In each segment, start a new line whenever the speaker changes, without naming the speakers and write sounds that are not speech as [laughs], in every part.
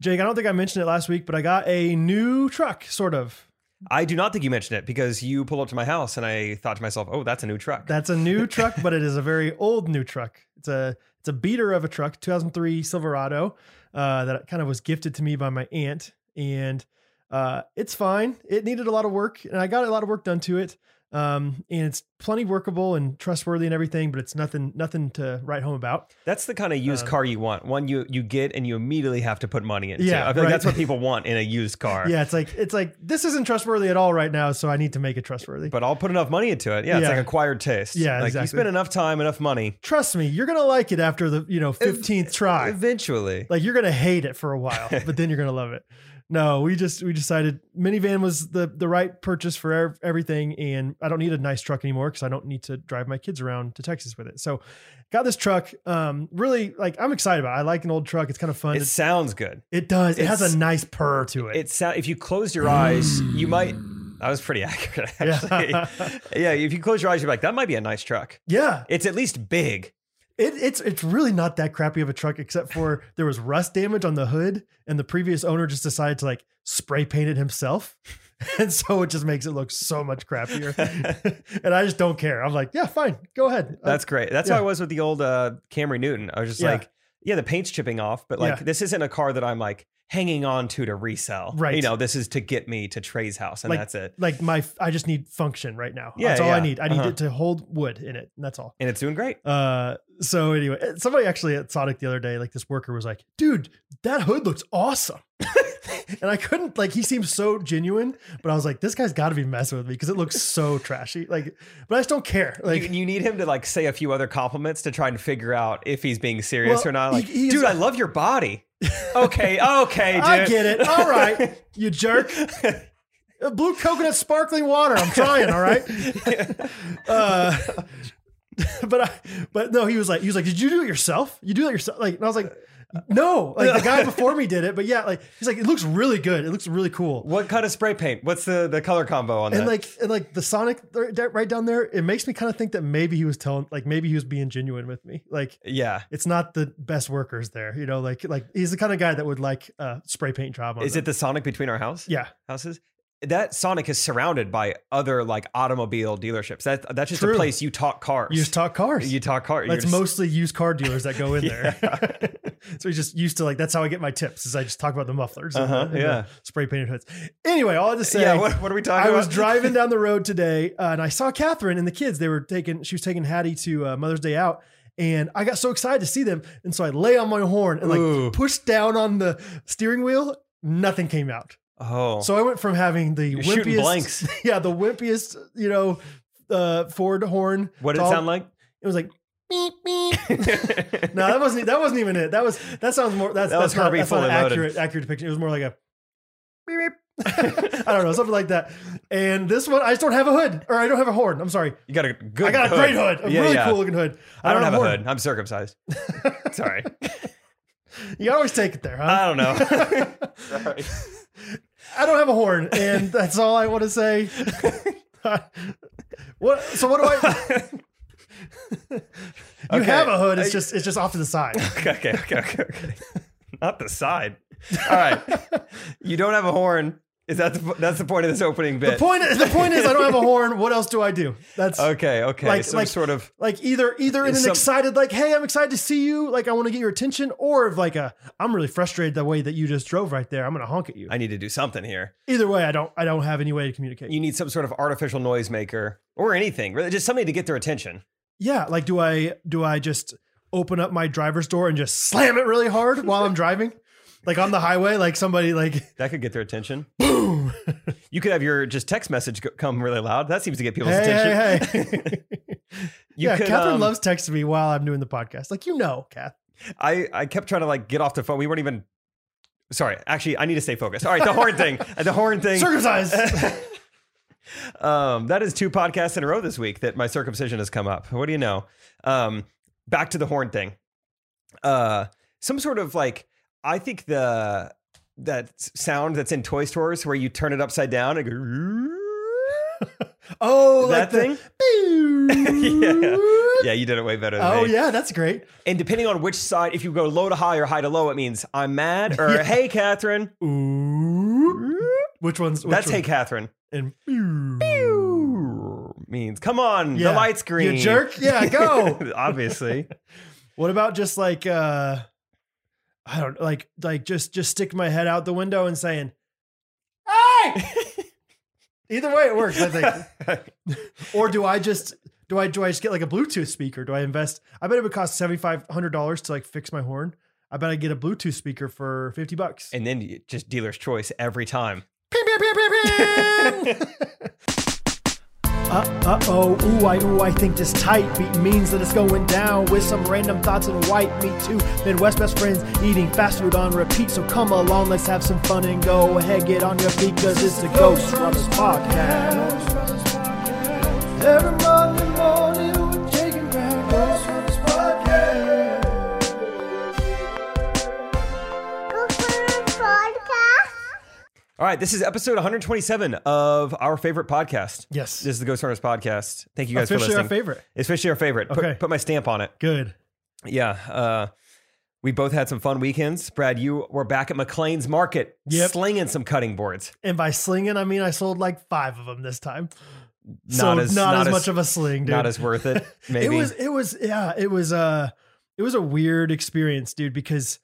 Jake, I don't think I mentioned it last week, but I got a new truck, sort of.
I do not think you mentioned it because you pulled up to my house and I thought to myself, oh, that's a new truck.
That's a new truck, but it is a very old new truck. It's a it's a beater of a truck, 2003 Silverado, uh, that kind of was gifted to me by my aunt, and uh, it's fine. It needed a lot of work, and I got a lot of work done to it. Um, and it's plenty workable and trustworthy and everything, but it's nothing nothing to write home about.
That's the kind of used
Um,
car you want. One you you get and you immediately have to put money into.
Yeah,
I feel like
right.
that's what people want in a used car.
Yeah, it's like it's like this isn't trustworthy at all right now, so I need to make it trustworthy.
But I'll put enough money into it. Yeah, it's
Yeah.
like acquired taste.
Yeah,
like you
exactly.
spend enough time, enough money.
Trust me, you're gonna like it after the you know
Ev-
15th try.
Eventually.
like you're gonna hate it for a while, but then you're gonna love it. No, we just we decided minivan was the the right purchase for ev- everything, and I don't need a nice truck anymore because I don't need to drive my kids around to Texas with it. So, got this truck. Um, really like I'm excited about. It. I like an old truck. It's kind of fun.
It
It,
sounds good.
it does. It has
it's-
a nice purr to it.
It sound if you close your eyes, you might I was pretty [laughs] accurate actually.
Yeah.
yeah, if you close your eyes, you're like, that might be a nice truck.
yeah,
It's at least big.
it, it's it's really not that crappy of a truck, except
[laughs]
for there was rust damage on the hood, and the previous owner just decided to like spray paint it himself, [laughs] and so it just makes it look so much
[laughs]
crappier. and I just don't care. I'm like, yeah, fine, go ahead. Uh,
That's great. That's
yeah.
how I was with the old uh, Camry Newton. I was just
Yeah.
like, yeah, the paint's chipping off, but like
Yeah.
this isn't a car that I'm like hanging on to to resell.
Right.
You know, this is to get me to Trey's house, and
Like-
that's it.
like my I just need function right now.
Yeah,
that's all I
yeah.
need. I need
Uh-huh.
it to hold wood in it. And that's all.
And it's doing great.
Uh, so anyway, somebody actually at Sonic the other day, like this worker was like, "Dude, that hood looks awesome," [laughs] and I couldn't like. He seemed so genuine, but I was like, "This guy's got to be messing with me because it looks so trashy." Like, but I just don't care. Like,
you, you need him to like say a few other compliments to try and figure out if he's being serious
Well,
or not. Like,
he- he's-
dude, I love
[laughs]
your body. okay, okay, dude.
I get it. All right, you
[laughs]
jerk. Uh, Blue coconut sparkling water. I'm trying. All
[laughs]
right. Uh, [laughs] but I, but no, he was like, he was like, did you do it yourself? You do it yourself? Like, and I was like, no, like the guy before me did it. But yeah, like he's like, it looks really good. It looks really cool.
What kind of spray paint? What's the the color combo on that?
And like, and like the Sonic right da- right down there, it makes me kind of think that maybe he was telling, like maybe he was being genuine with me. Like
yeah.
it's not the best workers there, you know. Like like he's the kind of guy that would like uh, spray paint job on.
Is
them.
it the Sonic between our house?
Yeah,
houses. That Sonic is surrounded by other like automobile dealerships. That that's just a
True.
place you talk cars.
you just talk cars.
You talk car.
That's
you're just-
mostly used car dealers that
[laughs]
go in there. [laughs] so he's just used to like that's how I get my tips is I just talk about the mufflers, and the-
Uh-huh,
and the,
yeah.
spray painted hoods. Anyway, all I just say,
[laughs] yeah. What, what are we talking
I
about?
was driving
[laughs]
down the road today uh, and I saw Catherine and the kids. They were taking she was taking Hattie to uh, Mother's Day out. And I got so excited to see them, and so I lay on my horn and like
Ooh.
pushed down on the steering wheel. Nothing came out.
Oh,
So I went from having the
You're shooting
wimpiest,
blanks.
[laughs] yeah, the wimpiest, you know, uh, Ford horn.
what did
to
it
all- [laughs]
sound like?
It was like beep beep. No, that wasn't. That wasn't even it. That was. That sounds more. That's
That was
that's, not,
Herbie
that's not an
fully loaded.
accurate accurate depiction. It was more like a. beep,
[laughs]
beep. [laughs] I don't know, something like that. And this one, I just don't have a hood, or I don't have a horn. I'm sorry.
You got a good.
I got a
hood.
great hood, a
Yeah,
really
yeah.
cool looking hood.
I don't have a
horn.
hood.
[laughs]
I'm circumcised. Sorry.
You always take it there, huh?
I don't
[laughs]
[laughs] know. Sorry.
I don't have a horn, and that's all I want to say. [laughs] what? So what do I? You
[laughs] Okay.
have a hood. It's
I-
just it's just off to the
[laughs]
side.
Okay, okay, okay,
[laughs]
okay, okay. Not the side. All right. You don't have a horn. Is that the, that's the point of this opening bit?
The point is the point is I don't have a horn. What else do I do? That's
Okay, okay.
Like-
Some
like-
sort of
like either either in an
Some-
excited like hey i'm excited to see you like i want to get your attention or if like a i'm really frustrated the way that you just drove right there i'm gonna honk at you
I need to do something here.
either way i don't i don't have any way to communicate
You need some sort of artificial noisemaker or anything, really, just something to get their attention.
yeah like do i do i just open up my driver's door and just slam it really hard while i'm
[laughs]
driving like on the highway like somebody like
That could get their attention.
[laughs] boom
You could have your just text message go- come really loud. That seems to get people's
hey hey
attention.
hey
[laughs] You
yeah
could,
catherine
um,
loves texting me while i'm doing the podcast like you know kath
I I kept trying to like get off the phone. We weren't even. Sorry, actually, I need to stay focused. All right, the
[laughs]
horn thing. The horn thing. [laughs]
circumcised
um, that is two podcasts in a row this week that my circumcision has come up. What do you know? Um, back to the horn thing. Uh, some sort of like, I think the that s- sound that's in Toy Stories where you turn it upside down and go.
oh [laughs] like
That
the-
thing? [laughs] yeah. Yeah, you did it way better than
Oh
me.
yeah, that's great.
And depending on which side, if you go low to high or high to low, it means
[laughs]
I'm mad or
Yeah.
hey, Catherine.
Ooh. Which one's which
That's
one?
hey, Catherine.
and
Means come on,
Yeah.
the light's green.
You jerk. Yeah,
[laughs]
go.
Obviously.
What about just like uh I don't like like just just stick my head out the window and saying, "Hey!" Either way it works, I think.
[laughs]
[laughs] or do I just do I do I just get like a Bluetooth speaker? Do I invest? I bet it would cost seventy five hundred dollars to like fix my horn. I bet I get a Bluetooth speaker for fifty bucks.
and then you- just dealer's choice every time.
Ping, ping, ping, ping, ping. Uh, uh-oh, ooh, I, ooh, I think this tight beat means that it's going down with some random thoughts and white meat too. Midwest best friends eating fast food on repeat, so come along, let's have some fun and go ahead, get on your feet, cause it's the Ghost Runners Podcast. Every Monday morning we're taking back Ghost Runners Podcast.
All right, this is episode 127 of our favorite podcast.
Yes.
This is the Ghost Hunters podcast. Thank you guys
Officially
for
our
listening.
favorite.
It's officially our favorite. Put-
Okay.
Put, my stamp on it.
Good.
Yeah. Uh, we both had some fun weekends. Brad, you were back at McLean's Market
Yep.
slinging some cutting boards.
And by slinging, I mean I sold like five of them this time.
Not
so
as
not,
not
as,
as-
much of a sling, dude.
Not as worth it, maybe.
[laughs] It was it was yeah, it was uh it was a weird experience, dude, because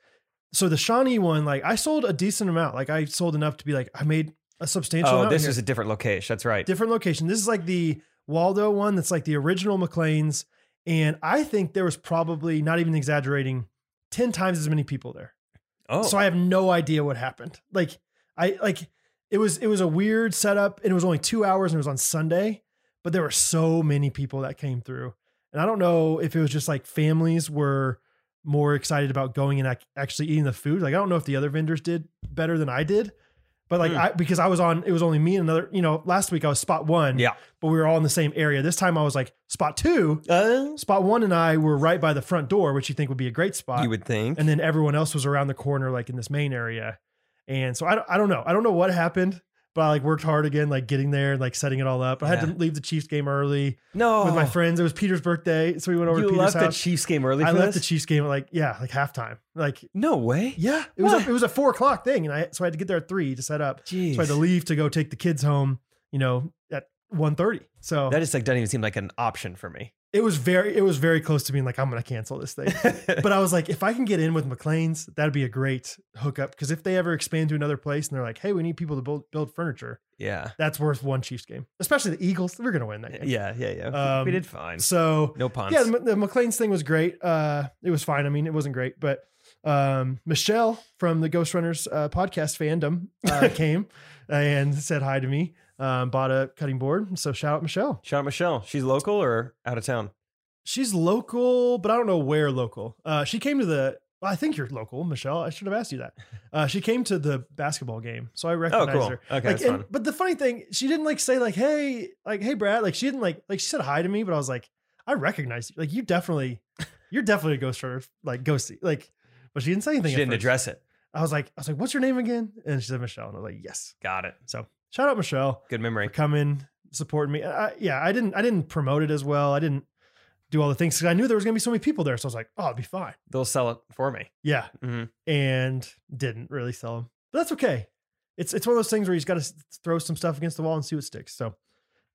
so the Shawnee one, like I sold a decent amount. Like I sold enough to be like, I made a substantial
oh,
amount.
this
here.
is a different location. That's right.
different location. This is like the Waldo one that's like the original McLean's. And I think there was probably not even exaggerating 10 times as many people there.
oh,
So I have no idea what happened. Like I like it was it was a weird setup and it was only 2 hours and it was on Sunday, but there were so many people that came through. And I don't know if it was just like families were more excited about going and ac- actually eating the food. Like I don't know if the other vendors did better than I did. But like
Hmm.
I because I was on it was only me and another, you know, last week I was spot 1,
yeah.
but we were all in the same area. This time I was like spot 2.
Uh,
Spot 1 and I were right by the front door, which you think would be a great spot
you would think.
and then everyone else was around the corner like in this main area and so i don't, I don't know i don't know what happened but i like worked hard again like getting there and like setting it all up i had
Yeah.
to leave the chiefs game early
no.
with my friends it was peter's birthday so we went over
you
to peter's
left the
house
Chiefs game early
i
for
left the
this?
chiefs game at like yeah like halftime like
no way.
yeah it was a,
What?
it was a four o'clock thing and i so i had to get there at three to set up
Jeez.
so i had to leave to go take the kids home you know at 1.30 so
That just like doesn't even seem like an option for me.
it was very it was very close to being like i'm gonna cancel this [laughs] thing but I was like, if I can get in with McLean's, that'd be a great hookup. Because if they ever expand to another place and they're like, hey, we need people to build, build furniture,
yeah.
that's worth one Chiefs game, especially the Eagles. We're going to win that game.
Yeah, yeah, yeah.
Um,
we did fine.
So,
No puns.
yeah, the, M- the McLean's thing was great. Uh, it was fine. I mean, it wasn't great, but um, Michelle from the Ghost Runners uh, podcast fandom uh, came and said hi to me, um, bought a cutting board. So, shout out Michelle.
Shout out Michelle. She's local or out of town?
She's local, but I don't know where local. Uh, she came to the. Well, I think you're local, Michelle. I should have asked you
[laughs]
that. Uh, she came to the basketball game, so I
Oh,
recognize
cool.
her.
Okay,
Like,
that's
and,
fun.
but the funny thing, she didn't like say like, "Hey, like, hey, Brad." Like, she didn't like like she said hi to me, but I was like, "I recognize you. Like, you definitely, you're definitely a ghost runner, like ghosty." Like, but she didn't say anything.
She
at
didn't
first.
address it.
I was like, I was like, "What's your name again?" And she said Michelle, and I was like, "Yes."
Got it.
So shout out Michelle
Good
for
memory.
coming, supporting me. I, yeah, I didn't I didn't promote it as well. I didn't do all the things because I knew there was gonna be so many people there. So I was like, oh, it'll be fine.
They'll sell it for me.
Yeah,
Mhm.
and didn't really sell them, but that's okay. It's it's one of those things where you just got to throw some stuff against the wall and see what sticks. So,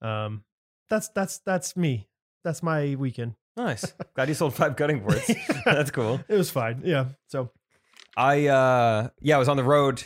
um, that's that's that's me. That's my weekend. [laughs]
Nice. Glad you sold five cutting boards. [laughs] that's cool.
It was fine. Yeah. So
I uh yeah, I was on the road.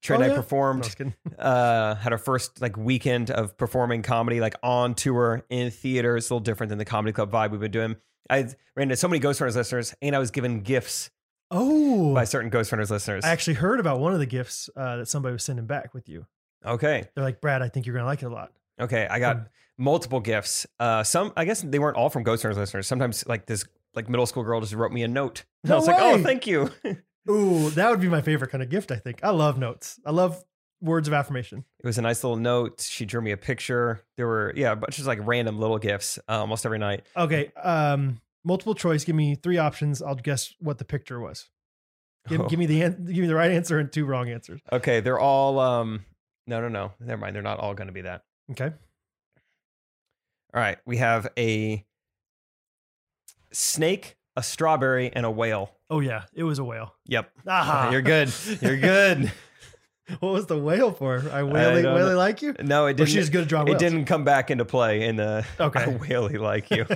Trey and
Oh,
I
yeah. I'm
performed.
just kidding.
uh, had our first like weekend of performing comedy like on tour in theater. It's a little different than the comedy club vibe we've been doing. I ran into so many Ghost Runners listeners, and I was given gifts
Oh,
by certain Ghost Runners listeners.
I actually heard about one of the gifts uh, that somebody was sending back with you.
okay,
They're like, Brad, I think you're gonna like it a lot.
okay, I got
Um,
multiple gifts. Uh, some, I guess they weren't all from Ghost Runners listeners. Sometimes like this like middle school girl just wrote me a note. And
No
I was like, oh,
way!"
thank you. it
Ooh, that would be my favorite kind of gift, I think. I love notes. I love words of affirmation.
was a nice little note. She drew me a picture. There were yeah, a bunch of like random little gifts uh, almost every night.
Okay. Um, multiple choice. Give me three options. I'll guess what the picture was. Give,
Oh.
give me the an- give me the right answer and two wrong answers.
Okay, they're all um no no no. Never mind. They're not all gonna be that.
Okay.
All right, we have a snake, a strawberry, and a whale.
Oh yeah, it was a [laughs] whale.
Yep.
Aha.
[laughs] You're good.
[laughs]
You're good.
Ah, what was the whale for? I whaley
don't
whaley
know.
like you?
No, it
Or
didn't.
she's good at drawing
it didn't come back into play in [laughs] the I
Okay.
really
[laughs]
like you.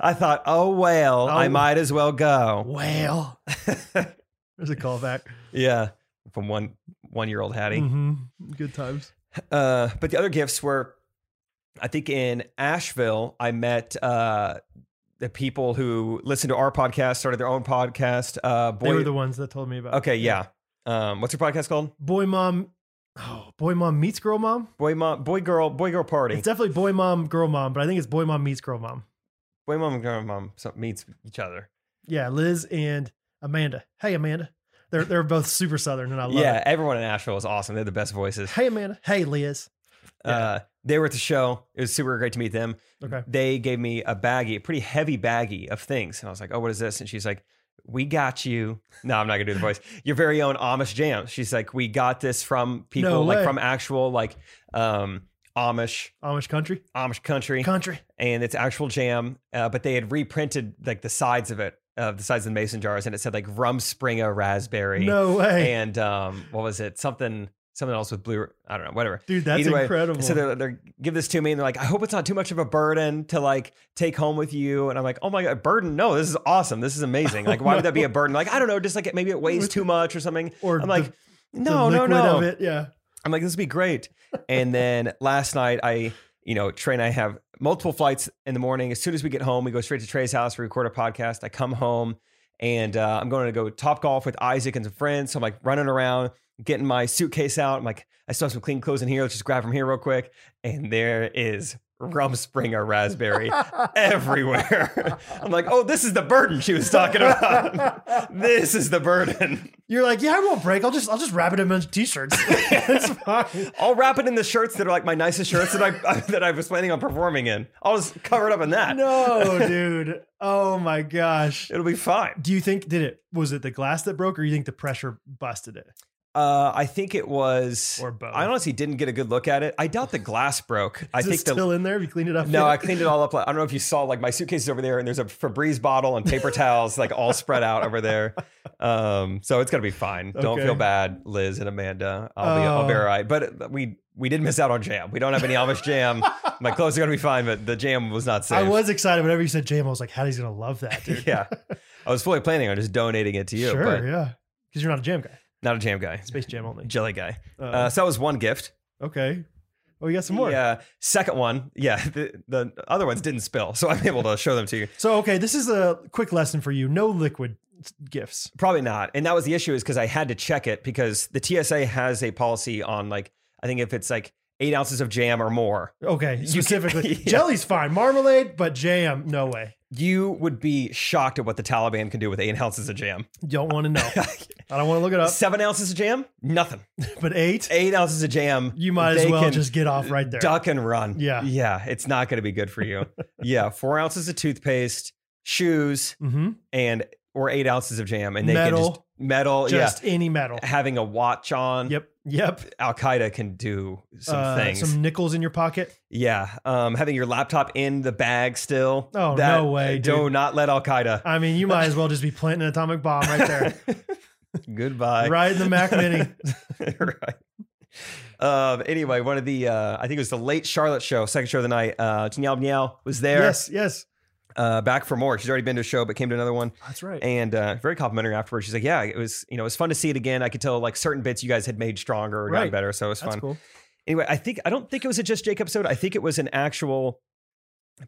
I thought, oh well, I
Oh.
might as well go.
Whale. [laughs] There's a callback.
Yeah. From one one year old Hattie.
hmm Good times.
Uh, but the other gifts were, I think in Asheville, I met uh, the people who listened to our podcast, started their own podcast. Uh, boy,
They were the ones that told me about.
okay, yeah. Um, what's your podcast called?
Boy mom. Oh, boy mom meets girl mom.
Boy, mom, boy, girl, boy, girl party.
It's definitely boy mom girl mom, but I think it's boy mom meets girl mom.
boy, mom, and girl, mom so- meets each other.
Yeah, Liz and Amanda. Hey Amanda. They're they're both super southern and I love
Yeah, everyone in Asheville is awesome. They're the best
it.
voices.
Hey Amanda. Hey Liz. Yeah.
Uh, they were at the show. It was super great to meet them.
Okay.
They gave me a baggie, a pretty heavy baggie of things. And I was like, oh, what is this? And she's like, we got you. No, I'm not going to do the voice. Your very own Amish jam. She's like, we got this from people,
No
like
way.
from actual, like, um, Amish,
Amish
[laughs]
country.
Amish country.
Country.
and it's actual jam, uh, but they had reprinted like the sides of it, of the sides of the mason jars, and it said like rum springa raspberry.
No way.
And um, what was it? Something, something else with blue. I don't know. Whatever.
Dude, that's
Either way,
incredible.
So they're, they're give this to me, and they're like, "I hope it's not too much of a burden to like take home with you." And I'm like, "Oh my god, burden? No, this is awesome. This is amazing. Like, why would that be
[laughs]
a burden? Like, I don't know, just like it, maybe it weighs
With-
too much or something."
or
I'm
the-
like,
the
"No, no,
liquid
no."
Of it. Yeah.
I'm like, this would be great. And then last night, I, you know, Trey and I have multiple flights in the morning. As soon as we get home, we go straight to Trey's house. We record a podcast. I come home and uh, I'm going to go top golf with Isaac and some friends. So I'm like running around, getting my suitcase out. I'm like, I still have some clean clothes in here. Let's just grab from here real quick. And there is rum springer raspberry everywhere. [laughs] I'm like, oh, this is the burden she was talking about. this is the burden.
You're like, yeah, I won't break. I'll just I'll just wrap it in
[laughs]
t-shirts. [laughs] it's fine.
I'll wrap it in the shirts that are like my nicest shirts that I [laughs] that I was planning on performing in. I'll just cover it up in that.
No, dude. Oh my gosh.
It'll be fine.
Do you think did it was it the glass that broke or you think the pressure busted it?
Uh, I think it was.
Or both.
I honestly didn't get a good look at it. I doubt the glass broke. I
Is it
think the
still in there? Have you cleaned it up?
[laughs] no.
[laughs]
I
yet?
cleaned it all up. I don't know if you saw like my suitcase is over there, and there's a Febreze bottle and paper towels like all spread out over there. Um, so it's gonna be fine. Don't
Okay.
feel bad, Liz and Amanda. I'll be I'll be
Oh.
all right. But uh, we we did miss out on jam. We don't have any Amish jam. My clothes are gonna be fine, but the jam was not safe.
I was excited whenever you said Jam. I was like, Hattie's gonna love that, dude.
[laughs] yeah. I was fully planning on just donating it to you,
sure,
but
yeah. Because you're not a Jam guy,
not a jam guy,
Space Jam only.
jelly guy.
Uh,
Uh, so that was one gift.
okay. Oh, you got some more.
The, uh, second one, yeah, [laughs] the, the other ones didn't spill, so I'm able to show them to you.
So okay, this is a quick lesson for you. No liquid gifts.
Probably not. And that was the issue is because I had to check it because the TSA has a policy on like I think if it's like eight ounces of jam or more,
Okay,
can-
specifically,
[laughs] Yeah.
jelly's fine, marmalade, but jam, no way.
you would be shocked at what the Taliban can do with eight [laughs] ounces of jam.
Don't want to
[laughs]
know. I don't want to look it up.
Seven ounces of jam, nothing.
But eight,
Eight ounces of jam,
you might as
they
well
can-
just get off right there.
Duck and run.
Yeah.
Yeah. It's not going to be good
[laughs]
for you. yeah. Four ounces of toothpaste, shoes,
hmm
and or eight ounces of jam. And they can just
Metal.
metal.
Just any metal.
[laughs] yeah. Having a watch on.
Yep. Yep.
Al Qaeda can do some
Uh,
things.
Some nickels in your pocket.
yeah. Um, having your laptop in the bag still.
Oh,
That-
no way,
Do
dude.
not let Al Qaeda.
[laughs] I mean, you might as well just be planting an atomic bomb right
[laughs]
there,
Goodbye.
right in the Mac Mini.
[laughs] right. Um, anyway, one of the uh, I think it was the late Charlotte show, second show of the night. Uh, Danielle Meow was there.
Yes. Yes.
uh, back for more. She's already been to a show, but came to another one.
That's right.
And uh, very complimentary afterwards. She's like, "Yeah, it was you know it was fun to see it again. I could tell like certain bits you guys had made stronger or gotten
Right.
better, so it was
That's
fun."
cool.
Anyway, I think I don't think it was a just Jake episode. I think it was an actual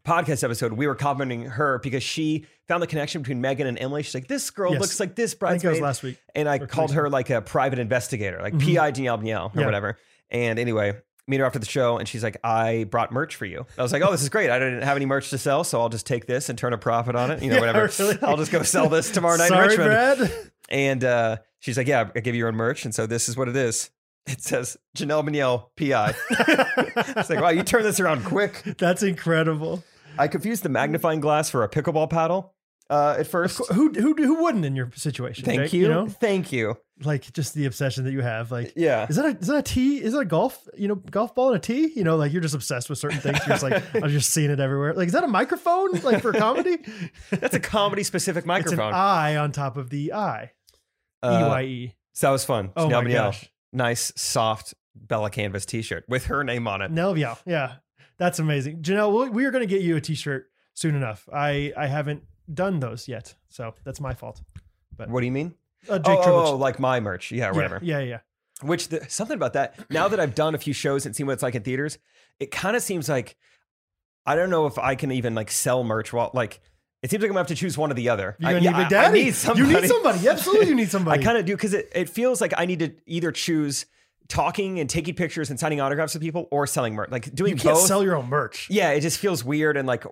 podcast episode. We were complimenting her because she found the connection between Megan and Emily. She's like, "This girl
Yes.
looks like this
I think it was
bridesmaid,"
last week.
and I
or two
called
weeks
her like a private investigator, like
Mhm.
PI Danielle Meow E or
Yeah.
whatever. And anyway. Meet her after the show, and she's like, "I brought merch for you." I was like, "Oh, this is great! I didn't have any merch to sell, so I'll just take this and turn a profit on it. You know,
Yeah, [laughs]
whatever.
really.
I'll just go sell this tomorrow night
Sorry,
in Richmond."
Brad.
And uh, she's like, "Yeah, I gave you your own merch, and so this is what it is." It says Janelle Mignel, PI.
[laughs]
It's like, wow, you turn this around quick.
That's incredible.
I confused the magnifying glass for a pickleball paddle. uh, at first.
Who, who who wouldn't in your situation?
Thank
Jake,
you.
know,
Thank you.
like just the obsession that you have. Like,
Yeah.
is that a, is that a tee? Is that a golf? You know, golf ball and a tee? You know, like you're just obsessed with certain things. You're just
[laughs]
like I'm just seeing it everywhere. Like, is that a microphone? Like for comedy,
That's a comedy specific
it's an
microphone.
I on top of the I. E
Uh,
Y E.
so that was fun.
Oh my
Nelbaniel,
gosh.
Nice soft Bella Canvas t shirt with her name on it.
Nelvia. Yeah. That's amazing. Janelle, we- we are going to get you a t-shirt soon enough. I, I haven't done those yet. So that's my fault.
What do you mean?
Uh,
Oh,
Jake
oh,
Tribble-
oh, like my merch. Yeah, whatever.
Yeah, yeah, yeah.
Which the, something about that. Now that I've done a few shows and seen what it's like in theaters, it kind of seems like I don't know if I can even like sell merch. While like it seems like I'm gonna have to choose one or the other.
You're
I,
going to
yeah,
need
I-
a daddy.
I need somebody.
You need somebody. Absolutely. You need
[laughs] I
somebody.
kind of do because it, it feels like I need to either choose talking and taking pictures and signing autographs with people or selling merch. Like doing
you can't
both.
sell your own merch.
yeah, it just feels weird and like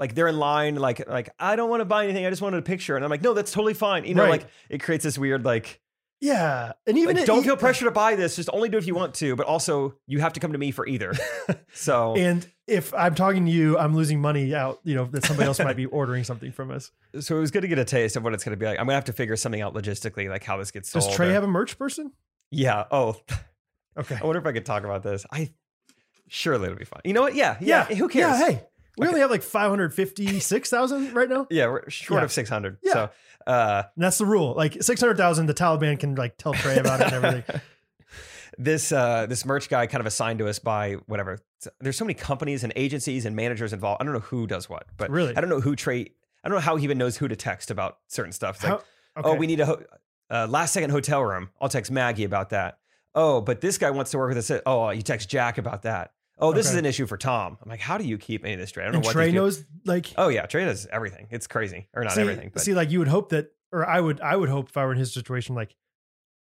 like they're in line like like I don't want to buy anything. I just wanted a picture, and I'm like, no, that's totally fine. You know,
Right.
like it creates this weird like,
Yeah. And even e-
like,
it-
don't feel pressure to buy this. Just only do it if you want to, but also you have to come to me
[laughs]
for either. so
And if I'm talking to you, I'm losing money out, you know, that somebody else might
[laughs]
be ordering something from us.
so it was good to get a taste of what it's gonna be like. I'm gonna have to figure something out logistically, like how this gets sold.
Does Trey
or-
have a merch person?
yeah. Oh, [laughs]
Okay.
I wonder if I could talk about this. I surely it'll be fine. You know what? Yeah.
yeah.
Yeah. Who cares?
Yeah. Hey, we only have like 556,000 right now.
Yeah, we're short
Yeah.
of 600.
Yeah.
So, uh,
And that's the rule. Like 600,000, the Taliban can like tell Trey about it and
[laughs]
everything.
this uh, this merch guy kind of assigned to us by whatever. There's so many companies and agencies and managers involved. I don't know who does what, but
Really?
I don't know who Trey. I don't know how he even knows who to text about certain stuff. It's like,
How-
oh,
okay.
we need a ho- uh, last second hotel room. I'll text Maggie about that. Oh, but this guy wants to work with us. Oh, you text Jack about that. Oh, this
Okay.
is an issue for Tom. I'm like, how do you keep any of this straight? I don't
and
know what
Trey
these people-
knows like
Oh yeah, Trey does everything. It's crazy, or not
see,
everything, but
see, like you would hope that, or I would, I would hope if I were in his situation, like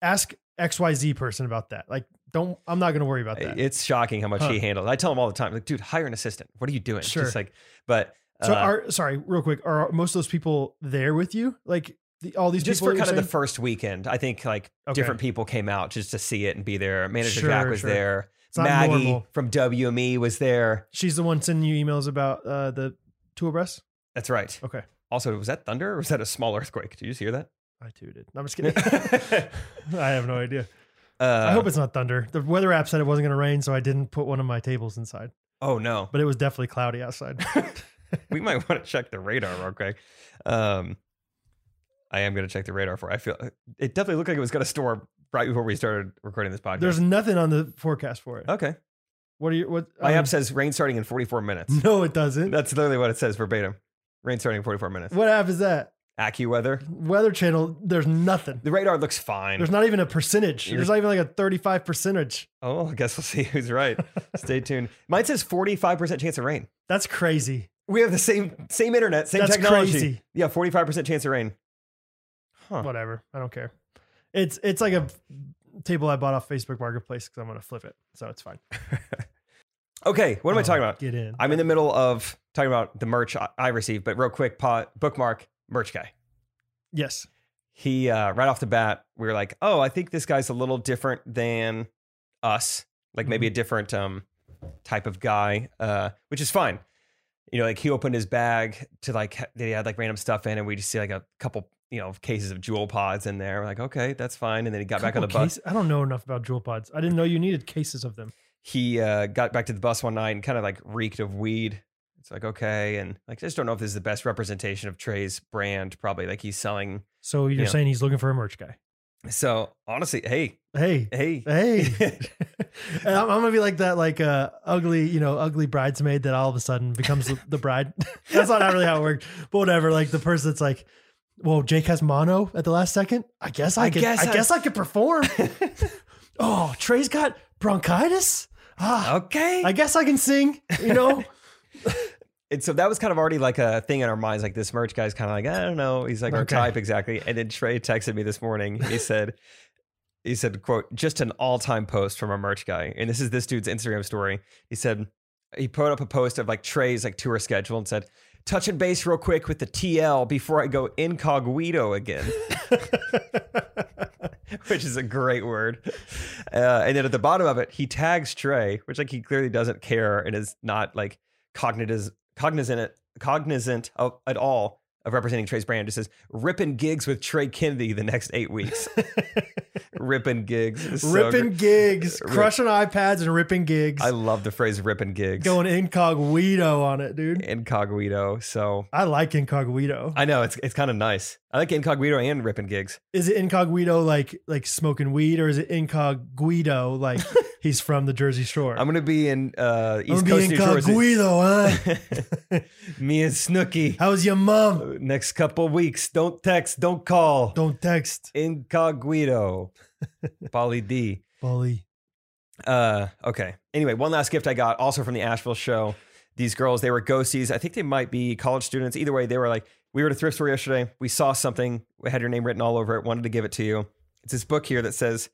ask X Y Z person about that. Like, don't, I'm not going to worry about that.
it's shocking how much
Huh.
he handled. I tell him all the time, like, dude, hire an assistant. What are you doing?
Sure.
Just like, but
so,
uh,
are sorry, real quick, are most of those people there with you? Like the, all these
just
people
for
that
kind
you're
of the
saying?
first weekend, I think like
Okay.
different people came out just to see it and be there. Manager
Sure,
Jack was
sure.
there.
It's not
Maggie
normal.
from WME was there.
She's the one sending you emails about uh, the tool breasts.
That's right.
Okay,
Also, was that thunder or was that a small earthquake? Did you just
[laughs]
hear that?
I too did. No, I'm just kidding. [laughs] I have no idea.
[laughs] Uh,
I hope it's not thunder. The weather app said it wasn't going to rain, so I didn't put one of my tables inside.
oh no,
[laughs] But it was definitely cloudy
[laughs]
outside.
we might want to check the radar real quick. Um, I am going to check the radar for. I feel it definitely looked like it was going to storm right before we started recording this podcast.
There's nothing on the forecast for it.
okay.
What are you? What?
Oh. My
um,
app says rain starting in 44 minutes.
[laughs] No, it doesn't.
That's literally what it says verbatim. Rain starting in 44 minutes.
What app is that?
AccuWeather.
Weather Channel. There's nothing.
The radar looks fine.
There's not even a percentage. There's not even like a 35 percentage.
oh, I guess we'll see who's
[laughs]
right. Stay tuned. Mine says 45% chance of rain.
That's crazy.
We have the same same internet, same
That's
technology.
crazy.
Yeah, 45% chance of rain. Huh.
Whatever. I don't care. It's it's like a table I bought off Facebook Marketplace because I'm gonna flip it, so it's fine.
Okay, what am I
Oh,
talking about?
Get in.
I'm in the middle of talking about the merch I, I received, but real quick, pot, bookmark, merch guy.
yes.
he uh, right off the bat, we were like, oh, I think this guy's a little different than us, like maybe a different um, type of guy, uh, which is fine. You know, like he opened his bag to like ha- they had like random stuff in, and we just see like a couple, you know, cases of jewel pods in there. We're like, okay, that's fine. And then he got back on the
Couple
bus.
case- I don't know enough about jewel pods. I didn't know you needed cases of them.
He uh, got back to the bus one night and kind of like reeked of weed. It's like okay, and like I just don't know if this is the best representation of Trey's brand. Probably like he's selling.
So you're
Yeah.
saying he's looking for a merch guy?
So honestly, hey, [laughs]
Hey,
hey,
[laughs] hey. And I'm, I'm gonna be like that, like uh, ugly, you know, ugly bridesmaid that all of a sudden becomes the, the bride. [laughs] that's not, not really how it worked, but whatever. Like the person that's like, "Well, Jake has mono at the last second. I guess I,
I
could.
guess
I
I-
guess I could perform."
[laughs]
oh, Trey's got bronchitis. Ah,
okay.
I guess I can sing. You know,
and so that was kind of already like a thing in our minds. Like this merch guy's kind of like, I don't know. He's like our
Okay.
type exactly. And then Trey texted me this morning. He said, he said, quote, just an all time post from our merch guy. And this is this dude's Instagram story. He said, he put up a post of like Trey's like tour schedule and said, touch and base real quick with the TL before I go incognito again, which is a great word. Uh, and then at the bottom of it, he tags Trey, which like he clearly doesn't care and is not like cognitive cognizant cognizant of, at all of representing Trace Brand just says ripping gigs with Trey Kennedy the next eight
[laughs]
weeks. ripping gigs, It's [laughs] so
ripping
great.
gigs,
Rip-
crushing iPads and ripping gigs.
I love the phrase ripping gigs.
going incognito on it, dude.
incognito. So
I like incognito.
I know it's it's kind of nice. I like incognito and ripping gigs.
Is it incognito like like smoking weed, or is it incognito [laughs] like he's from the Jersey Shore?
I'm gonna be in uh,
I'm
East
gonna
Coast
be
New Jersey.
incognito, huh?
[laughs] Me and Snooky.
How's your
[laughs]
mom?
Next couple weeks. Don't text. Don't call.
Don't text,
Incognito. Polly D.
Bully.
Uh, okay. Anyway, one last gift I got also from the Asheville show. These girls, they were ghosties. I think they might be college students. Either way, they were like, we were at a thrift store yesterday. We saw something. We had your name written all over it. Wanted to give it to you. It's this book here that says,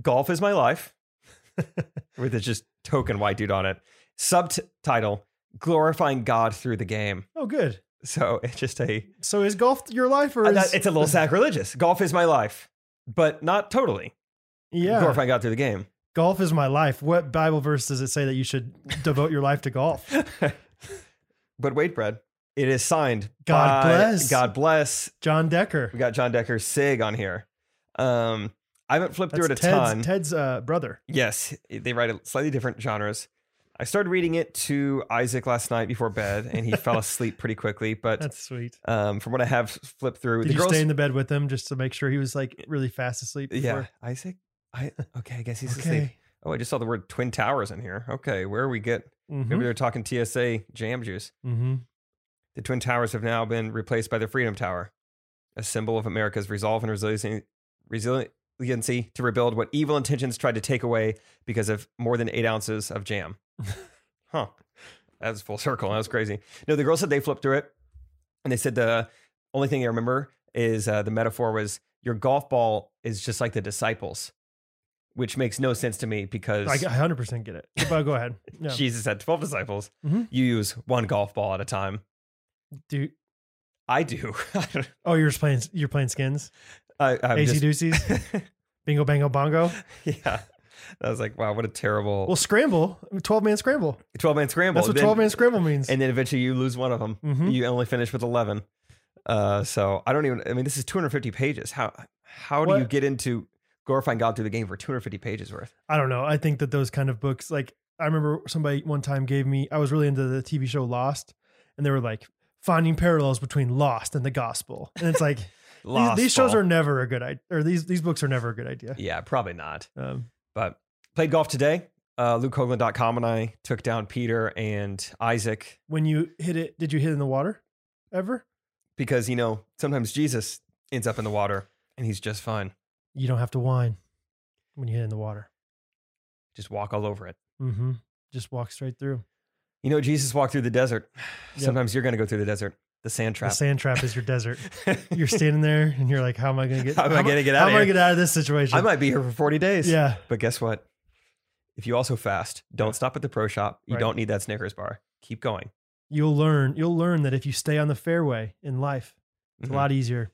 "Golf is my life," with it's just token white dude on it. Subtitle: Glorifying God through the game.
Oh, good.
So [laughs] it's just a
So is golf your life, or
I
is
thought Uh, it's a
[laughs]
little sacrilegious. Golf is my life, but not totally.
yeah?
Glorifying God through
[laughs]
the game.
Golf is my life. What Bible verse does it say that you should devote your life to
[laughs]
golf?
but wait, Brad. It is signed.
God
by-
bless.
God bless.
John Decker.
We got John Decker's Sig on here. Um, I haven't flipped through it a
Ted's,
ton.
Ted's uh, brother.
Yes, they write slightly different genres. I started reading it to Isaac last night before bed, and
[laughs]
he fell asleep pretty quickly. But
That's sweet.
um, from what I have flipped through,
Did you stay in the bed with him just to make sure he was like really fast asleep?
[laughs] yeah,
Before?
Isaac. I okay, I guess he's asleep.
Okay.
Oh, I just saw the word Twin Towers in here. Okay, where are we get?
Mm-hmm.
Maybe they're talking TSA jam juice.
hmm
The Twin Towers have now been replaced by the Freedom Tower, a symbol of America's resolve and resiliency, resiliency to rebuild what evil intentions tried to take away because of more than eight ounces of
[laughs]
jam. huh. That was full circle. That was crazy. No, the girl said they flipped through it and they said the only thing they remember is uh, the metaphor was your golf ball is just like the disciples, which makes no sense to me because
I, I 100% get it. But go
[laughs]
ahead. Yeah.
Jesus had 12 disciples.
Mhm.
You use one golf ball at a time.
Dude.
I do. [laughs] I don't
Oh, you're just playing. You're playing skins.
I, I'm
AC
just,
Deuces.
[laughs]
Bingo Bango Bongo.
yeah. I was like, wow, what a terrible
Well, scramble. Twelve man scramble.
12 man scramble.
That's what
Then-
twelve man scramble means.
And then eventually you lose one of them.
Mhm.
You only finish with 11. Uh, so I don't even, I mean, this is 250 pages. How, how do
What-
you get into glorifying God through the game for 250 pages worth?
I don't know. I think that those kind of books, like I remember somebody one time gave me, I was really into the TV show Lost, and they were like finding parallels between Lost and the gospel, and
[laughs]
it's like these-
Lost
these, shows
ball.
are never a good idea, or these these books are never a good idea.
yeah, probably not.
Um,
But played golf today. Uh, LukeHoagland.com and I took down Peter and Isaac
when you hit it, did you hit it in the water ever?
because, you know, sometimes Jesus ends up in the water and he's just fine.
You don't have to whine when you hit it in the water.
Just walk all over it.
Mm-hmm. Just walk straight through.
You know, Jesus walked through the desert. [sighs]
Yep.
Sometimes you're going to go through the desert, the sand trap.
The sand trap is your desert.
[laughs]
You're standing there, and you're like, "How am I going to get?
How am I
am I-
gonna get
how
out of
am I
here?
get out of this situation?"
I might be here for 40 days.
yeah.
But guess what? If you also fast, don't stop at the pro shop. You
Right.
don't need that Snickers bar. Keep going.
you'll learn you'll learn that if you stay on the fairway in life it's
Mhm.
a lot easier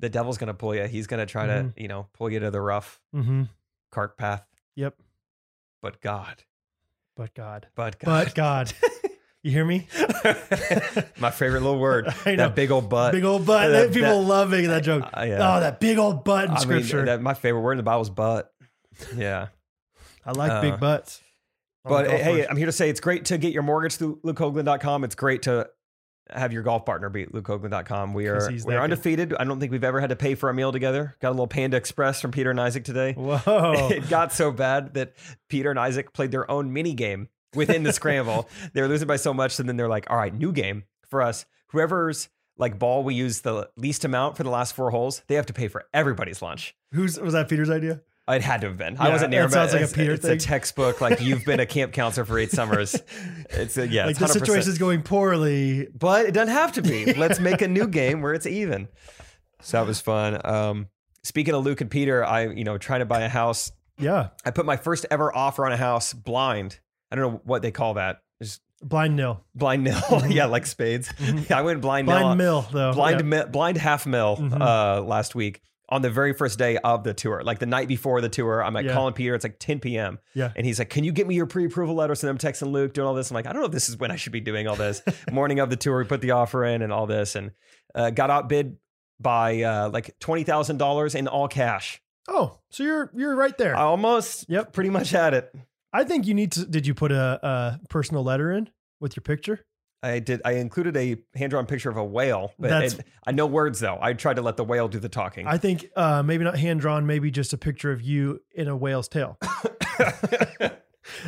The devil's going to pull you. He's going to try to, you know, pull you to the rough
mm-hmm.
cart path.
yep
But God,
but god
but God.
but
[laughs]
god you hear me
My favorite little word.
[laughs] I know.
That big old butt.
big old butt
that-
people love making that joke
Uh, yeah.
oh that big old butt in
I mean,
scripture
that, my favorite word in the Bible is butt. Yeah.
i like
uh,
big butts I'm a
But
golf
hey,
horse.
I'm here to say it's great to get your mortgage through lukehoagland.com. It's great to have your golf partner be at lukehoagland.com. We
'Cause
are
he's
we
that
are
good.
undefeated. I don't think we've ever had to pay for a meal together. Got a little Panda Express from Peter and Isaac today. [laughs]
whoa
It got so bad that Peter and Isaac played their own mini game within the scramble.
[laughs]
they were losing by so much, and then they're like, "All right, new game for us. Whoever's like ball we use the least amount for the last four holes, they have to pay for everybody's lunch."
[laughs] who's was that peter's idea
It had to have been. I
Yeah,
wasn't near.
that
but
sounds like a
it's-
Peter
it's
thing.
a textbook. Like you've
[laughs]
been a camp counselor for eight summers. It's a, yeah,
like
it's
the
100%.
situation's going poorly
but it doesn't have to
[laughs]
be. Let's make a new game where it's even. So that was fun. Um, speaking of Luke and Peter, I you know trying to buy a house.
yeah
I put my first ever offer on a house blind. I don't know what they call that. Just
blind nil
blind nil. [laughs] yeah, like spades. Yeah, I went blind,
Mm-hmm. blind
nil
mill though
blind
Oh, Yeah.
mi- blind half mill
Mhm.
uh, last week on the very first day of the tour, like the night before the tour. I'm like
Yeah.
calling Peter. It's like 10 p.m.
Yeah.
And he's like, Can you get me your pre approval letter? So I'm texting Luke, doing all this. I'm like, I don't know if this is when I should be doing all
[laughs]
this. Morning of the tour, we put the offer in and all this and uh, got outbid by uh, like $20,000 in all cash.
Oh, so you're you're right there.
I almost
Yep.
pretty much had it.
I think you need to. Did you put a, a personal letter in with your picture?
I did. I included a hand drawn picture of a whale, but
That's-
it, I no words though. I tried to let the whale do the talking.
I think uh, maybe not hand drawn, maybe just a picture of you in a whale's
[laughs]
tail.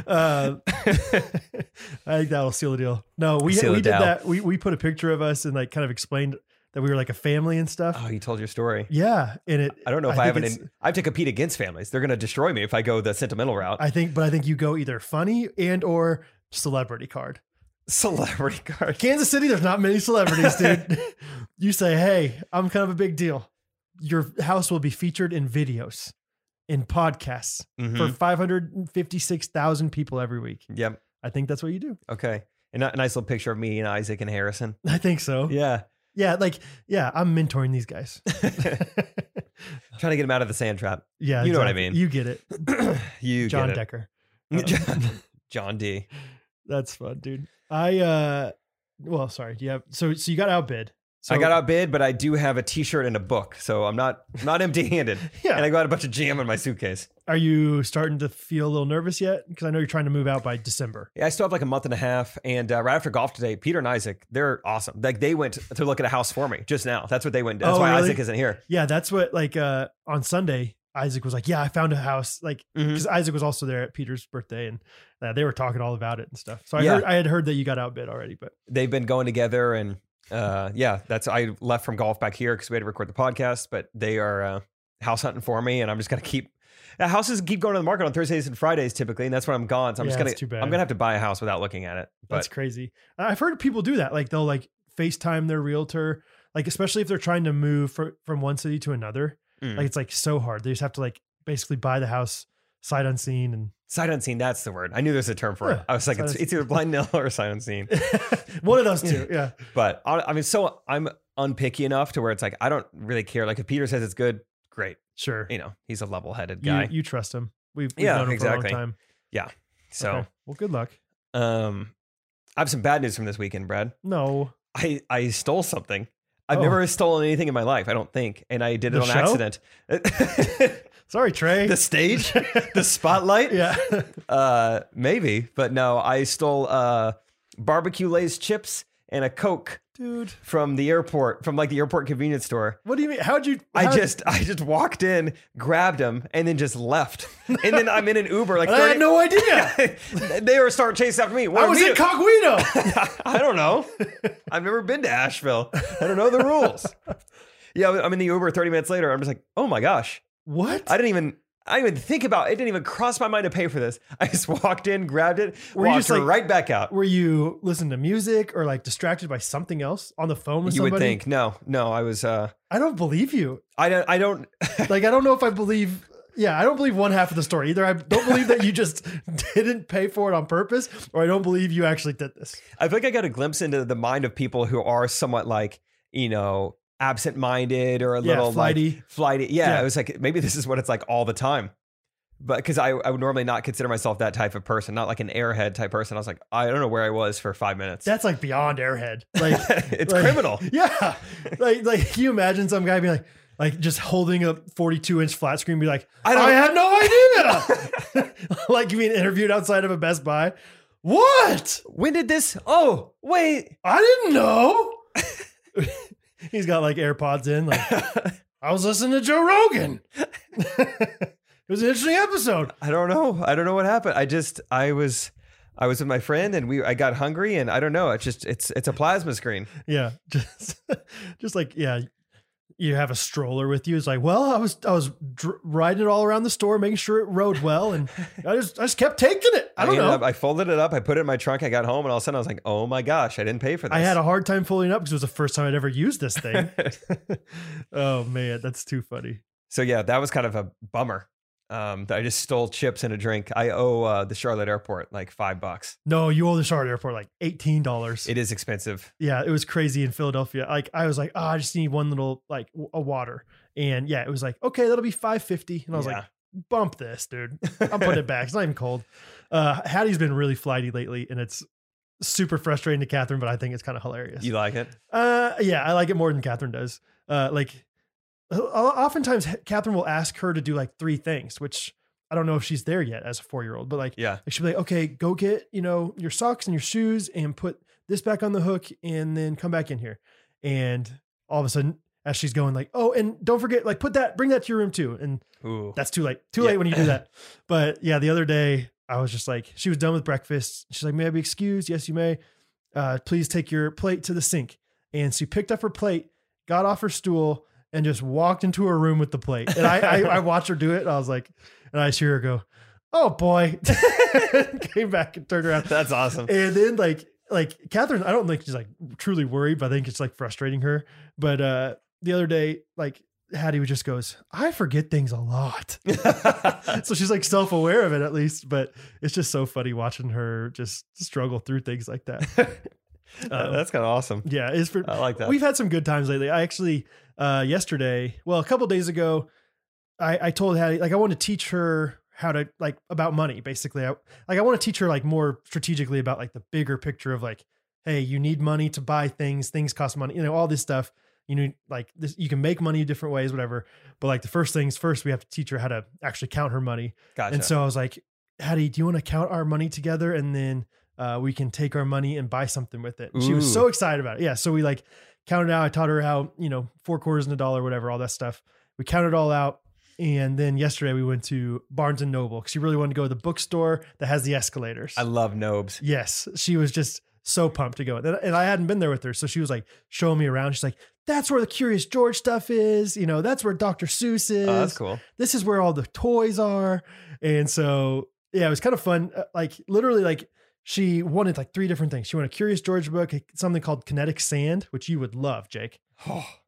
Uh, [laughs] I think that'll seal the deal. No, we
Seal
we
the
did
deal.
that. We we put a picture of us and like kind of explained that we were like a family and stuff.
oh, you told your story.
yeah, and it.
I don't know if I,
think
have an.
it's-
In, I have to compete against families. They're going to destroy me if I go the sentimental route.
[laughs] I think, but I think you go either funny and or celebrity card.
Celebrity card.
Kansas City, there's not many celebrities,
[laughs]
dude. you say, hey, I'm kind of a big deal. Your house will be featured in videos, in podcasts
Mhm.
for 556,000 people every week.
Yep.
I think that's what you do.
Okay. And a nice little picture of me and Isaac and Harrison.
I think so. Yeah,
Yeah.
like, yeah, I'm mentoring these guys.
[laughs]
[laughs]
Trying to get him out of the sand trap. [clears throat]
Yeah,
You know what I
exactly.
mean.
You get it.
you
John
get
Decker.
it.
Decker.
John, [laughs] John D.
That's fun, dude. I, uh, well, sorry. Yeah. So, so you got outbid. So
I got outbid, but I do have a T-shirt and a book, so I'm not not
[laughs]
empty-handed.
[laughs] Yeah.
And I got a bunch of jam in my suitcase.
Are you starting to feel a little nervous yet? Because I know you're trying to move out by December.
Yeah, I still have like a month and a half, and uh, right after golf today, Peter and Isaac, they're awesome. Like they went to look at a house for me just now. That's what they went. That's
Oh,
why
really?
Isaac isn't here.
Yeah, that's what like uh on Sunday Isaac was like, "Yeah, I found a house." Like
Mhm.
because Isaac was also there at Peter's birthday and uh, they were talking all about it and stuff. So I
Yeah.
heard I had heard that you got outbid already, but
They've been going together, and uh, yeah, that's I left from golf back here because we had to record the podcast. But they are uh, house hunting for me, and I'm just gonna keep. The houses keep going to the market on Thursdays and Fridays typically, and that's when I'm gone. So I'm
Yeah,
just
that's
gonna.
too bad.
I'm gonna have to buy a house without looking at it.
that's
But
crazy. I've heard people do that. Like they'll like FaceTime their realtor, like especially if they're trying to move fr- from one city to another.
Mm.
Like it's like so hard. They just have to like basically buy the house sight unseen and [laughs]
sight unseen, that's the word. I knew there's a term for
Yeah,
it. I was like,
sight
it's,
unseen.
it's either blind nail or sight unseen.
one of those
[laughs]
two. Yeah.
But I, I mean, so I'm unpicky enough to where it's like I don't really care. Like if Peter says it's good, great.
Sure.
You know, he's a level-headed
You,
guy.
you trust him. We've, we've
Yeah,
known him
exactly.
for a long time.
so,
Okay. well, good luck.
um, I have some bad news from this weekend, Brad.
No.
I I stole something. I've
Oh.
never stolen anything in my life, I don't think, and I did it
The
on
show?
accident.
Sorry, Trey.
the stage, the
[laughs]
spotlight,
yeah.
uh, maybe, but no, I stole uh barbecue Lay's chips and a Coke
[laughs] Dude,
from the airport, from like the airport convenience store.
what do you mean? How'd you?
I
how-
just I just walked in, grabbed them, and then
[laughs]
just left. And then I'm in an Uber like
I had
30,
no idea.
[laughs] they were starting to chase after me.
I was
in
incognito.
[laughs] I don't know. I've never been to Asheville. I don't know the rules. Yeah, I'm in the Uber 30 minutes later. I'm just like, "Oh my gosh.
what?
I didn't even I didn't even think about it. Didn't even cross my mind to pay for this. [laughs] I just walked in, grabbed it,
Were you
walked
just like-
right back out.
Were you listening to music or like distracted by something else on the phone with
You
somebody?
would think. No, no, I was uh
I don't believe you.
I don't I don't
Like, I don't know if I believe. Yeah, I don't believe one half of the story either. I don't believe that you just [laughs] didn't pay for it on purpose, or I don't believe you actually did this.
I feel like I got a glimpse into the mind of people who are somewhat like, you know, absent minded or a
Yeah,
little
flighty.
Like, flighty. Yeah,
Yeah.
It was like, maybe this is what it's like all the time. But because I, I would normally not consider myself that type of person, not like an airhead type person. I was like, I don't know where I was for five minutes.
That's like beyond airhead. Like,
[laughs] it's
like-
criminal.
[laughs] Yeah. Like, like can you imagine some guy being like, like just holding a 42 inch flat screen, be like, I,
I don't-
had no idea. [laughs] like you mean interviewed outside of a Best Buy. What?
When did this? Oh, wait.
I didn't know. [laughs] He's got like AirPods in. Like, I was listening to Joe Rogan. [laughs] it was an interesting episode.
I don't know. I don't know what happened. I just, I was. I was with my friend and we I got hungry and I don't know it's just it's it's a plasma screen.
Yeah. [laughs] Just, just like, yeah. You have a stroller with you. It's like, well, I was, I was dr- riding it all around the store, making sure it rode well,
[laughs]
and I just, I just kept taking it. I don't
ended
know.
Up, I folded it up, I put it in my trunk, I got home and all of a sudden I was like, "Oh my gosh, I didn't pay for this."
I had a hard time folding up because it was the first time I'd ever used this
[laughs]
thing. oh man, that's too funny.
So yeah, that was kind of a bummer. Um, that I just stole chips and a drink. I owe uh, the Charlotte airport like five bucks.
No, you owe the Charlotte Airport like eighteen dollars.
It is expensive.
"Ah, Yeah, it was crazy in Philadelphia. Like I was like, oh, I just need one little like w- a water, And yeah, it was like, okay, that'll be 550. And I was like, bump this, dude. I'm putting it back. It's not even cold. Uh, Hattie's been really flighty lately, and it's super frustrating to Catherine, but I think it's kind of hilarious.
you like it?
Uh, yeah, I like it more than Catherine does. Uh, like, o- oftentimes Catherine will ask her to do like three things, which I don't know if she's there yet as a four year old, but like,
Yeah.
like she'll be like, okay, go get, you know, your socks and your shoes and put this back on the hook and then come back in here. And all of a sudden, as she's going, like, oh, and don't forget, like, put that, bring that to your room too. And
Ooh.
that's too late. Too
Yeah.
late when you do that. But yeah, the other day I was just like, she was done with breakfast. She's like, may I be excused? Yes, you may. Uh, please take your plate to the sink. And she picked up her plate, got off her stool, and just walked into her room with the plate. And I, I, I watched her do it. And I was like, and I just hear her go, oh boy, [laughs] came back and turned around. [laughs]
That's awesome. [laughs]
And then like like Catherine, I don't think she's like truly worried, but I think it's like frustrating her. But uh the other day, like Hattie would just goes, I forget things a lot.
Uh,
so she's like self aware of it at least, but it's just so funny watching her just struggle through things like that.
Uh,
Um,
that's kind of awesome.
yeah, it's
[laughs]
for
I like that.
We've had some good times lately. I actually uh yesterday, well, a couple days ago, I I told Hattie like I want to teach her how to like about money basically. I like I want to teach her like more strategically about like the bigger picture of like hey, you need money to buy things, things cost money, you know, all this stuff. You need like this you can make money different ways whatever. But like the first things first, we have to teach her how to actually count her money.
gotcha.
And so I was like, Hattie, do you want to count our money together and then uh, we can take our money and buy something with it? And She was
Ooh.
so excited about it. Yeah. So we like counted out. I taught her how, you know, four quarters and a dollar, whatever, all that stuff. We counted it all out. And then yesterday we went to Barnes and Noble because she really wanted to go to the bookstore that has the escalators.
I love Nobes.
Yes, she was just so pumped to go, and and I hadn't been there with her, so she was like showing me around. She's like, "That's where the Curious George stuff is. You know, that's where Dr. Seuss is.
Oh, that's cool.
This is where all the toys are." And so, yeah, it was kind of fun. Uh, Like literally, like she wanted like three different things. She wanted a Curious George book, eh, something called Kinetic Sand, which you would love, Jake.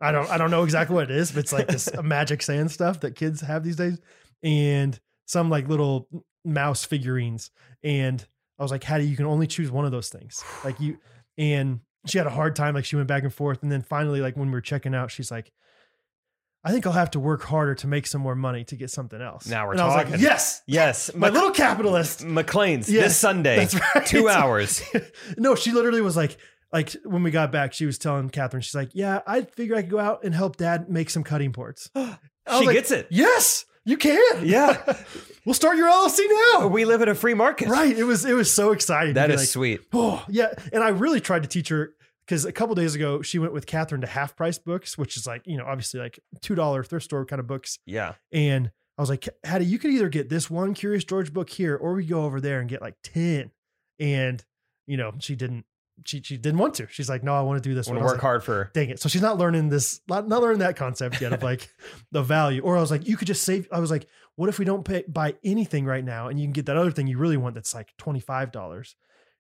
I don't I don't know exactly what it is, but it's like this
[laughs]
magic sand stuff that kids have these days, and some like little mouse figurines. And I was like, Hattie, you can only choose one of those things. Like you and she had a hard time, like she went back and forth. And then finally, like when we were checking out, she's like, I think I'll have to work harder to make some more money to get something else.
Now we're
and I was like,
talking.
yes,
yes.
my
Mc-
little capitalist.
McLean's
Yes,
this Sunday.
That's right. [laughs]
[laughs] Two hours.
no, she literally was like, like when we got back, she was telling Catherine, she's like, yeah, I figure I could go out and help dad make some cutting boards. I was
she
like,
gets it.
Yes, you can.
Yeah.
We'll start your LLC now.
we live in a free market.
Oh. Right. It was it was so exciting.
Oh, That
to
is
be like,
sweet.
oh yeah. And I really tried to teach her because a couple days ago she went with Catherine to half price books, which is like, you know, obviously like two dollar thrift store kind of books.
Yeah.
And I was like, Hattie, you could either get this one Curious George book here, or we go over there and get like 10. And, you know, she didn't, she she didn't want to. She's like, no, I want to do this one. I
Want to
was
work
like, [laughs]
hard for.
dang it. So she's not learning this, not, not learning that concept yet of like [laughs] the value. Or I was like, you could just save. I was like, what if we don't pay, buy anything right now and you can get that other thing you really want that's like $25?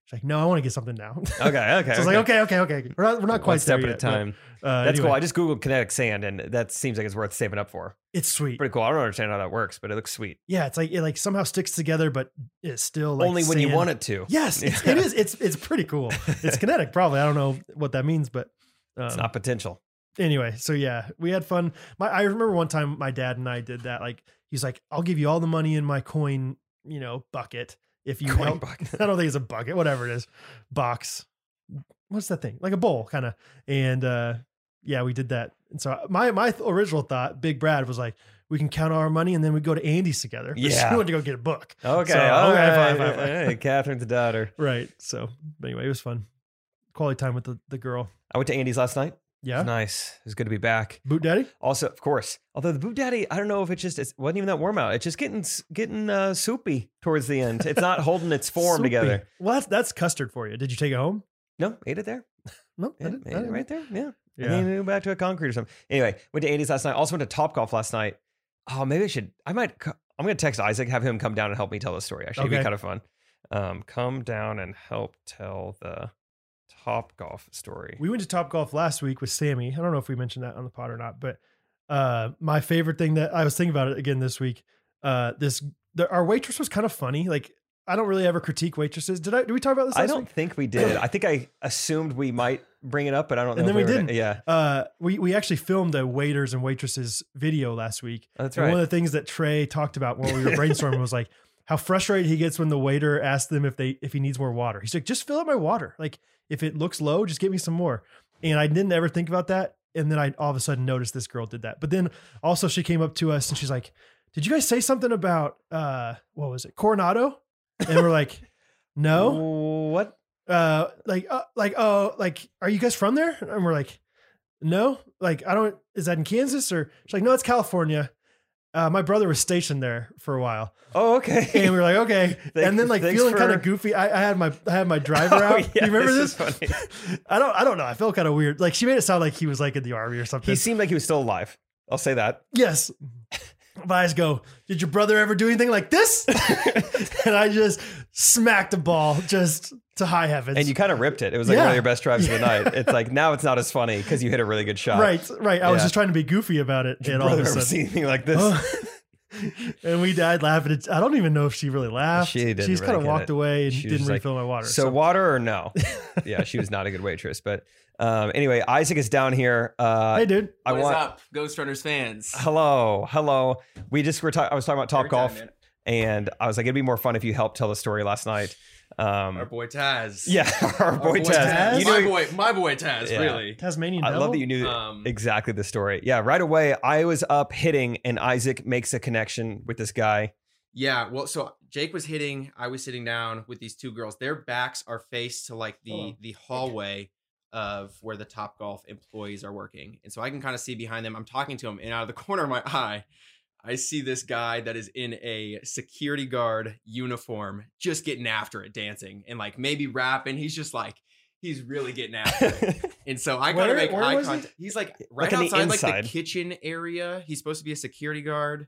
She's like, no, I want to get something now. [laughs]
Okay. Okay.
so I was like, okay, okay, okay. okay. We're not, we're not quite
One step
there
at a
yet, but,
time.
uh,
That's
anyway,
cool. I just googled kinetic sand, and that seems like it's worth saving up for.
It's sweet.
Pretty cool. I don't understand how that works, but it looks sweet.
Yeah, it's like it like somehow sticks together, but it's still like
Only when you
sand.
want it to.
Yes, it's, it is. It's it's pretty
[laughs]
cool. It's kinetic, probably. I don't know what that means, but um,
It's not potential.
anyway. So yeah, we had fun. My I remember one time my dad and I did that. Like he's like, "I'll give you all the money in my coin, you know, bucket if you
Coin
help."
bucket.
I don't [laughs] think it's a bucket, whatever it is, box. What's that thing? Like a bowl, kind of. And uh, yeah, we did that. And so uh, my my th- original thought, Big Brad, was like, we can count our money and then we go to Andy's together. [laughs] But
Yeah.
she wanted to go get a book,
Okay.
So,
all
okay,
right.
fine, fine, fine.
Hey, Catherine's daughter.
right? So but anyway, it was fun. Quality time with the, the girl.
I went to Andy's last night. It
Yeah,
was nice. It was good to be back.
boot daddy.
Also, of course, although the boot daddy, I don't know if it's just it wasn't even that warm out. It's just getting s- getting uh, soupy towards the end. It's not holding its form
Soupy.
together.
Well, that's, that's custard for you. Did you take it home?
No, ate it there.
No,
Yeah, ate it right there. Yeah.
Yeah.
And then we went back to a concrete or something. Anyway, went to 80s last night. Also went to Top Golf last night. Oh, maybe I should. I might. co- I'm going to text Isaac, have him come down and help me tell the story. Actually, it'd
Okay.
be kind of fun. Um, come down and help tell the Top Golf story.
We went to Top Golf last week with Sammy. I don't know if we mentioned that on the pod or not, but uh, my favorite thing that I was thinking about it again this week. Uh, this the, our waitress was kind of funny. Like I don't really ever critique waitresses. Did I? Did we talk about this?
I
last
don't
Week?
think we did. I think I assumed we might bring it up, but I don't know.
And then
if
we
were-
didn't.
Yeah,
Uh, we we actually filmed a waiters and waitresses video last week.
that's
and
right.
One of the things that Trey talked about while we were brainstorming was like how frustrated he gets when the waiter asks them if they if he needs more water. He's like, just fill up my water. Like if it looks low, just give me some more. And I didn't ever think about that. And then I all of a sudden noticed this girl did that. But then also she came up to us and she's like, "Did you guys say something about uh what was it Coronado?" And we're like,
[laughs]
"No."
what?
uh like uh, like oh like are you guys from there and we're like no like i don't is that in kansas or she's like no it's california uh, my brother was stationed there for a while
Oh, okay.
and
[laughs]
we were like okay
Thank-
and then like
thanks
feeling
for-
kind of goofy I, I had my i had my driver
[laughs] Oh,
out
yeah,
you remember
this
this,
is
[laughs] i don't i don't know i felt kind of weird like she made it sound like he was like in the army or something
he seemed like he was still alive. I'll say that. [laughs]
yes my eyes go did your brother ever do anything like
[laughs]
this [laughs] and i just smacked a ball just to high heavens
And you kind of ripped it. It was like one
Yeah.
of your best drives
[laughs]
of the night. It's like now it's not as funny because you hit a really good shot.
Right, right. I was
Uh, Yeah.
just trying to be goofy about
[laughs]
it, and all
Brother,
of a
ever
sudden,
seen anything like this?
[laughs] and we died laughing. It's- I don't even know if she really laughed.
She didn't
She's
really
kind of
get
walked
it.
away and
She was
didn't
just like,
refill my water.
So water or no?
[laughs]
yeah, she was not a good waitress. But um, anyway, Isaac is down here. Uh,
hey, dude.
I
What is
want
up, Ghost Runners fans?
hello, hello. We just were. Ta- I was talking about Top
Every time,
Golf,
man.
and I was like, it'd be more fun if you helped tell the story last night.
Our
Um,
boy Taz.
[laughs] yeah, our boy Taz.
Taz.
You
my
know,
boy, my boy Taz.
Yeah.
Really.
Tasmanian.
I
devil?
love that you knew
Um,
exactly the story. Yeah, right away, I was up hitting, and Isaac makes a connection with this guy.
[laughs] Yeah. Well, so Jake was hitting. I was sitting down with these two girls. Their backs are faced to like the
Hello.
the hallway of where the Top Golf employees are working, and so I can kind of see behind them. I'm talking to them, and out of the [laughs] corner of my eye, I see this guy that is in a security guard uniform, just getting after it, dancing and like maybe rapping. He's just like he's really getting after
[laughs]
it. And so I gotta
Where-
make
where
eye
was he?
contact. He's like right
Like on the
outside, like the
inside.
kitchen area. He's supposed to be a security guard.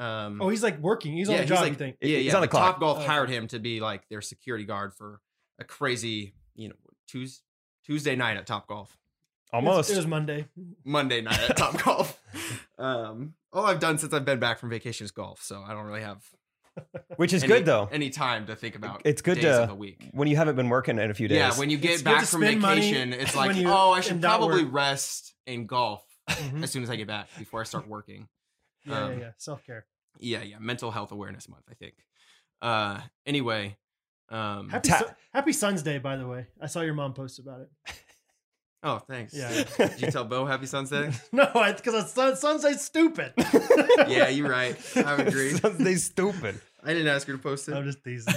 Um,
Oh, he's like working. He's on
Yeah,
the
he's
job.
like-
you think?
It-
yeah,
it's
yeah.
on the clock.
Top Golf
Oh, okay.
hired him to be like their security guard for a crazy, you know, Tuesday, Tuesday night at Top Golf,
Almost.
It was Monday.
Monday night
[laughs]
at Top Golf. Um, all I've done since I've been back from vacation is golf, so I don't really have
which is
any-
good though.
Any time to think about
It's good
days
to-
of the week.
when you haven't been working in a few days.
Yeah, when you get
It's good to
back from
spend money
vacation,
[laughs]
it's
when
like,
you-
oh, I
and
should
not
probably
work."
rest and golf
[laughs] Mm-hmm.
Mhm.
as soon as I get back before I start working.
Yeah, yeah,
Um,
yeah. Self care.
Yeah, yeah. Mental Health Awareness Month, I think. Uh, anyway, um,
Happy,
ta-
Sun- Happy Sun's Day, by the way. I saw your mom post about it. [laughs]
oh, thanks.
Yeah.
Did you tell Bo Happy Sunset?
no, because sun, Sun's
[laughs]
stupid.
yeah, you're right. I would agree.
they stupid.
I didn't ask her to post
I'm
it.
just teasing.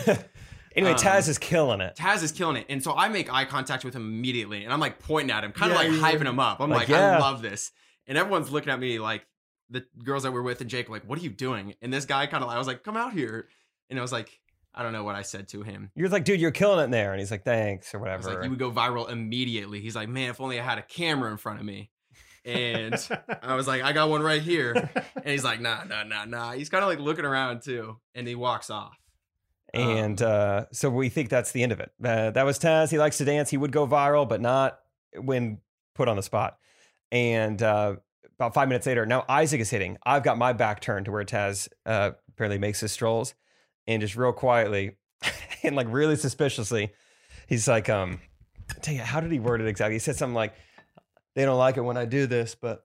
Anyway,
Um,
Taz is killing it.
Taz is killing it, and so I make eye contact with him immediately, and I'm like pointing at him, kind of
Yeah,
like
you were-
hyping him up. I'm
Like,
like,
yeah.
I love this, and everyone's looking at me like the girls that we're with and Jake, like, what are you doing? And this guy kind of, I was like, come out here, and I was like, I don't know what I said to him.
You're like, dude, you're killing it in there, and he's like, thanks or
I was
whatever.
like, you would go viral immediately. He's like, man, if only I had a camera in front of me. And I was like, I got one right here. And he's like, nah, nah, nah, nah. He's kind of like looking around too. And he walks off.
and uh, so we think that's the end of it. Uh, that was Taz. He likes to dance. He would go viral, but not when put on the spot. And uh, about five minutes later, now Isaac is hitting. I've got my back turned to where Taz uh, apparently makes his strolls, and just real quietly [laughs] and like really suspiciously, he's like, um, "Dang it, how did he word it exactly?" He said something like, "They don't like it when I do this, but."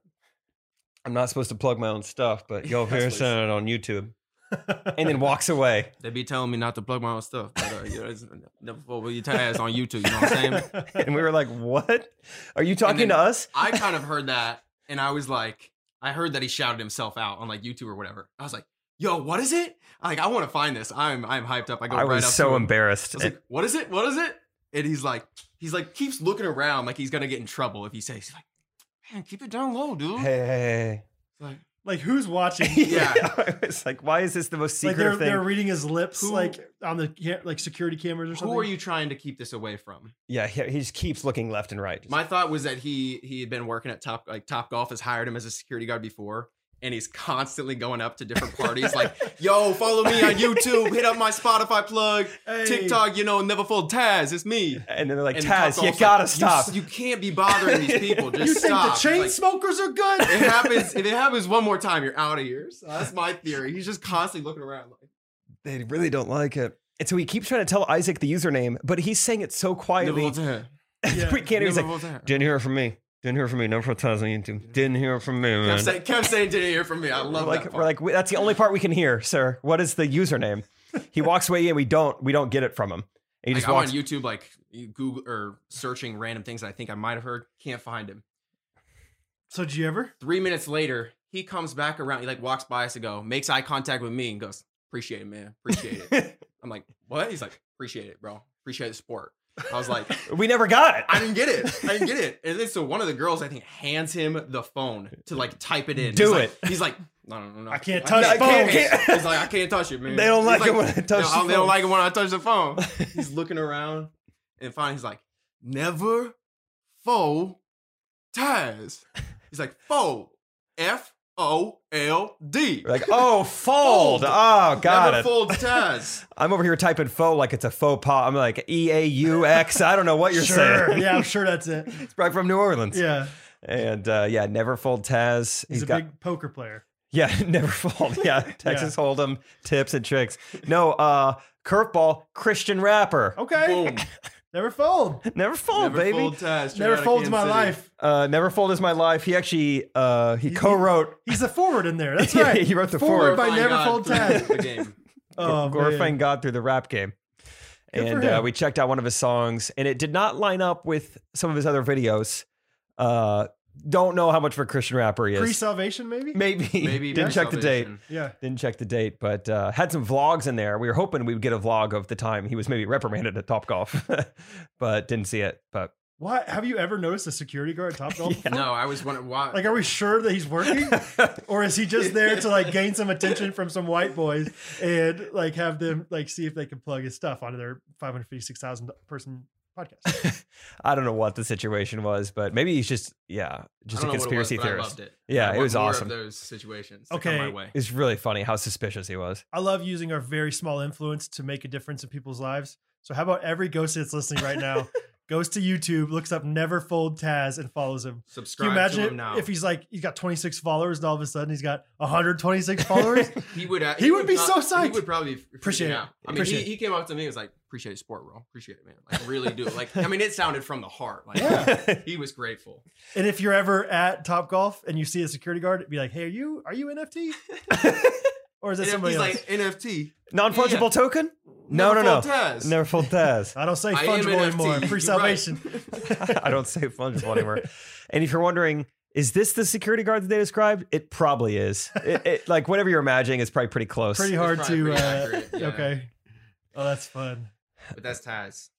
I'm not supposed to plug my own stuff, but you'll
That's
hear
what he
sound it on YouTube. [laughs]
[laughs]
And then walks away.
They be telling me not to plug my own stuff. But, uh, you know, it's- never fuck with your Taz on YouTube. You know what I'm saying?
[laughs]
and we were like, "What? Are you talking
then-
to us?"
I kind of heard that. And I was like, I heard that he shouted himself out on like YouTube or whatever. I was like, yo, what is it? Like, I want to find this. I'm I'm hyped up. I go
I
right
was
up
so
to him.
embarrassed.
I was like, "What is it? What is it?" And he's like, he's like, keeps looking around like he's gonna get in trouble if he says, he's like, "Man, keep it down low, dude."
hey, hey,
Like,
like, who's
[laughs]
watching?
hey.
Yeah.
it's like, why is this the most
like
secret
they're,
thing?
they're reading his lips
Who-
like on the ca- like security cameras or something
who are you trying to keep this away from?
yeah, he, he just keeps looking left and right. Just-
My thought was that he he had been working at Top like Top Golf has hired him as a security guard before. And he's constantly going up to different parties,
[laughs]
like, "Yo, follow me on YouTube, hit up my Spotify plug,
Hey.
TikTok, you know, never fold Taz, it's me."
and then they're like,
And
Taz,
Top
you
Golf's like,
gotta
"You-
stop.
You, can't be bothering these
[laughs]
people. Just
you think
stop.
the chain
Like,
smokers are good
it happens if it happens one more time, you're out of here. So that's my theory. He's just constantly looking around. Like,
they really don't like it. And so he keeps trying to tell Isaac the username, but he's saying it so quietly.
"Never will tell."
Yeah.
we can't even say,
Memorable time.
didn't hear it from me. Didn't hear it from me. No protesting YouTube. Didn't hear it from me, man.
Kept saying, kept saying, didn't hear from me. I love
we're like,
that.
we're
part.
like, "We- that's the only part we can hear, sir. What is the username? He walks away and we don't, we don't get it from him. And he
Like,
just
I'm on
walks.
YouTube, like you Google or searching random things that I think I might have heard. Can't find him.
So did you ever?
Three minutes later, he comes back around. He like walks by us ago, makes eye contact with me, and goes, "Appreciate it, man. Appreciate it."
[laughs]
I'm like, "What?" He's like, "Appreciate it, bro. Appreciate the support." I was like,
we never got it. [laughs]
"I didn't get it. I didn't get it." And then so one of the girls, I think, hands him the phone to like type it in.
Do
he's
it.
Like, he's like, "No, no, no, no.
I can't touch
I can't-
phones."
can't- He's like, "I can't touch it, man."
They don't
He's
like it when I touch
"No,
the
I- They
phone."
don't like it when I touch the phone. [laughs] He's looking around, and finally he's like, "Never fold ties." He's like, "Fold, F O L D."
We're like, oh, fold.
Fold.
Oh, got
Never
it. [laughs]
fold ties.
I'm over here typing faux like it's a faux pas. I'm like E A U X. I don't know what you're
sure.
saying.
yeah, I'm sure that's it.
[laughs] It's right from New Orleans.
Yeah.
And uh, yeah, never fold Taz.
He's,
He's
a
got
big poker player.
[laughs] yeah, [laughs] never fold. Yeah, Texas Hold'em tips and tricks. No, uh, curveball Christian rapper.
Okay.
Boom.
Never fold.
Never fold,
Never
oh, baby.
fold ties.
Never folds
folds
my life.
Uh, never fold is my life. He actually uh, he
He-
co-wrote.
He's a forward in there.
[laughs]
That's right.
he wrote the
Forward
forward.
by Never Fold Ties.
The game.
[laughs]
oh,
glorifying
man.
God through the rap game.
Good for
and uh,
him.
we checked out one of his songs, and it did not line up with some of his other videos. Uh, don't know how much of a Christian rapper he is.
Pre-salvation, maybe?
[laughs] Maybe.
Maybe
didn't
Best
check the date.
Salvation.
Yeah.
Didn't check the date, but uh, had some vlogs in there. We were hoping we would get a vlog of the time he was maybe reprimanded at Top Golf, [laughs] but didn't see it. But
Why have you ever noticed a security guard
[laughs]
at Top Golf?
No, I was wondering why.
Like, are we sure that he's working? or is he just there to like gain some attention from some white boys and like have them like see if they can plug his stuff onto their 556,000 person podcast?
I don't know what the situation was, but maybe he's just yeah, just
I
a
don't know what it was,
conspiracy
but I
theorist.
loved it.
Yeah,
I
it
want
was
more
awesome.
Of those situations. Okay.
Okay.
Come my way.
It's really funny how suspicious he was.
I love using our very small influence to make a difference in people's lives. So, how about every ghost that's listening right
[laughs]
now goes to YouTube, looks up Never Fold Taz, and follows him? Can
Subscribe
you imagine
to
it
him now.
if he's like he's got 26 followers and all of a sudden he's got 126
[laughs]
followers?
he would,
He would be so psyched.
He would probably be freaking
Appreciate it.
out. I mean,
Appreciate
he,
it.
he came up to me and was like, "Appreciate the sport, bro. Appreciate it, man. Like, really do. Like, I mean, it sounded from the heart. Like,
Yeah.
[laughs] he was grateful.
and if you're ever at Top Golf and you see a security guard, be like, "Hey, are you are you
[laughs]
NFT? Or is it
And
somebody
he's
else?"
like NFT.
Non fungible token? No, no,
Never
no.
fold Taz.
Never full Taz.
I don't say
I am
fungible
NFT.
anymore.
You're right. [laughs]
Pre-salvation.
[laughs] I don't say fungible anymore. And if you're wondering, is this the security guard that they described? It probably is. It,
[laughs]
it, like whatever you're imagining is probably pretty close.
Pretty hard
probably
to.
pretty
Uh,
accurate, yeah.
Okay. Oh, that's fun.
But that's Taz.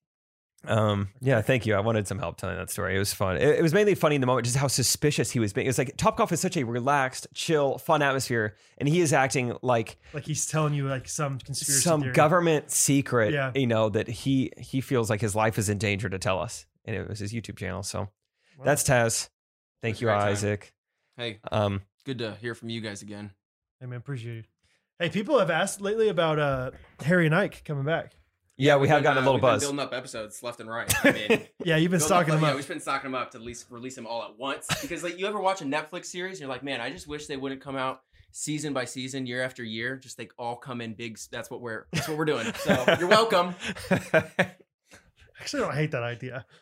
Um, yeah, thank you. I wanted some help telling that story. It was fun. It, it was mainly funny in the moment, just how suspicious he was being. It was like Topgolf is such a relaxed, chill, fun atmosphere, and he is acting like
Like he's telling you like some conspiracy.
some
theory.
government secret.
Yeah.
you know that he he feels like his life is in danger to tell us, and it was his YouTube channel. So
Wow.
that's Taz. Thank
It was a
you,
great time.
Isaac.
Hey,
Um,
good to hear from you guys again.
I mean, appreciate it. Hey, people have asked lately about uh, Harry and Ike coming back.
yeah, we have
Been,
gotten a
uh,
little
we've been
buzz.
Building up episodes left and right.
[laughs]
I mean,
Yeah, you've been
Build
stalking
up,
him
yeah,
up.
We've been stocking them up to at least release them all at once because like you ever watch a Netflix series and you're like, man, I just wish they wouldn't come out season by season, year after year. Just they all come in big. That's what we're that's what we're doing. So you're welcome.
Actually, I don't hate that idea.
[laughs]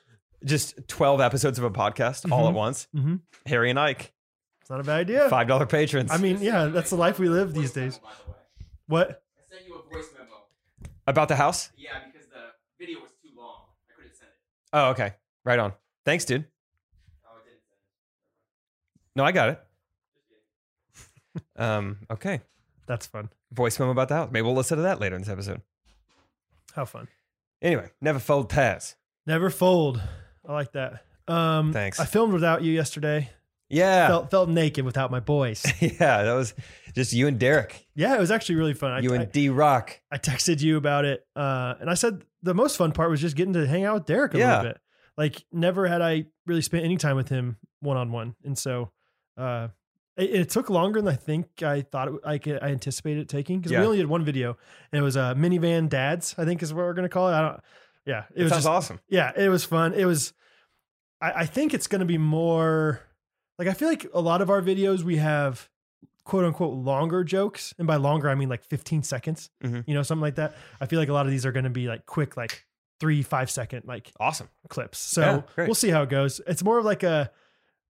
Just 12 episodes of a podcast all
Mhm.
at once.
Mhm.
Harry and Ike,
It's not a bad idea.
$5 patrons.
I mean, yeah, that's the life we live these
Voice memo,
days.
by the way.
What?
I sent you a voice memo.
about the house?
Yeah, because the video was too long. I couldn't send it.
Oh, okay. Right on. Thanks, dude.
Oh, I didn't send it.
No,
[laughs]
I got it. Um, okay.
That's fun.
Voice memo about the house. Maybe we'll listen to that later in this episode.
How fun.
Anyway, never fold pass.
Never fold. I like that. Um,
Thanks.
I filmed without you yesterday.
Yeah.
Felt felt naked without my boys.
[laughs] yeah, that was just you and Derek.
yeah, it was actually really fun. I,
you
I,
and D Rock.
I texted you about it, uh, and I said the most fun part was just getting to hang out with Derek a
Yeah.
little bit. Like never had I really spent any time with him one on one, and so uh, it, it took longer than I think I thought it, w- I could, I anticipated it taking because
Yeah.
we only did one video, and it was uh, minivan dads. I think is what we're gonna call it. I don't. Yeah, it,
It
was
sounds
just
awesome.
yeah, it was fun. It was. I, I think it's going to be more like I feel like a lot of our videos we have quote unquote longer jokes, and by longer I mean like 15 seconds,
Mhm.
you know, something like that. I feel like a lot of these are going to be like quick, like three five second like
Awesome.
clips. So
Yeah, great.
we'll see how it goes. It's more of like a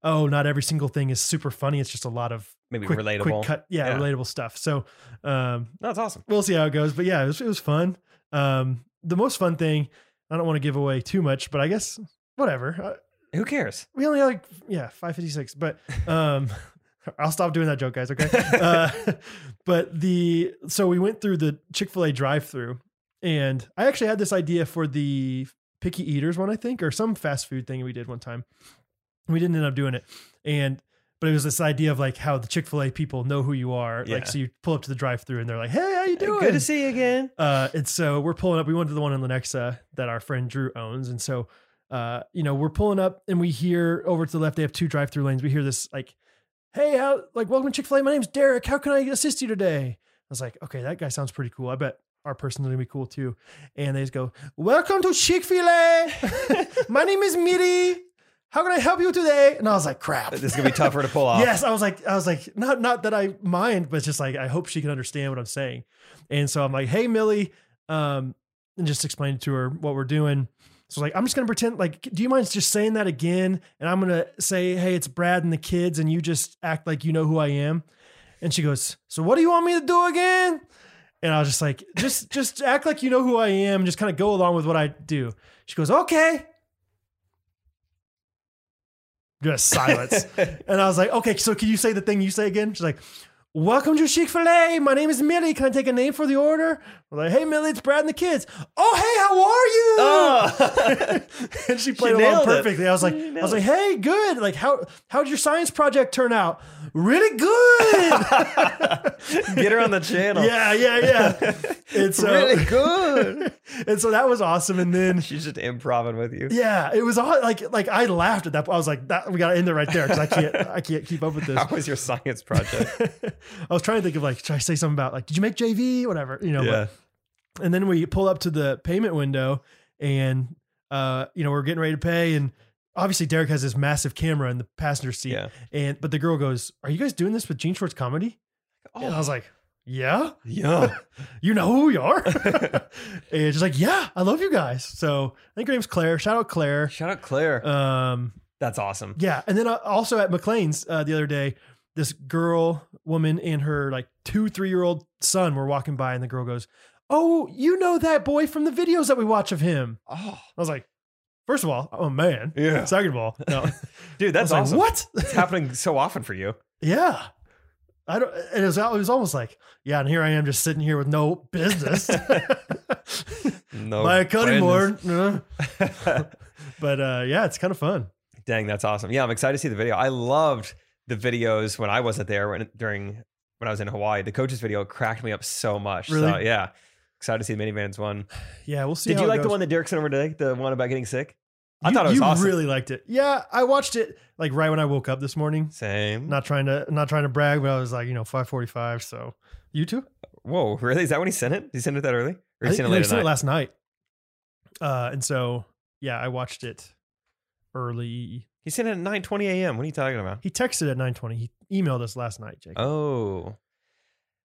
oh, not every single thing is super funny. It's just a lot of
Maybe
quick,
relatable.
quick cut, yeah,
Yeah.
relatable stuff. So um,
No, it's awesome.
we'll see how it goes. But yeah, it was, it was fun. Um, the most fun thing. I don't want to give away too much, but I guess whatever. Uh,
Who cares?
we only had like yeah 556
[laughs]
but um i'll stop doing that joke guys okay uh, [laughs] but the so we went through the chick-fil-a drive-through and i actually had this idea for the picky eaters one i think or some fast food thing we did one time we didn't end up doing it and but it was this idea of like how the chick-fil-a people know who you are
Yeah.
like so you pull up to the drive-through and they're like hey how you doing
Good to see you again.
uh, and so we're pulling up. We went to the one in Lenexa that our friend Drew owns, and so uh, you know we're pulling up, and we hear over to the left they have two drive-through lanes. We hear this like, "Hey, how like welcome to Chick Fil A. My name's Derek. How can I assist you today?" I was like, "Okay, that guy sounds pretty cool. I bet our person's gonna be cool too." And they just go, "Welcome to Chick Fil A. My name is Miri. How can I help you today?" And I was like, "Crap,
This is gonna be tougher to pull off.
Yes, I was like, I was like, not not that I mind, but just like I hope she can understand what I'm saying. And so I'm like, hey Millie, um, and just explained to her what we're doing. So like, I'm just gonna pretend like, do you mind just saying that again? And I'm gonna say, hey, it's Brad and the kids, and you just act like you know who I am. And she goes, so what do you want me to do again? And I was just like, just [laughs] just act like you know who I am, and just kind of go along with what I do. She goes, okay. Just silence. And I was like, okay, so can you say the thing you say again? She's like, welcome to Chick fil A. My name is Millie. Can I take a name for the order? I'm like, hey, Millie, it's Brad and the kids. Oh, [laughs] hey, how are you?
Oh. [laughs]
and she played
She
along
nailed it.
perfectly. I was like,
She
I was
nailed
like, hey, good. Like, how how'd your science project turn out? Really
[laughs]
good.
Get her on the channel.
yeah, yeah, yeah.
[laughs]
And so,
really good.
[laughs] and so that was awesome. And then
[laughs] She's just improvising with you.
yeah, it was aw- like like I laughed at that. I was like, that we gotta end it right there because I can't I can't keep up with this.
[laughs] How was your
[laughs]
science project?
I was trying to think of like, should I say something about like, did you make JV? Whatever, you know. but-
yeah.
and then we pull up to the payment window and, uh, you know, we're getting ready to pay. And obviously, Derek has this massive camera in the passenger seat.
Yeah.
And, but the girl goes, Are you guys doing this with Gene Schwartz comedy? And
Oh.
I was like, Yeah,
yeah.
you know who we
[laughs]
are. and she's like, Yeah, I love you guys. So I think her name's Claire. Shout out Claire.
Shout out Claire.
Um,
That's awesome.
yeah, and then uh, also at McLean's uh, the other day, this girl, woman, and her like two, three year old son were walking by, and the girl goes, "Oh, you know that boy from the videos that we watch of him."
Oh.
I was like, first of all, I'm a man.
Yeah.
Second of all,
[laughs]
no,
Dude,
I was
that's
like,
awesome.
what?
It's happening so often for you.
yeah, I don't. and It was, it was almost like, yeah, and here I am just sitting here with no [laughs] business.
No.
By a cutting board,
friends.
but uh, yeah, it's kind of fun.
[laughs] Dang, that's awesome. Yeah, I'm excited to see the video. I loved the videos when I wasn't there when during when I was in Hawaii. The coaches video cracked me up so much. So
Really?
yeah. Excited to see the minivans one.
Yeah, we'll see.
Did
how
you
it
like the
goes.
one that Derek sent over today? The one about getting sick? I
You-
thought it was
you
awesome.
really liked it. Yeah, I watched it like right when I woke up this morning.
Same.
Not trying to not trying to brag, but I was like, you know, five forty five. So you too?
Whoa, [laughs] really? Is that when he sent it? Did he send it that early?
I
Or
think
he sent it
they
later
sent
tonight?
it last night. Uh, and so yeah, I watched it early.
he sent it at 9 20 a.m. What are you talking
[laughs]
about?
He texted at nine twenty. He emailed us last night, Jake.
Oh.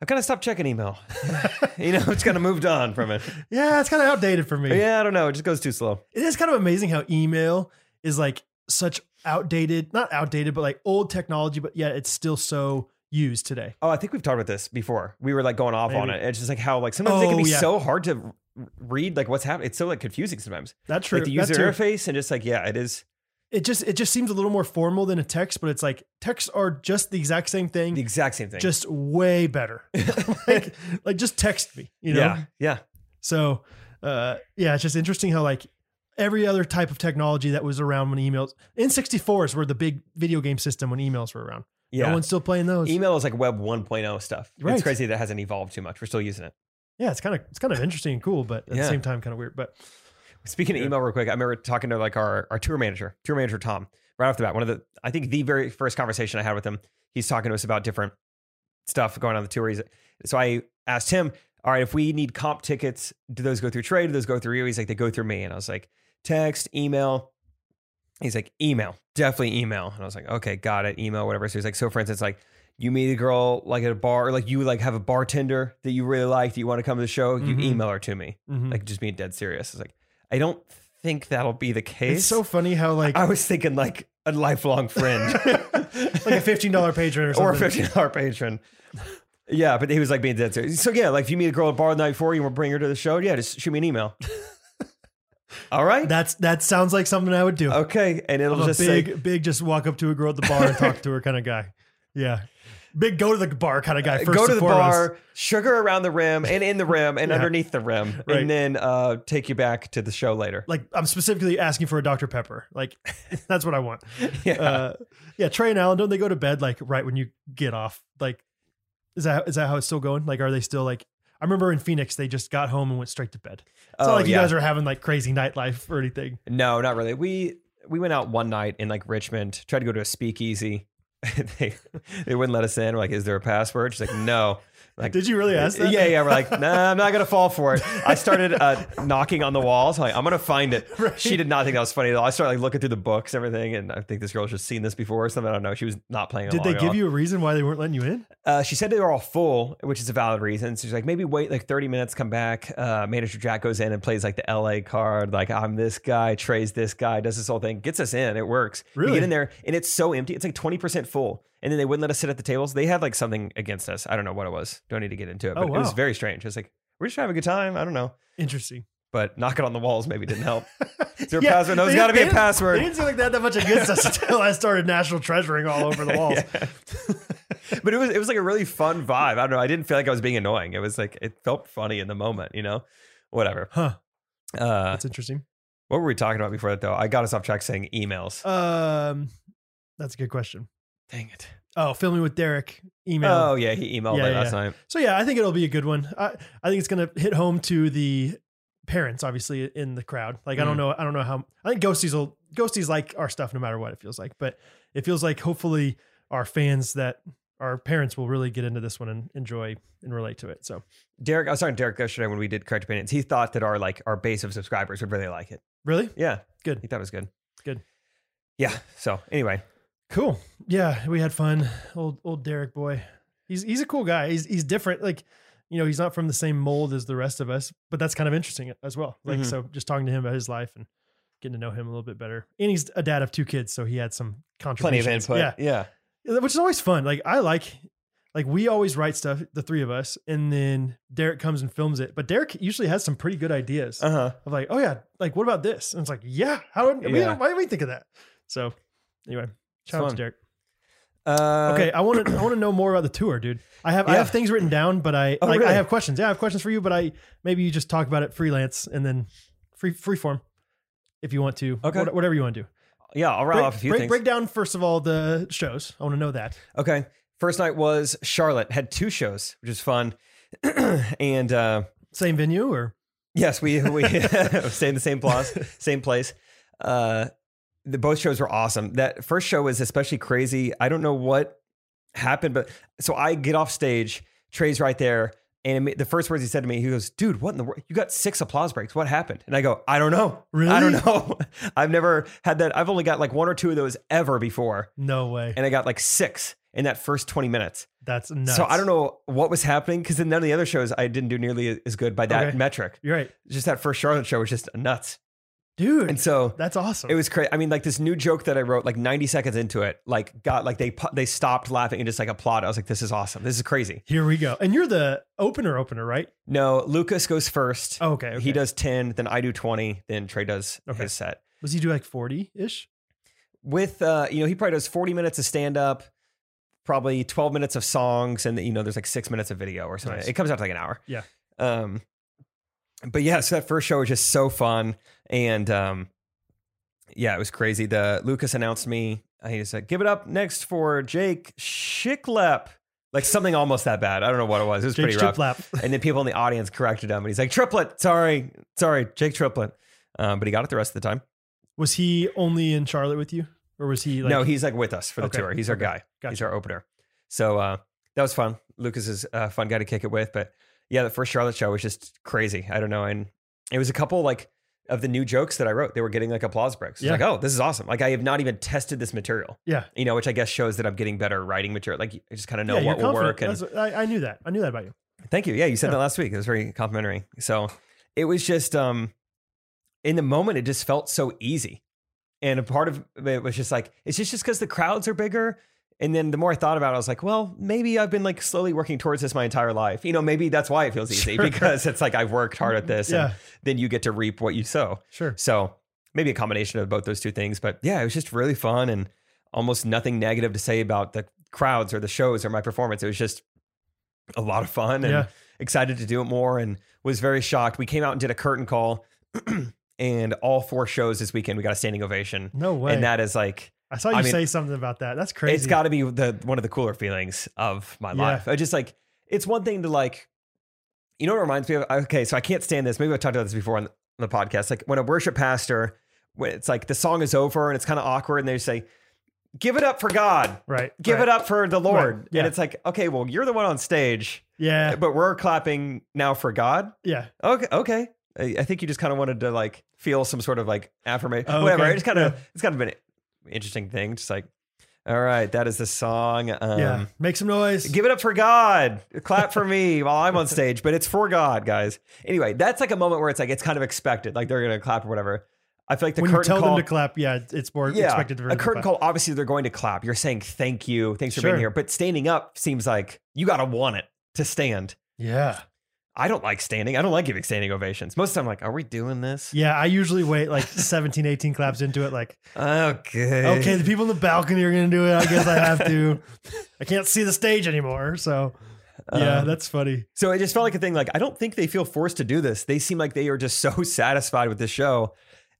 I've kind of stopped
[laughs]
checking email. [laughs] you know, it's kind of moved on from it.
Yeah, it's kind of outdated for me.
Yeah, I don't know. It just goes too slow.
It is kind of amazing how email is like such outdated, not outdated, but like old technology, but yet it's still so used today.
Oh, I think we've talked about this before. We were like going off on
Maybe.
it. It's just like how like sometimes it can
Oh,
be
yeah.
so hard to r- read like what's happening. It's so like confusing sometimes.
That's true.
Like the
That
user
too.
interface and just like yeah, it is
it just it just seems a little more formal than a text, but it's like texts are just the exact same thing,
the exact same
[laughs]
thing.
just way
[laughs]
better. like like just text me, you know.
yeah, yeah,
So uh yeah, it's just interesting how like every other type of technology that was around when emails N64s were the big video game system when emails were around.
yeah.
No one's still playing those.
Email is like web 1.0 stuff. It's
Right.
crazy that hasn't evolved too much. We're still using it.
yeah, it's kind of it's kind of interesting and cool, but at
Yeah.
the same time kind of weird. But
Speaking of
Yeah.
email, real quick, I remember talking to like our, our tour manager, tour manager Tom, right off the bat. One of the, I think the very first conversation I had with him, he's talking to us about different stuff going on in the tour. He's, so I asked him, all right, if we need comp tickets, do those go through trade? Do those go through you? He's like, they go through me. And I was like, text, email. He's like, email, definitely email. And I was like, okay, got it, email, whatever. So he's like, so for instance, like you meet a girl like at a bar, or like you like have a bartender that you really like that you want to come to the show, you
Mhm.
email her to me
mhm.
like just being dead serious. It's like I don't think that'll be the case.
It's so funny how like
[laughs] I was thinking like a lifelong friend,
[laughs] like a fifteen dollar patron or something.
[laughs] or a fifteen dollar patron. Yeah, but he was like being dead serious. So yeah, like if you meet a girl at a bar the night before, you want to bring her to the show. Yeah, just shoot me
[laughs]
an email. All right,
That's that sounds like something I would do.
okay, and it'll
I'm a
just say
big, big, just walk up to a girl at the bar and talk to her kind of guy. Yeah, big go to the bar kind of guy. First
Uh, go to
and
the
foremost.
bar, sugar around the rim and in the rim
[laughs]
and
Yeah.
underneath the rim,
Right.
and then uh, take you back to the show later.
Like I'm specifically asking for a Dr Pepper. Like [laughs] that's what I want.
Yeah.
Uh, yeah, Trey and Alan, don't they go to bed like right when you get off? Like, is that is that how it's still going? Like, are they still like? I remember in Phoenix, they just got home and went straight to bed. It's
Oh,
not like you
yeah.
guys are having like crazy nightlife or anything.
No, not really. We we went out one night in like Richmond, tried to go to a speakeasy. [laughs] they they wouldn't let us in. We're like, is there a password? She's like, no. Like,
Did you really ask that?
Yeah, yeah. We're like, nah, I'm not gonna fall for it. I started uh, knocking on the walls. I'm like, I'm gonna find it.
[laughs] Right.
She did not think that was funny at all. I started like looking through the books, everything, and I think this girl's just seen this before or something. I don't know. She was not playing.
Did they
along at all.
give you a reason why they weren't letting you in?
Uh, she said they were all full, which is a valid reason. So she's like, maybe wait like 30 minutes, come back. Uh, Manager Jack goes in and plays like the LA card. Like, I'm this guy, Trey's this guy, does this whole thing, gets us in. It works. We
Really?
get in there and it's so empty. It's like 20% full. And then they wouldn't let us sit at the tables. They had like something against us. I don't know what it was. Don't need to get into it.
Oh,
But it was
wow.
very strange. It's like, we're just trying to have a good time. I don't know.
Interesting.
But knock it on the walls maybe
[laughs]
didn't help. Is there a
Yeah,
password? No,
they
there's got
didn't- they
to be a
didn't- They
password.
didn't seem like they had that much against
[laughs]
us until I started national treasuring all over [laughs] the walls.
Yeah. [laughs] but it was it was like a really fun vibe. I don't know. I didn't feel like I was being annoying. It was like it felt funny in the moment, you know. Whatever.
Huh.
Uh,
That's interesting.
what were we talking about before that though? I got us off track saying emails.
Um, that's a good question.
Dang it.
Oh, filming with Derek email.
Oh yeah, he emailed
Yeah,
me
yeah,
last night.
So yeah, I think it'll be a good one. I, I think it's gonna hit home to the parents, obviously, in the crowd. Like I don't
Mm.
know, I don't know how. I think ghosties will ghosties like our stuff no matter what it feels like, but it feels like hopefully our fans that our parents will really get into this one and enjoy and relate to it. So
Derek, I was talking to Derek yesterday when we did correct opinions. He thought that our like our base of subscribers would really like it.
really
Yeah,
Good.
He thought it was good.
Good.
Yeah. So anyway,
cool. Yeah, we had fun. Old old Derek boy, he's he's a cool guy. He's he's different. Like. You know, he's not from the same mold as the rest of us, but that's kind of interesting as well. Like,
Mhm.
so just talking to him about his life and getting to know him a little bit better. And he's a dad of two kids, so he had some
plenty
contributions.
of input.
Yeah,
Yeah.
Yeah, which is always fun. Like I like, like we always write stuff, the three of us, and then Derek comes and films it. But Derek usually has some pretty good ideas
Uh huh.
of like, oh yeah, like what about this? And it's like, yeah, how did we?
Yeah.
Why did we think of that? So anyway, shout out to
fun.
Derek.
Uh,
Okay, I want to
[clears throat]
I want to know more about the tour, dude. I have I
Yeah.
have things written down, but I
Oh,
like I
really?
have questions. Yeah, I have questions for you, but I maybe you just talk about it freelance and then free free form if you want to.
Okay.
What- whatever you want to do.
Yeah, I'll rattle
Break,
off a few
break-
things.
break down first of all the shows. I want to know that.
Okay. First night was Charlotte. Had two shows, which is fun. [clears throat] and uh,
Same venue or
yes, we we [laughs] stay in the same place, same place. Uh, the both shows were awesome. That first show was especially crazy. I don't know what happened, but so I get off stage. Trey's right there, and it ma- the first words he said to me, he goes, "Dude, what in the world? You got six applause breaks. What happened?" And I go, "I don't know. I
Really?
don't know. [laughs] I've never had that. I've only got like one or two of those ever before,
no way.
and I got like six in that first twenty minutes."
That's nuts.
So I don't know what was happening because in none of the other shows I didn't do nearly as good by that
Okay.
metric.
You're right,
Just that first Charlotte show was just nuts.
dude.
And so
that's awesome.
it was crazy. I mean, like this new joke that I wrote, like 90 seconds into it, like got like they pu- they stopped laughing and just like applauded. I was like, this is awesome. This is crazy.
Here we go. And you're the opener, opener, right?
No, Lucas goes first.
Oh, okay, okay.
He does 10, then I do 20, then Trey does
Okay.
his set.
Was he do like forty ish?
With uh, you know, he probably does 40 minutes of stand up, probably 12 minutes of songs, and you know, there's like six minutes of video or something.
Nice.
It comes out to like an hour.
Yeah.
Um, but yeah, so that first show was just so fun, and um, yeah, it was crazy. The Lucas announced me. uh, He just said, "Give it up next for Jake Shiklep," like something almost that bad. I don't know what it was. It was
Jake
pretty rough.
Shiplap.
And then people in the audience corrected him, and he's like, "Triplet, sorry, sorry, Jake Triplet." Um, but he got it the rest of the time.
Was he only in Charlotte with you, or was he like?
no, he's like with us for the
Okay,
tour. He's our
okay,
guy. He's
gotcha.
our opener. So uh, that was fun. Lucas is a fun guy to kick it with. But yeah, the first Charlotte show was just crazy. I don't know. And it was a couple like of the new jokes that I wrote. They were getting like applause breaks. It's
Yeah.
like, oh, this is awesome. Like I have not even tested this material,
yeah.
you know, which I guess shows that I'm getting better writing material. Like I just kind of know
yeah, you're
what will
confident.
work. And
That's- I, I knew that. I knew that about you.
Thank you. Yeah, you said
Yeah.
that last week. It was very complimentary. So it was just um in the moment, it just felt so easy. And a part of it was just like, it's just because the crowds are bigger. And then the more I thought about it, I was like, well, maybe I've been like slowly working towards this my entire life. You know, maybe that's why it feels easy
Sure.
because it's like I've
[laughs]
worked hard at this
Yeah,
and then you get to reap what you sow.
sure.
So maybe a combination of both those two things. But yeah, it was just really fun and almost nothing negative to say about the crowds or the shows or my performance. It was just a lot of fun and
Yeah.
excited to do it more and was very shocked. We came out and did a curtain call [clears throat] and all four shows this weekend we got a standing ovation.
No way.
And that is like
I saw you
I mean,
say something about that. That's crazy.
it's got to be the one of the cooler feelings of my
Yeah.
life. I just like it's one thing to like, you know, what it reminds me of. Okay, so I can't stand this. Maybe I've talked about this before on the, on the podcast. Like when a worship pastor, when it's like the song is over and it's kind of awkward, and they say, "Give it up for God."
right.
Give
right.
it up for the Lord.
yeah.
And it's like, okay, well, you're the one on stage,
Yeah,
but we're clapping now for God.
yeah.
Okay, okay. I I think you just kind of wanted to like feel some sort of like affirmation,
Oh,
whatever.
okay.
It's kind of
Yeah.
it's kind of an interesting thing. Just like, all right, that is the song. Um,
yeah. Make some noise.
Give it up for God. Clap for me while I'm on stage, but it's for God, guys. Anyway, that's like a moment where it's like it's kind of expected, like they're gonna clap or whatever. I feel like the
when you
curtain
tell
call,
them to clap, yeah, it's- it's more
yeah,
expected for
a
them to
curtain
clap.
call. Obviously, they're going to clap. You're saying thank you, thanks for
Sure.
being here. But standing up seems like you gotta want it to stand.
Yeah,
I don't like standing. I don't like giving standing ovations. Most of the time, I'm like, are we doing this?
yeah. I usually wait
[laughs]
like 17, 18 claps into it. Like,
Okay.
okay, the people in the balcony are gonna do it. I guess I have to. [laughs] I can't see the stage anymore, so yeah,
Um,
that's funny.
so it just felt like a thing. Like I don't think they feel forced to do this. They seem like they are just [laughs] so satisfied with the show,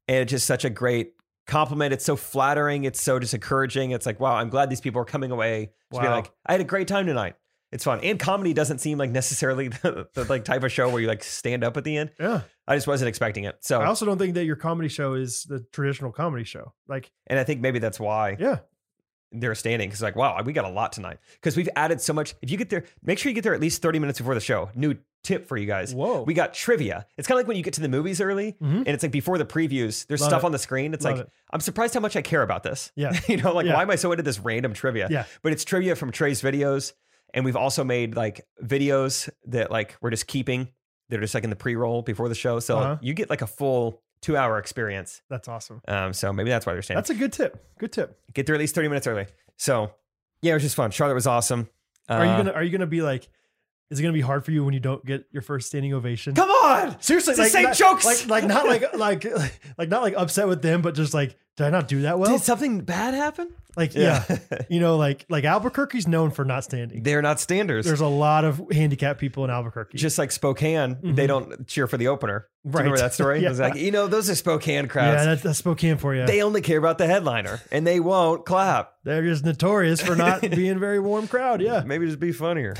and it's just such a great compliment. It's so flattering. It's so just encouraging. It's like wow, I'm glad these people are coming away to be
Wow.
like, I had a great time tonight. It's fun. And comedy doesn't seem like necessarily [laughs] the, the like type of show where you like stand up at the end.
Yeah,
I just wasn't expecting it. So
I also don't think that your comedy show is the traditional comedy show. Like,
and I think maybe that's why
yeah,
they're standing because like wow we got a lot tonight because we've added so much if you get there make sure you get there at least 30 minutes before the show new tip for you guys
whoa,
we got trivia it's kind of like when you get to the movies early
Mhm.
and it's like before the previews there's
Love
stuff
it.
on the screen it's
Love
like
it.
i'm surprised how much i care about this
Yeah.
[laughs] you know like
Yeah.
why am i so into this random trivia
Yeah.
but it's trivia from trey's videos and we've also made like videos that like we're just keeping they're just like in the pre-roll before the show so
Uh-huh.
you get like a full two hour experience
that's awesome.
um so maybe that's why they're standing
That's a good tip. Good tip.
get there at least 30 minutes early. So yeah, it was just fun. Charlotte was awesome.
Are you
Uh,
gonna Are you gonna be like? Is it gonna be hard for you when you don't get your first standing ovation?
come on?
Seriously,
It's the same
not,
jokes!
Like, like not
[laughs]
like like like not like upset with them, but just like, did I not do that well?
Did something bad happen?
like, yeah.
[laughs]
you know, like like Albuquerque's known for not standing.
They're not standers.
There's a lot of handicapped people in Albuquerque.
just like Spokane, they don't cheer for the opener. Do you remember
Mm-hmm. Right.
that story?
[laughs] Yeah.
It was like, you know, those are Spokane
yeah,
crowds.
that's, that's Spokane for you.
they only care about the headliner and they won't clap.
They're just notorious for
[laughs]
not being a very warm crowd. Yeah,
Maybe just be funnier.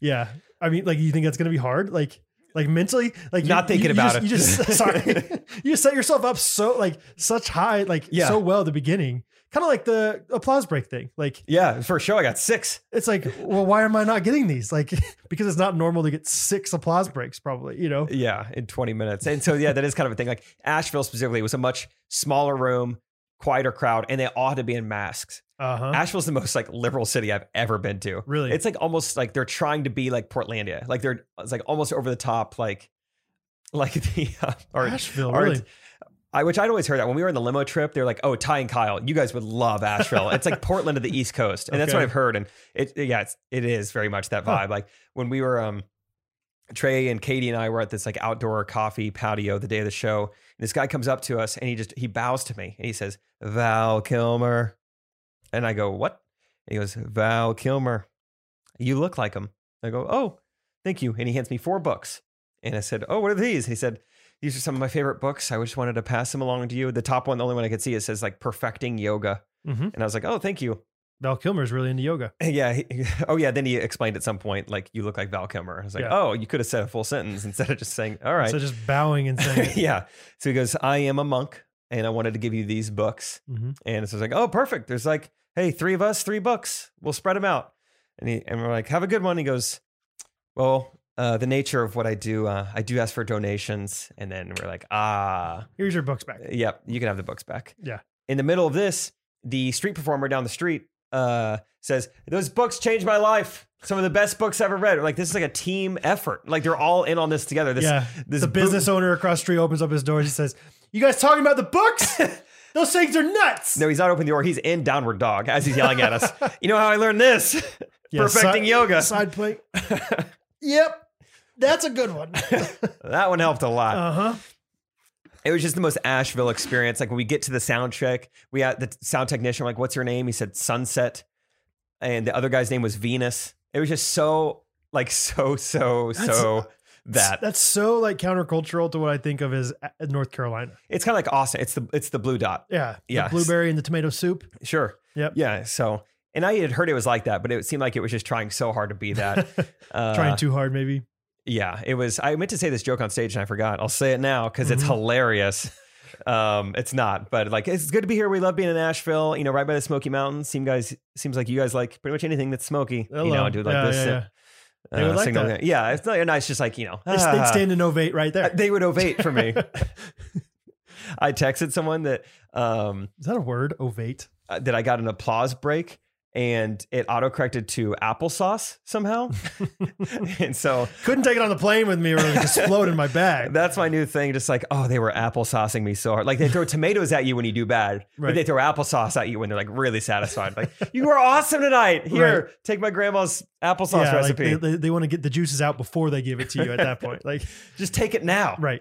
yeah. I mean, like, you think that's gonna be hard? Like, like mentally, like you-
Not thinking
you, you
about
just- You
it. [laughs]
just sorry, you just set yourself up so like such high, like
Yeah.
so well at the beginning, kind of like the applause break thing. Like,
Yeah, first show I got six.
it's like, well, why am I not getting these? Like, [laughs] because it's not normal to get six applause breaks, probably, you know?
Yeah, in 20 minutes. And so, yeah, that is kind of a thing. Like Asheville specifically was a much smaller room, quieter crowd, and they all had to be in masks.
Uh huh.
Asheville's the most like liberal city I've ever been to.
Really?
It's like almost like they're trying to be like Portlandia. Like they're it's like almost over the top, like like the uh, or
Asheville,
or
really?
I which I'd always heard that when we were in the limo trip, they're like, "Oh, Ty and Kyle, you guys would love Asheville. It's like Portland of the East Coast," and that's what
Okay.
I've heard. And it, yeah, it's, it is very much that
Huh.
vibe. Like when we were, um, Trey and Katie and I were at this like outdoor coffee patio the day of the show, and this guy comes up to us and he just he bows to me and he says, "Val Kilmer," and I go, "What?" And he goes, "Val Kilmer, you look like him." I go, "Oh, thank you," and he hands me four books, and I said, "Oh, what are these?" And he said these are some of my favorite books. I just wanted to pass them along to you. The top one, the only one I could see, it says like perfecting yoga.
Mhm.
And I was like, oh, thank you. [laughs]
Val Kilmer's really into yoga.
Yeah. he- oh, yeah. Then he explained at some point, like, you look like Val Kilmer. I was like,
Yeah.
oh, you could have said a full sentence instead of just saying, all right.
So just bowing and saying, it.
[laughs] yeah. So he goes, I am a monk and I wanted to give you these books.
Mhm.
And so I was like, oh, perfect. There's like, hey, three of us, three books. We'll spread them out. And, he, and we're like, have a good one. He goes, well, uh, the nature of what I do, uh, I do ask for donations. And then we're like, ah.
here's your books back.
Yep, you can have the books back.
Yeah.
In the middle of this, the street performer down the street uh, says, "Those books changed my life." Some of the best books I've ever read. Like this is like a team effort. Like they're all in on this together. This
yeah.
this
the
boot-
business owner across the street opens up his door and he says, You guys talking about the
[laughs]
books? Those things are nuts.
No, he's not opening the door. He's in downward dog as he's yelling
[laughs]
at us. you know how I learned this?
Yeah,
Perfecting
si-
yoga.
Side
[laughs]
plate. yep. That's a good one.
That one helped a lot.
Uh huh.
It was just the most Asheville experience. Like when we get to the sound check, we had the sound technician, like, what's your name? He said Sunset. And the other guy's name was Venus. It was just so, like, [laughs] so, so,
That's-
so that.
That's so like countercultural to what I think of as a- North Carolina.
It's kind of like Austin. It's the it's the blue dot.
Yeah. the
Yes.
blueberry and the tomato soup. [laughs]
Sure.
Yep.
Yeah. So and I had heard it was like that, but it seemed like it was just trying so hard to be that.
[laughs]
Uh,
Trying too hard, maybe.
Yeah, it was. I meant to say this joke on stage and I forgot. I'll say it now because it's
Mhm.
hilarious. Um, it's not, but like it's good to be here. We love being in Asheville. You know, right by the Smoky Mountains. Seem guys seems like you guys like pretty much anything that's smoky. You know,
Hello.
I do like
Yeah,
this. uh,
yeah, yeah. They would like
signal-
that.
Yeah, it's not. It's just like you know,
They-
[laughs]
They'd
ah.
stand and ovate right there.
They would ovate for
[laughs]
me. [laughs] I texted someone that um,
Is that a word? Ovate.
uh, that I got an applause break and it autocorrected to applesauce
[laughs]
somehow. [laughs] and so
Couldn't take it on the plane with me or it would explode in my
[laughs]
bag.
that's my new thing. Just like, oh, they were applesaucing me so hard. Like
[laughs]
they throw tomatoes at you when you do bad, but
Right.
they throw applesauce at you when they're like really satisfied. Like, you were
[laughs]
awesome tonight. Here, take my grandma's applesauce
yeah, like
recipe.
they, they, they want to get the juices out before they give it to you at
[laughs]
that point. Like,
Just take it now.
right.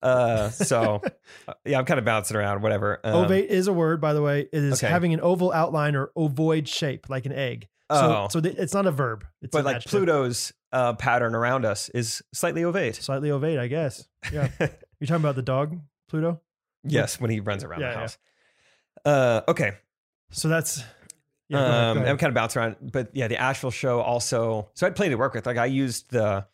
Uh,
[laughs]
so uh, yeah, I'm kind of bouncing around, whatever. Um,
Ovate is a word, by the way. It is
okay.
having an oval outline or ovoid shape, like an egg. So,
Oh.
so th- it's not a verb. It's
but
an
like
adjective.
Pluto's uh, pattern around us is slightly ovate.
slightly ovate, I guess.
[laughs]
Yeah. You're talking about the dog, Pluto?
Yes, when he runs around
Yeah,
the
yeah.
house. Uh, okay.
So that's. Yeah, go ahead,
um,
go ahead.
I'm kind of bouncing around, but yeah, the Asheville show also. So I had plenty to work with. Like I used the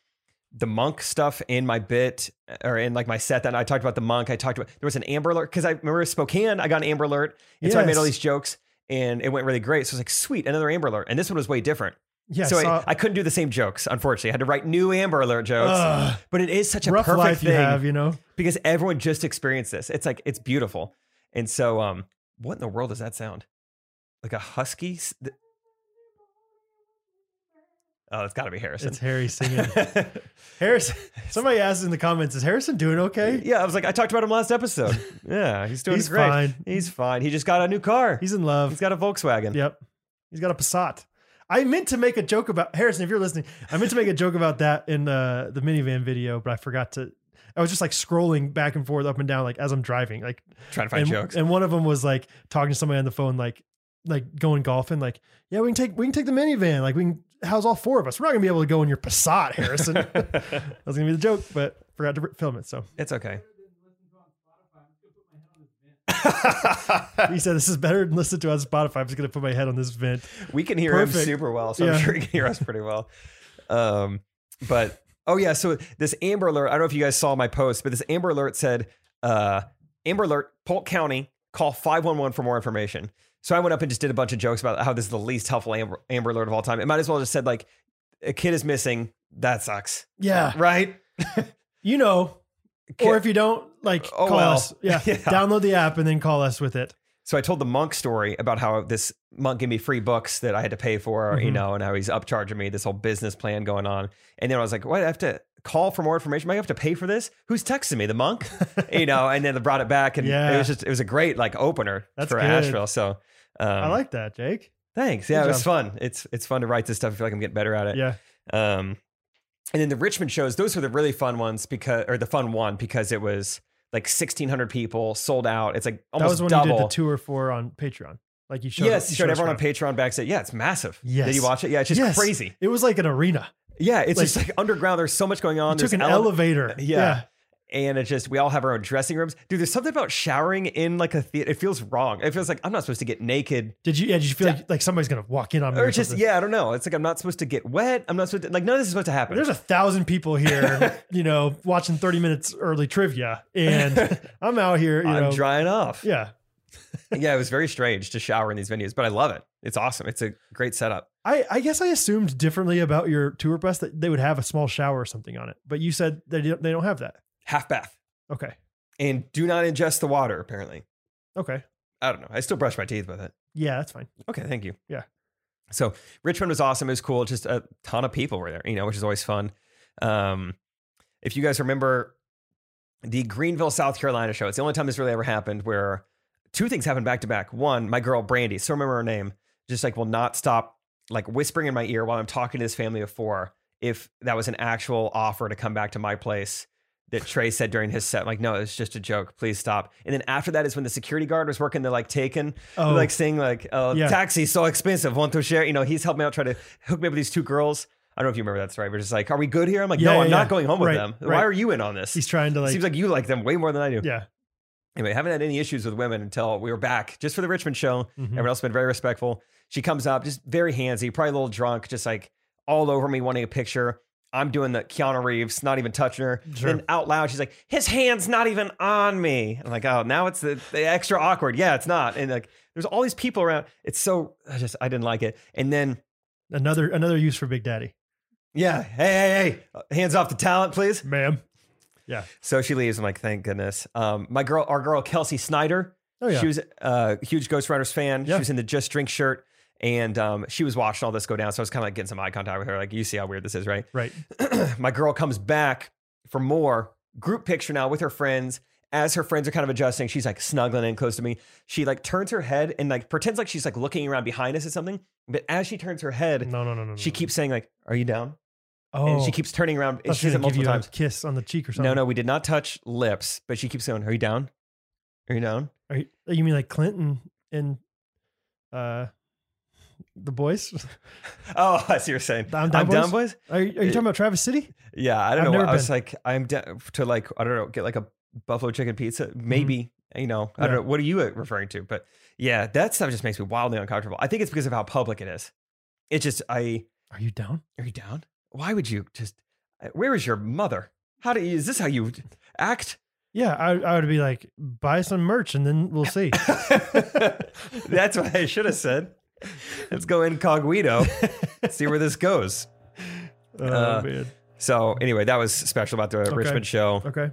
the monk stuff in my bit uh, or in like my set that night. I talked about the monk. I talked about there was an amber alert because I remember Spokane. I got an amber alert, and so I made all
Yes.
these jokes, and it went really great. So I was like, sweet, another amber alert, and this one was way different.
yeah,
so
saw-
I, I couldn't do the same jokes, unfortunately. I had to write new amber alert jokes.
Ugh,
but it is such a
rough
perfect
life
thing
you have, you know?
because everyone just experienced this. It's like it's beautiful, and so um, what in the world does that sound? Like a husky? s- th- Oh, it's got to be Harrison.
It's [laughs] Harry
[laughs]
singing. Harrison, somebody asked in the comments, is Harrison doing okay?
yeah, I was like, I talked about him
[laughs]
last episode. Yeah, he's doing
He's
great.
fine.
He's fine. He just got a new car.
He's in love.
he's got a Volkswagen.
Yep. He's got a Passat. I meant to make a joke about Harrison. If you're listening, I meant to make a joke about that in uh, the minivan video, but I forgot to. I was just like scrolling back and forth, up and down, like as I'm driving, like.
Trying to find
And,
jokes.
and one of them was like talking to somebody on the phone, like like going golfing, like yeah, we can take we can take the minivan, like we can house all four of us. We're not gonna be able to go in your Passat, Harrison.
[laughs]
that was gonna be the joke, but forgot to film it. So [laughs]
it's okay.
he said, "This is better than listen to on Spotify." I'm just gonna put my head on this vent.
we can hear him
Perfect.
super well, so
Yeah.
I'm sure he can hear us pretty well. Um, but oh yeah, so this Amber Alert. I don't know if you guys saw my post, but this Amber Alert said, uh, "Amber Alert, Polk County, call five one one for more information." So I went up and just did a bunch of jokes about how this is the least helpful Amber, Amber Alert of all time. It might as well just said like, "A kid is missing.
[laughs]
That sucks."
Yeah,
Right?
you know, or if you don't, like
Oh,
call
well.
us. Yeah.
[laughs] Yeah.
download the app and then call us with it.
So I told the monk story about how this monk gave me free books that I had to pay for, you
Mhm.
know, and how he's upcharging me, this whole business plan going on. And then I was like, what? I have to call for more information. Am I have to pay for this? Who's texting me?
[laughs]
The monk, you know, and then they brought it back. And it
Yeah.
was just, it was a great like opener
That's
for
good.
Asheville. So um,
I like that, Jake.
thanks. Yeah,
Good
it was fun. It's, it's fun to write this stuff. I feel like I'm getting better at it.
Yeah,
Um, and then the Richmond shows, those were the really fun ones because, or the fun one because it was like 1600 people sold out. It's like
that
almost
was when
double
you did the tour for on Patreon. Like you showed.
yes,
you
showed
us
everyone on
around.
Patreon back said, yeah, it's massive. Did
Yes.
you watch it? Yeah, it's just
Yes.
crazy.
It was like an arena.
Yeah, it's
Like-
just like underground. There's so much going on.
You took
There's
an
ele-
elevator.
Yeah. and it's just we all have our own dressing rooms. Dude, there's something about showering in like a theater. It feels wrong. It feels like I'm not supposed to get naked.
Did you? Yeah. Did you feel like, like somebody's gonna walk in on me?
Or just
something?
yeah, I don't know. It's like I'm not supposed to get wet. I'm not supposed to like none of this is supposed to happen.
There's a thousand people here, [laughs] you know, watching 30 minutes early trivia, [laughs] and I'm out here, you
I'm
know.
drying off.
Yeah,
yeah, it was very strange to shower in these venues, but I love it. It's awesome. It's a great setup.
I, I guess I assumed differently about your tour bus that they would have a small shower or something on it, but you said they don't, they don't have that.
Half bath.
Okay,
And do not ingest the water, apparently.
okay,
I don't know. I still brush my teeth with it.
yeah, that's fine.
Okay, thank you.
Yeah.
So Richmond was awesome. It was cool. Just a ton of people were there, you know, which is always fun. Um, if you guys remember the Greenville, South Carolina show, it's the only time this really ever happened where two things happened back to back. One, my girl Brandy, still remember her name, just like will not stop like whispering in my ear while I'm talking to this family of four if that was an actual offer to come back to my place that Trey said during his set. I'm like, no, it's just a joke. Please stop. And then after that is when the security guard was working the like taken
Oh,
like saying like oh
Yeah.
taxi so expensive want to share you know he's helped me out try to hook me up with these two girls i don't know if you remember that story we're just like are we good here i'm like
Yeah,
no
yeah,
i'm
yeah.
not going home with
Right,
them
right.
why are you in on this
he's trying to like,
seems like you like them way more than i do
yeah.
anyway haven't had any issues with women until we were back just for the richmond show
Mhm.
everyone else been very respectful she comes up just very handsy probably a little drunk just like all over me wanting a picture i'm doing the keanu reeves not even touching her
Sure.
then out loud she's like his hand's not even on me i'm like oh now it's the, the extra awkward yeah it's not and like there's all these people around it's so i just i didn't like it and then
Another another use for Big Daddy,
yeah hey hey hey hands off the talent please
ma'am.
so she leaves i'm like thank goodness um my girl our girl kelsey snyder
Oh yeah,
She was a huge Ghost Riders fan.
Yeah.
She was in the Just Drink shirt. And um, she was watching all this go down. So I was kind of like getting some eye contact with her. Like, you see how weird this is, right? [clears throat]
right.
My girl comes back for more group picture now with her friends. As her friends are kind of adjusting, she's like snuggling in close to me. She like turns her head and like pretends like she's like looking around behind us at something. But as she turns her head,
No, no, no, no. no,
she
no.
keeps saying like, "Are you down?"
Mm. Oh,
And she keeps turning around.
I thought
And she
she
says it
was gonna give
multiple
you a
times.
kiss on the cheek or something.
No, no, we did not touch lips. But she keeps going, "Are you down? Are you down?"
Are you, you mean like Clinton and uh the boys? [laughs]
Oh, [laughs] I see what you're saying.
I'm down,
I'm
boys?
down, Eh, boys.
Are you, are you talking about Travis City?
Yeah, I don't
I've
know.
never
I was
been.
like, I'm down to like, I don't know, get like a buffalo chicken pizza, maybe. You know,
Mm-hmm.
I
Yeah.
don't know. What are you uh, referring to? But yeah, that stuff just makes me wildly uncomfortable. I think it's because of how public it is. It's just, I
Are you down?
are you down? Why would you just? uh, Where is your mother? How do you? Is this how you act? [laughs]
Yeah, I, I would be like, buy some merch and then we'll
[laughs]
see.
That's what I should have said. Let's go incognito, see where this goes.
oh
Uh,
man.
So anyway, that was special about the Richmond show.
[laughs] Okay.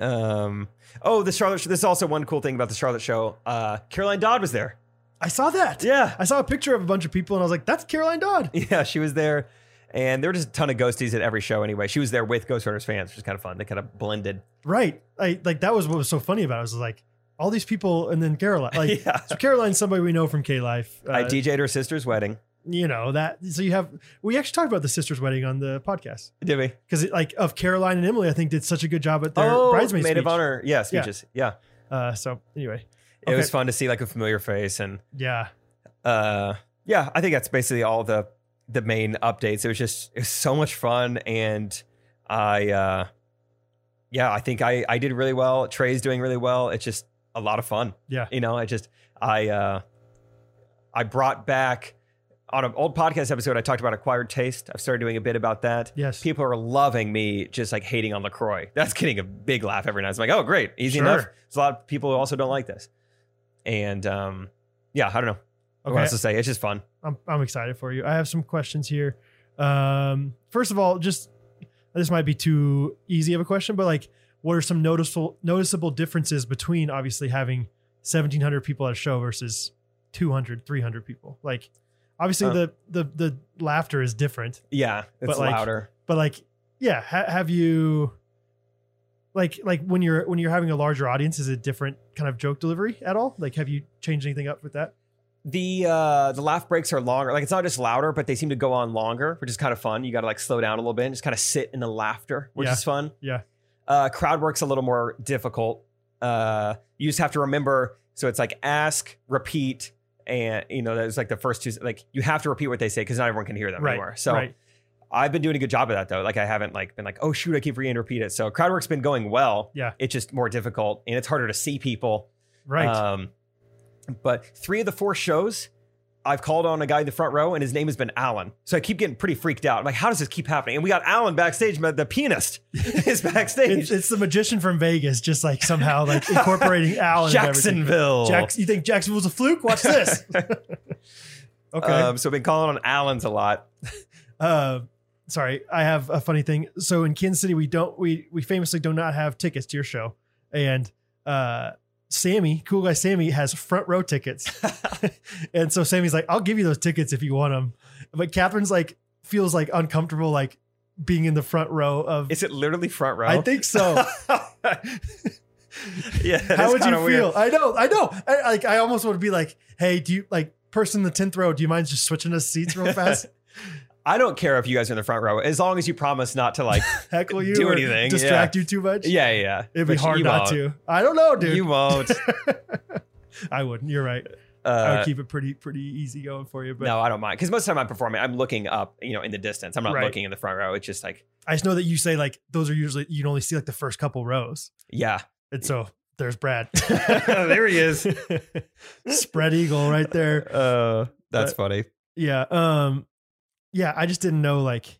Um, oh, the Charlotte. This is also one cool thing about the Charlotte show. Uh, Caroline Dodd was there.
I saw that.
Yeah, [laughs]
I saw a picture of a bunch of people and I was like, that's Caroline Dodd.
yeah, she was there, and there were just a ton of ghosties at every show. Anyway, she was there with Ghost Riders fans, which is kind of fun. They kind of blended.
Right. I like that was what was so funny about it. I was like, all these people and then
[laughs]
Caroline. Like
yeah,
so Caroline's somebody we know from K Life.
I DJ'd her sister's wedding.
you know, that so you have we actually talked about the sisters' wedding on the podcast.
Did we? Oh,
Because like of Caroline and Emily, I think did such a good job at their bridesmaids.
maid of
speech.
honor. Yeah,
Yeah.
speeches. Yeah,
Uh, so anyway,
it
Okay.
was fun to see like a familiar face, and
yeah,
uh, yeah, I think that's basically all the the main updates. It was just it was so much fun, and I uh, yeah, I think I I did really well. Trey's doing really well. It's just a lot of fun.
Yeah.
you know, I just I uh, I brought back on an old podcast episode. I talked about acquired taste. I've started doing a bit about that.
yes,
People are loving me just like hating on Lacroix. That's getting a big laugh every night. It's like, oh, great, easy
Sure.
enough. There's a lot of people who also don't like this, and um, yeah, I don't know what
Okay,
else to say. It's just fun.
I'm I'm excited for you. I have some questions here. Um, first of all, just this might be too easy of a question, but like, what are some noticeable noticeable differences between obviously having 1,700 people at a show versus 200, 300 people? Like, obviously
Um,
the the the laughter is different,
Yeah, it's
But, like,
louder.
but like, yeah, ha- have you? Like, like when you're when you're having a larger audience, is it different kind of joke delivery at all? Like, have you changed anything up with that?
The uh, the laugh breaks are longer. Like it's not just louder, but they seem to go on longer, which is kind of fun. You got to like slow down a little bit and just kind of sit in the laughter, which
Yeah.
is fun.
Yeah.
Uh, crowd work's a little more difficult. Uh, you just have to remember. So it's like ask, repeat, and you know that's like the first two. Like you have to repeat what they say because not everyone can hear them anymore. So
right.
I've been doing a good job of that though. Like I haven't like been like, oh shoot, I keep re and repeat it. So crowd work's been going well.
Yeah.
It's just more difficult and it's harder to see people.
Right.
Um, but three of the four shows, I've called on a guy in the front row, and his name has been Alan. So I keep getting pretty freaked out. I'm like, how does this keep happening? And we got Alan backstage, but the pianist [laughs] is
it's,
backstage.
it's the magician from Vegas, just like somehow
[laughs]
like incorporating Alan. Jackson.
Jacksonville.
Jackson. You think Jacksonville's a fluke? Watch
[laughs]
this. [laughs] okay.
Um, so I've been calling on Alan's a lot.
Uh, sorry, I have a funny thing. So in Kansas City, we don't we we famously do not have tickets to your show, and uh, Sammy, cool guy Sammy, has front row
[laughs]
tickets, and so Sammy's like, "I'll give you those tickets if you want them," but Catherine's like feels like uncomfortable like being in the front row of.
Is it literally front row?
I think so.
[laughs] yeah. that
How
is
would you
kinda weird.
feel? I know, I know. I, like I almost would be like, "Hey, do you like person in the tenth row? Do you mind just switching us seats real
[laughs]
fast?
I don't care if you guys are in the front row, as long as you promise not
[laughs]
to like.
Heckle you
Do
or
anything, yeah.
distract you too much?
yeah, yeah.
it'd be
But
hard
you
not
won't.
to. I don't know, dude. [laughs]
You won't.
I wouldn't. You're right. I
Uh,
would keep it pretty pretty easy going for you. But
no, I don't mind because most of the time I'm performing, I'm looking up, you know, in the distance. I'm not
Right.
looking in the front row. It's just like,
I just know that you say like those are usually you only see like the first couple rows,
yeah,
and so there's Brad,
[laughs] there he is.
[laughs] spread eagle right there.
Uh, that's
But-
funny.
Yeah. Um. Yeah, I just didn't know. Like,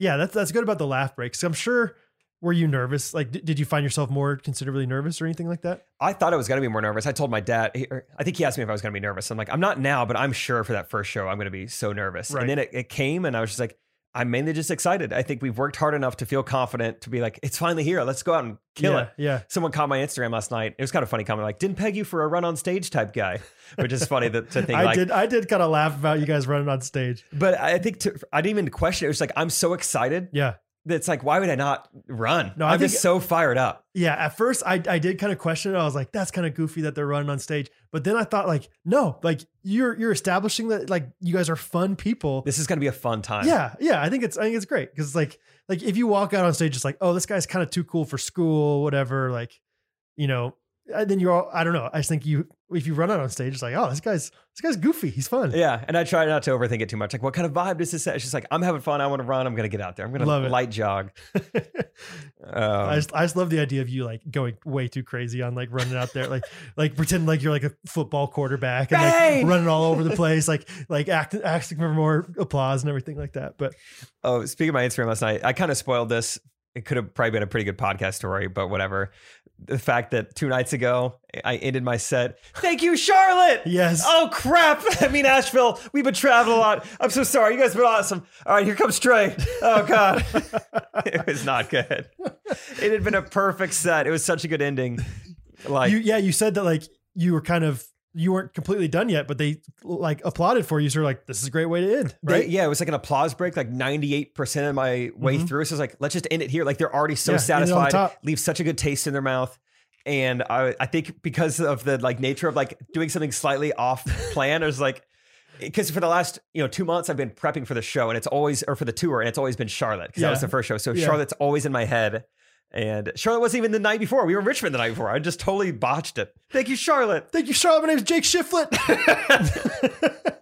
yeah, that's that's good about the laugh break. So I'm sure. Were you nervous? Like, d- did you find yourself more considerably nervous or anything like that?
I thought I was going to be more nervous. I told my dad, he- or I think he asked me if I was going to be nervous. I'm like, I'm not now, but I'm sure for that first show, I'm going to be so nervous.
Right.
And then it, it came and I was just like, I'm mainly just excited. I think we've worked hard enough to feel confident to be like, it's finally here. Let's go out and kill
yeah,
it.
Yeah.
Someone caught my Instagram last night. It was kind of funny comment, like, didn't peg you for a run on stage type guy, which is funny
[laughs]
that, to think
I
like,
did. I did kind of laugh about you guys running on stage.
but I think to, I didn't even question it. It was like, I'm so excited.
Yeah.
that It's like, why would I not run?
No,
No,
I
I'm just
think-
so fired up.
Yeah. At first, I I did kind of question it. I was like, that's kind of goofy that they're running on stage. But then I thought like, no, like you're you're establishing that like you guys are fun people.
This is going to be a fun time.
Yeah, yeah. I think it's I think it's great because like like if you walk out on stage, it's like oh this guy's kind of too cool for school, whatever. Like you know, and then you're all I don't know. I just think you if you run out on stage, it's like oh this guy's this guy's goofy. He's fun.
Yeah, and I try not to overthink it too much. Like, what kind of vibe does this set? She's like, I'm having fun. I want to run. I'm going to get out there. I'm going
Love it.
to light jog.
[laughs]
Um,
I just I just love the idea of you like going way too crazy on like running out there like [laughs] like pretend like you're like a football quarterback and
Bang!
like running all over the place like like act, asking for more applause and everything like that. But
oh, speaking of my Instagram last night, I kind of spoiled this. It could have probably been a pretty good podcast story, but whatever. The fact that two nights ago, I ended my set. Thank you, Charlotte.
yes,
Oh crap! [laughs] I mean Asheville. We've been traveling a lot. I'm so sorry. You guys have been awesome. All right, here comes Trey. Oh god, [laughs] it was not good. It had been a perfect set. It was such a good ending. Like
you yeah you said that like you were kind of you weren't completely done yet but they like applauded for you so you're like this is a great way to end
They-
right
yeah, it was like an applause break, like 98% of my way
Mhm.
through. So it's like, let's just end it here. Like they're already so
Yeah, end it on
satisfied,
top.
leave such a good taste in their mouth. And I, I think because of the like nature of like doing something slightly off plan, I was like, because for the last you know two months I've been prepping for the show and it's always or for the tour and it's always been Charlotte because
Yeah.
that was the first show. So
Yeah.
Charlotte's always in my head. And Charlotte wasn't even the night before. We were in Richmond the night before. I just totally botched it. Thank you, Charlotte.
thank you charlotte my name's jake shiflett [laughs]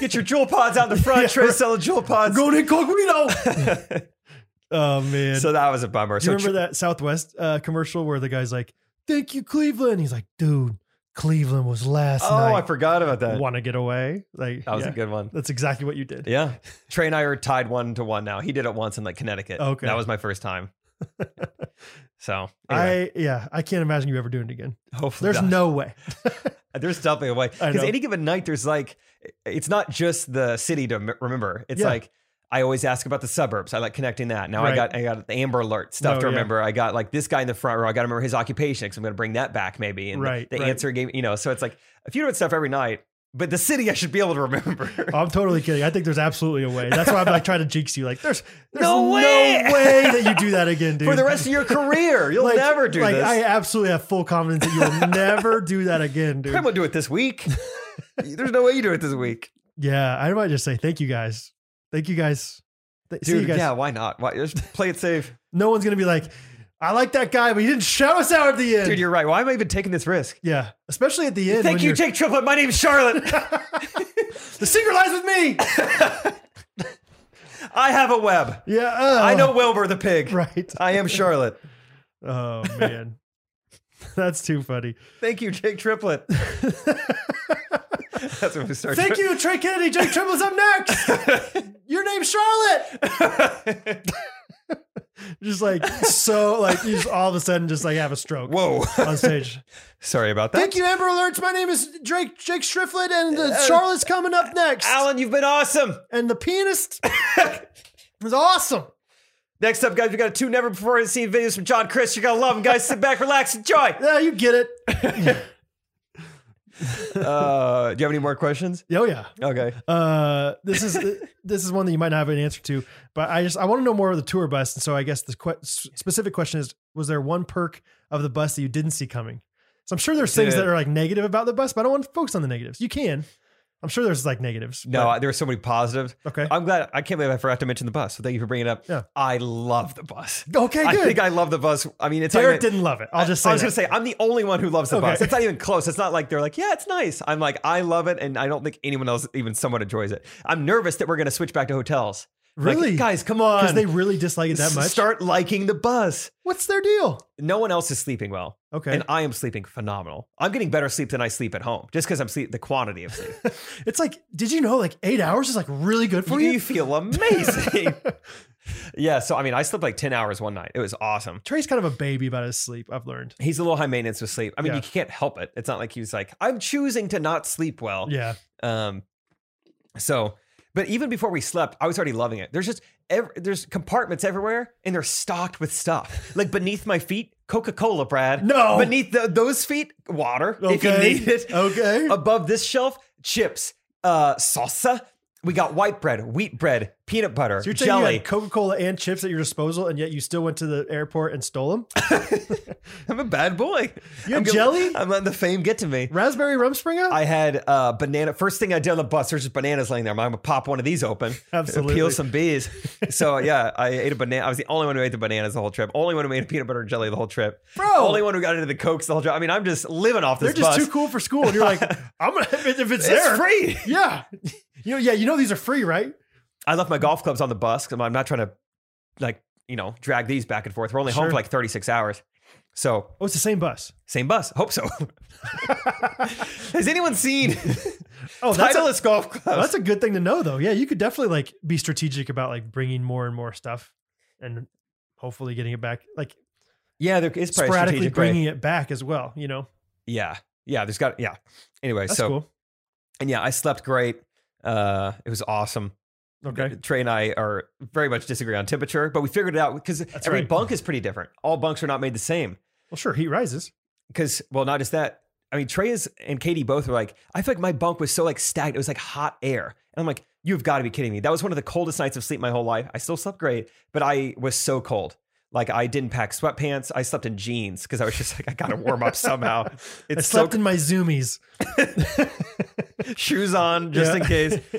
Get your jewel pods out in the
[laughs]
front.
Yeah,
Trey
right.
selling jewel pods.
going incognito
[laughs]
oh man
So that was a bummer.
do you
so
remember that southwest uh, commercial where the guy's like thank you cleveland he's like dude cleveland was last
Oh, I
night
forgot about that.
want to get away like
That was
yeah.
a
[laughs]
good one.
that's exactly what you did
Yeah. Trey and I are tied one to one now. He did it once in like Connecticut.
Okay.
That was my first
[laughs]
time. so anyway,
i yeah i can't imagine you ever doing it again
hopefully
there's
not.
no
[laughs]
way
there's definitely a way.
I
Because
know.
any given night, there's like, it's not just the city to m- remember. It's
Yeah.
like, I always ask about the suburbs. I like connecting that. Now
Right.
I got I got the Amber Alert stuff
No,
to
yeah.
remember. I got like this guy in the front row. I got to remember his occupation because I'm going to bring that back maybe. And the-
Right,
the,
right.
answer game, you know. So it's like a few different stuff every night, but the city I should be able
[laughs]
to remember.
I'm totally kidding. I think there's absolutely a way. That's why I'm like trying to jinx you. Like,
[laughs]
there's, there's
No way!
no way that you do that again, dude.
[laughs] for the rest of
[laughs]
your career. You'll
Like-
never do
like,
this.
I
I,
absolutely have full confidence that you
[laughs]
will never do that again, dude.
am gonna do it this
[laughs]
week. There's no way you do it this week,
Yeah, I might just say thank you guys. Thank you guys. Th- See you
dude.
guys.
Yeah, why not? Why just play it safe,
No one's gonna be like, I like that guy, but he didn't shout us out at the end.
dude? You're right. Why am I even taking this risk?
yeah, especially at the end.
Thank
when
you,
you're-
Jake Triplett. My name's [laughs] Charlotte.
the secret lies with
[laughs]
me.
I have a web.
yeah, uh,
I know Wilbur the
[laughs]
pig.
Right.
I am Charlotte.
Oh man, [laughs] that's too funny.
Thank you, Jake [laughs] Triplett. That's when we start.
Thank you, Trey Kennedy. Jake Trimble's up next. [laughs] Your name's Charlotte. [laughs] just like so, like you just all of a sudden just like have a stroke
Whoa. [laughs]
on stage.
Sorry about that.
Thank you, Amber Alerts. My name is Drake Jake Strifflett, and the Charlotte's coming up next.
Alan. You've been awesome.
And the pianist is awesome.
Next up, guys, we got a two never before seen videos from John Chris. You're gonna love them, guys. Sit back, relax, enjoy.
Yeah, you get it.
[laughs] Uh, do you have any more questions?
Oh yeah.
Okay.
Uh, this is this is one that you might not have an answer to, but I just I want to know more of the tour bus. And so I guess the que- s- specific question is: Was there one perk of the bus that you didn't see coming? So I'm sure there's things that
Dude.
are like negative about the bus, but I don't want to focus on the negatives. You can. I'm sure there's like negatives.
No, I, there were so many positives.
but- okay.
I'm glad. I can't believe I forgot to mention the bus. So thank you for bringing it up.
Yeah.
I love the bus.
okay.
I
Good.
think I love the bus. I mean, it's not
Derek
even-
didn't love it. I'll just say.
I was
that.
gonna say I'm the only one who loves the
Okay.
bus. It's not even close. It's not like they're like, yeah, it's nice. I'm like, I love it, and I don't think anyone else even someone enjoys it. I'm nervous that we're gonna switch back to hotels. Like,
really,
guys, come on.
because they really dislike it that
S-
much.
Start liking the bus.
What's their deal?
No one else is sleeping well,
Okay.
and I am sleeping phenomenal. I'm getting better sleep than I sleep at home, just because I'm sleep the quantity of sleep.
it's like, did you know like eight hours is like really good [laughs] for
you
you?
feel
[laughs]
amazing. yeah. So I mean, I slept like ten hours one night. It was awesome.
Trey's kind of a baby about his sleep. I've learned.
he's a little high maintenance with sleep. I mean,
Yeah.
you can't help it. It's not like he was like, I'm choosing to not sleep well.
Yeah.
Um, so, but even before we slept, I was already loving it. There's just ev- there's compartments everywhere, and they're stocked with stuff. Like beneath my feet, Coca Cola, Brad.
No.
beneath tho- those feet, water if you need it.
Okay.
Above this shelf, chips, uh, salsa. We got white bread, wheat bread, peanut butter,
So you're saying you
jelly.
had Coca Cola and chips at your disposal, and yet you still went to the airport and stole them?
I'm a bad boy.
You had
I'm gonna-
jelly,
I'm letting the fame get to me.
raspberry rum springer.
I had uh, banana. First thing I did on the bus, there's just bananas laying there. I'm gonna pop one of these open,
Absolutely.
peel some bees. So yeah, I ate a banana. I was the only one who ate the bananas the whole trip. Only one who ate peanut butter and jelly the whole trip.
Bro.
only one who got into the cokes the whole trip. I mean, I'm just living off
Oh. They're
this
just
bus.
too cool for school, and you're
[laughs]
like, I'm gonna if, it- if it's,
it's
there,
free.
[laughs] yeah. You know, yeah, you know these are free, right?
I left my golf clubs on the bus 'cause I'm not trying to like you know drag these back and forth. We're only home
Sure.
for like 36 hours. So
Oh, it's the same bus. [laughs]
same bus. Hope so. [laughs] Has
[laughs]
anyone seen
Oh, that's a,
Titleist golf clubs?
that's a good thing to know, though. Yeah, you could definitely like be strategic about like bringing more and more stuff, and hopefully getting it back, like
yeah, there is probably a
sporadically
strategic way.
bringing it back as well. You know,
Yeah. Yeah. There's got, yeah. Anyway,
that's
so,
cool.
and yeah, I slept great. Uh, it was awesome.
Okay,
Trey and I are very much disagree on temperature, but we figured it out because every
right.
bunk is pretty different. All bunks are not made the same.
well, sure, heat rises.
Because, well, not just that. I mean, Trey is and Katie both were like, I feel like my bunk was so like stagnant. It was like hot air. And I'm like, you've got to be kidding me. That was one of the coldest nights of sleep my whole life. I still slept great, but I was so cold. Like I didn't pack sweatpants. I slept in jeans because I was just like, I got to warm up somehow.
[laughs] I
It's so
slept in my zoomies.
[laughs] shoes on just
Yeah.
in case.
[laughs]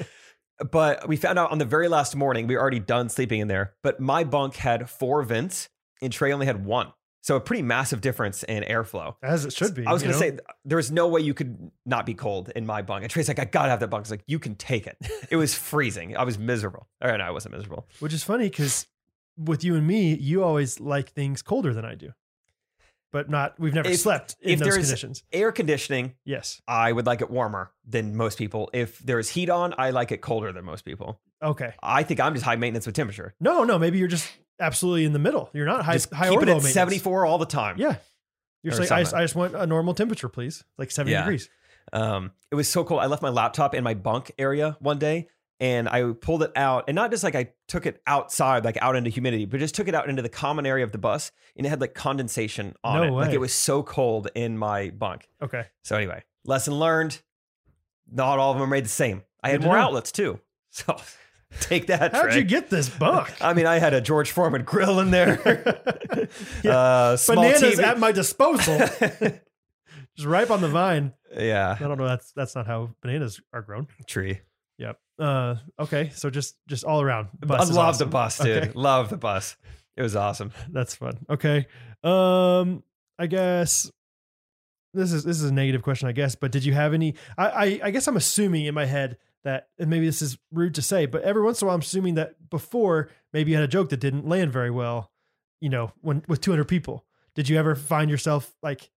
But we found out on the very last morning, we were already done sleeping in there. But my bunk had four vents and Trey only had one. So a pretty massive difference in airflow.
As it should be.
I was
you
going to
know?
say, there was no way you could not be cold in my bunk. And Trey's like, I got to have that bunk. I was like, you can take it. It was freezing. I was miserable. Or no, I wasn't miserable.
which is funny because with you and me, you always like things colder than I do, but not. We've never
If-
slept in
if
those
there's-
conditions.
Air conditioning,
Yes.
I would like it warmer than most people. If there is heat on, I like it colder than most people.
Okay.
I think I'm just high maintenance with temperature.
No, no. Maybe you're just absolutely in the middle. You're not high.
just
high or
keep it
low
at
maintenance.
74 all the time.
Yeah. You're
Or
saying I just,
something.
I just want a normal temperature, please, like seventy
Yeah.
degrees.
Um, it was so cool. I left my laptop in my bunk area one day and I pulled it out and not just like I took it outside, like out into humidity, but just took it out into the common area of the bus and it had like condensation on
No
it. Like
way.
it was so cold in my bunk. [laughs]
Okay.
So anyway, lesson learned. Not all of them are made the same. I had
Good to
more
know.
outlets too. [laughs] So take that.
How'd
Trey.
you get
[laughs]
this bunk? [laughs]
I mean, I had a George Foreman grill in there. uh, small
Bananas
TV.
at my
[laughs]
disposal, [laughs] just ripe on the vine.
yeah,
I don't know. That's that's not how bananas are grown.
tree.
Yep. Uh, okay. So just just all around.
I
Bus is
love
awesome.
the bus, dude.
Okay.
Love the bus. It was awesome.
That's fun. Okay. Um, I guess this is this is a negative question, I guess. But did you have any? I I, I guess I'm assuming in my head that, and maybe this is rude to say, but every once in a while, I'm assuming that before maybe you had a joke that didn't land very well. You know, when with 200 people, did you ever find yourself like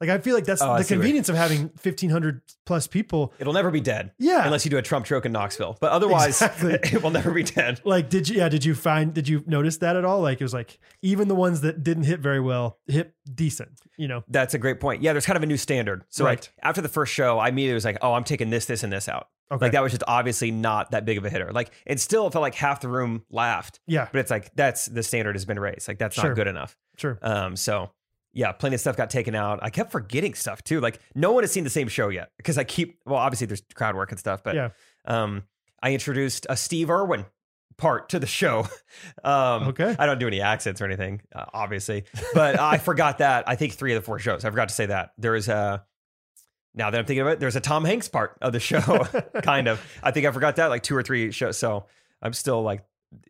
Like I feel like that's
Oh, I
the
see where-
convenience of having fifteen hundred plus people.
It'll never be dead
Yeah.
unless you do a Trump joke in Knoxville. But otherwise,
Ah. Exactly.
[laughs] it will never be dead.
like did you yeah did you find did you notice that at all like it was like even the ones that didn't hit very well hit decent you know
That's a great point. Yeah, there's kind of a new standard. So
Right.
like after the first show, I immediately was like, oh, I'm taking this, this, and this out.
okay
Like that was just obviously not that big of a hitter. Like it still felt like half the room laughed,
yeah
but it's like that's the standard has been raised. Like that's
Sure.
not good enough.
sure
Um, so yeah, plenty of stuff got taken out. I kept forgetting stuff too. Like no one has seen the same show yet because I keep well, obviously there's crowd work and stuff, but
Yeah.
um, I introduced a Steve Irwin part to the show. [laughs] Um, [laughs]
okay
I don't do any accents or anything, uh, obviously, but
[laughs]
I forgot that. I think three of the four shows. I forgot to say that there is a. Now that I'm thinking of it, there's a Tom Hanks part of
[laughs]
the show, [laughs] kind of. I think I forgot that like two or three shows. So I'm still like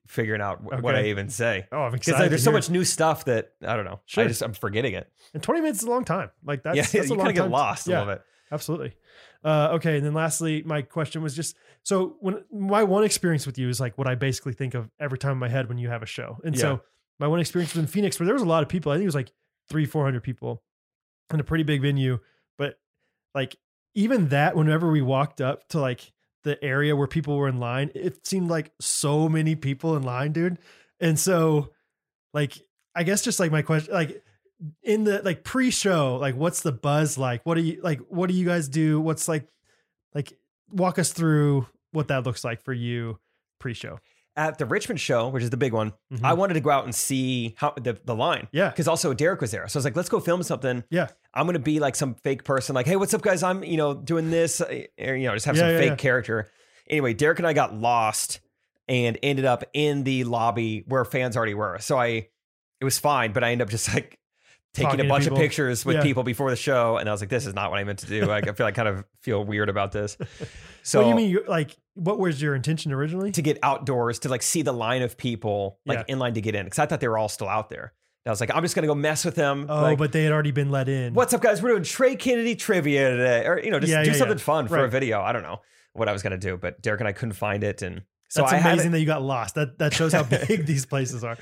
figuring out wh- what I
Okay.
even say.
oh i'm
Because
excited
like,
to
there's so
hear.
much new stuff that I don't know.
Sure.
I just I'm forgetting it.
and 20 minutes is a long time like that's,
yeah, [laughs]
that's a
you
long
kind of get
time.
lost a
Yeah.
little bit.
Absolutely. Uh, okay, and then lastly, my question was just so when my one experience with you is like what I basically think of every time in my head when you have a show, and
Yeah.
so my one experience was in Phoenix where there was a lot of people. I think it was like three, four hundred people in a pretty big venue, but like even that, whenever we walked up to like the area where people were in line, it seemed like so many people in line, dude. And so, like, I guess just like my question, like in the like pre-show, like what's the buzz like? What do you like? What do you guys do? What's like, like walk us through what that looks like for you pre-show.
At the Richmond show, which is the big one,
Mhm.
I wanted to go out and see how the, the line.
yeah,
Because also Derek was there. So I was like, let's go film something.
Yeah.
I'm gonna be like some fake person, like, hey, what's up, guys? I'm, you know, doing this, uh, or, you know, just have
Yeah,
some
yeah,
fake
yeah.
character. Anyway, Derek and I got lost and ended up in the lobby where fans already were. So I it was fine, but I ended up just like taking
Talking
a
to
bunch
people.
of pictures with
Yeah.
people before the show. And I was like, this is not what I meant to do. Like, I feel like kind
[laughs]
of feel weird about this. So
what do you mean? You like what was your intention originally?
to get outdoors to like see the line of people like in line to get in because I thought they were all still out there. And I was like, I'm just gonna go mess with them.
oh,
like,
but they had already been let in.
what's up, guys? We're doing Trey Kennedy trivia today, or you know, just
Yeah,
do
yeah,
something fun for a
Right.
video. I don't know what I was gonna do, but Derek and I couldn't find it, and so
That's
I
amazing
haven't.
that you got lost. That that shows how [laughs] big these places are.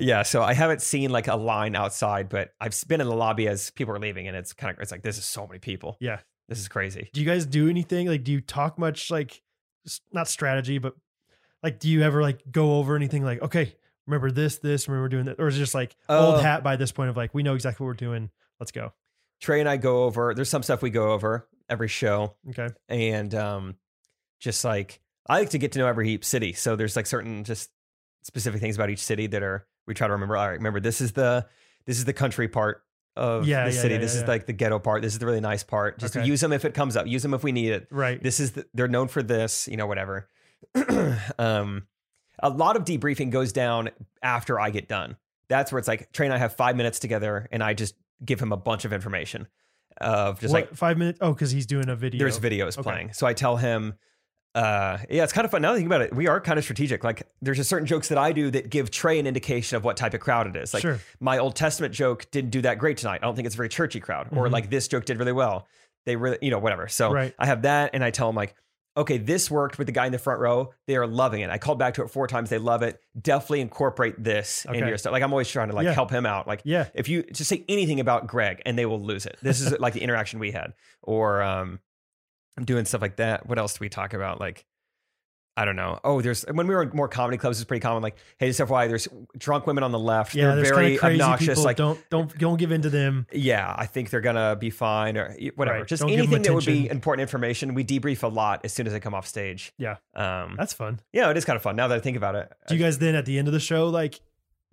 Yeah, so I haven't seen like a line outside, but I've been in the lobby as people are leaving, and it's kind of it's like this is so many people.
Yeah.
this is crazy.
do you guys do anything like do you talk much like s- not strategy but like do you ever like go over anything like okay remember this this remember doing that or is it just like
Uh,
old hat by this point of like we know exactly what we're doing let's go
Trey and I go over. There's some stuff we go over every show.
okay
and um, just like I like to get to know every city. So there's like certain just specific things about each city that are we try to remember. All right, remember this is the this is the country part of
Yeah,
the
yeah,
city.
yeah,
this
yeah,
is
yeah.
like the ghetto part. This is the really nice part. Just
Okay.
use them if it comes up. Use them if we need it.
right
This is the, they're known for this. You know, whatever. [clears throat] um, a lot of debriefing goes down after I get done. That's where it's like Trey and I have five minutes together, and I just give him a bunch of information of just
What-
like
five minutes oh because he's doing a video
there's videos
Okay.
playing. So I tell him, uh, yeah, it's kind of fun. Now that I think about it, we are kind of strategic. Like there's just certain jokes that I do that give Trey an indication of what type of crowd it is. Like
sure
my Old Testament joke didn't do that great tonight. I don't think it's a very churchy crowd. Or
Mhm.
like this joke did really well. They really, you know, whatever. So
Right.
I have that and I tell him like, okay, this worked with the guy in the front row. They are loving it. I called back to it four times. They love it. Definitely incorporate this into
Okay.
your stuff. Like I'm always trying to like
Yeah.
help him out. Like
yeah
if you just say anything about Greg and they will lose it. This is like the interaction we had, or um, I'm doing stuff like that. What else do we talk about? Like, I don't know. Oh, there's when we were in more comedy clubs, it's pretty common. Like, hey, just FYI, there's drunk women on the left.
yeah
they're
there's kind
very
of crazy
obnoxious.
people
Like,
don't don't don't give in to them
yeah, I think they're gonna be fine or y- whatever.
Right.
Just
Don't give 'em
anything that would be
attention.
important information. We debrief a lot as soon as I come off stage.
Yeah.
Um.
that's fun
yeah, it is kind of fun now that I think about it.
do you guys then at the end of the show like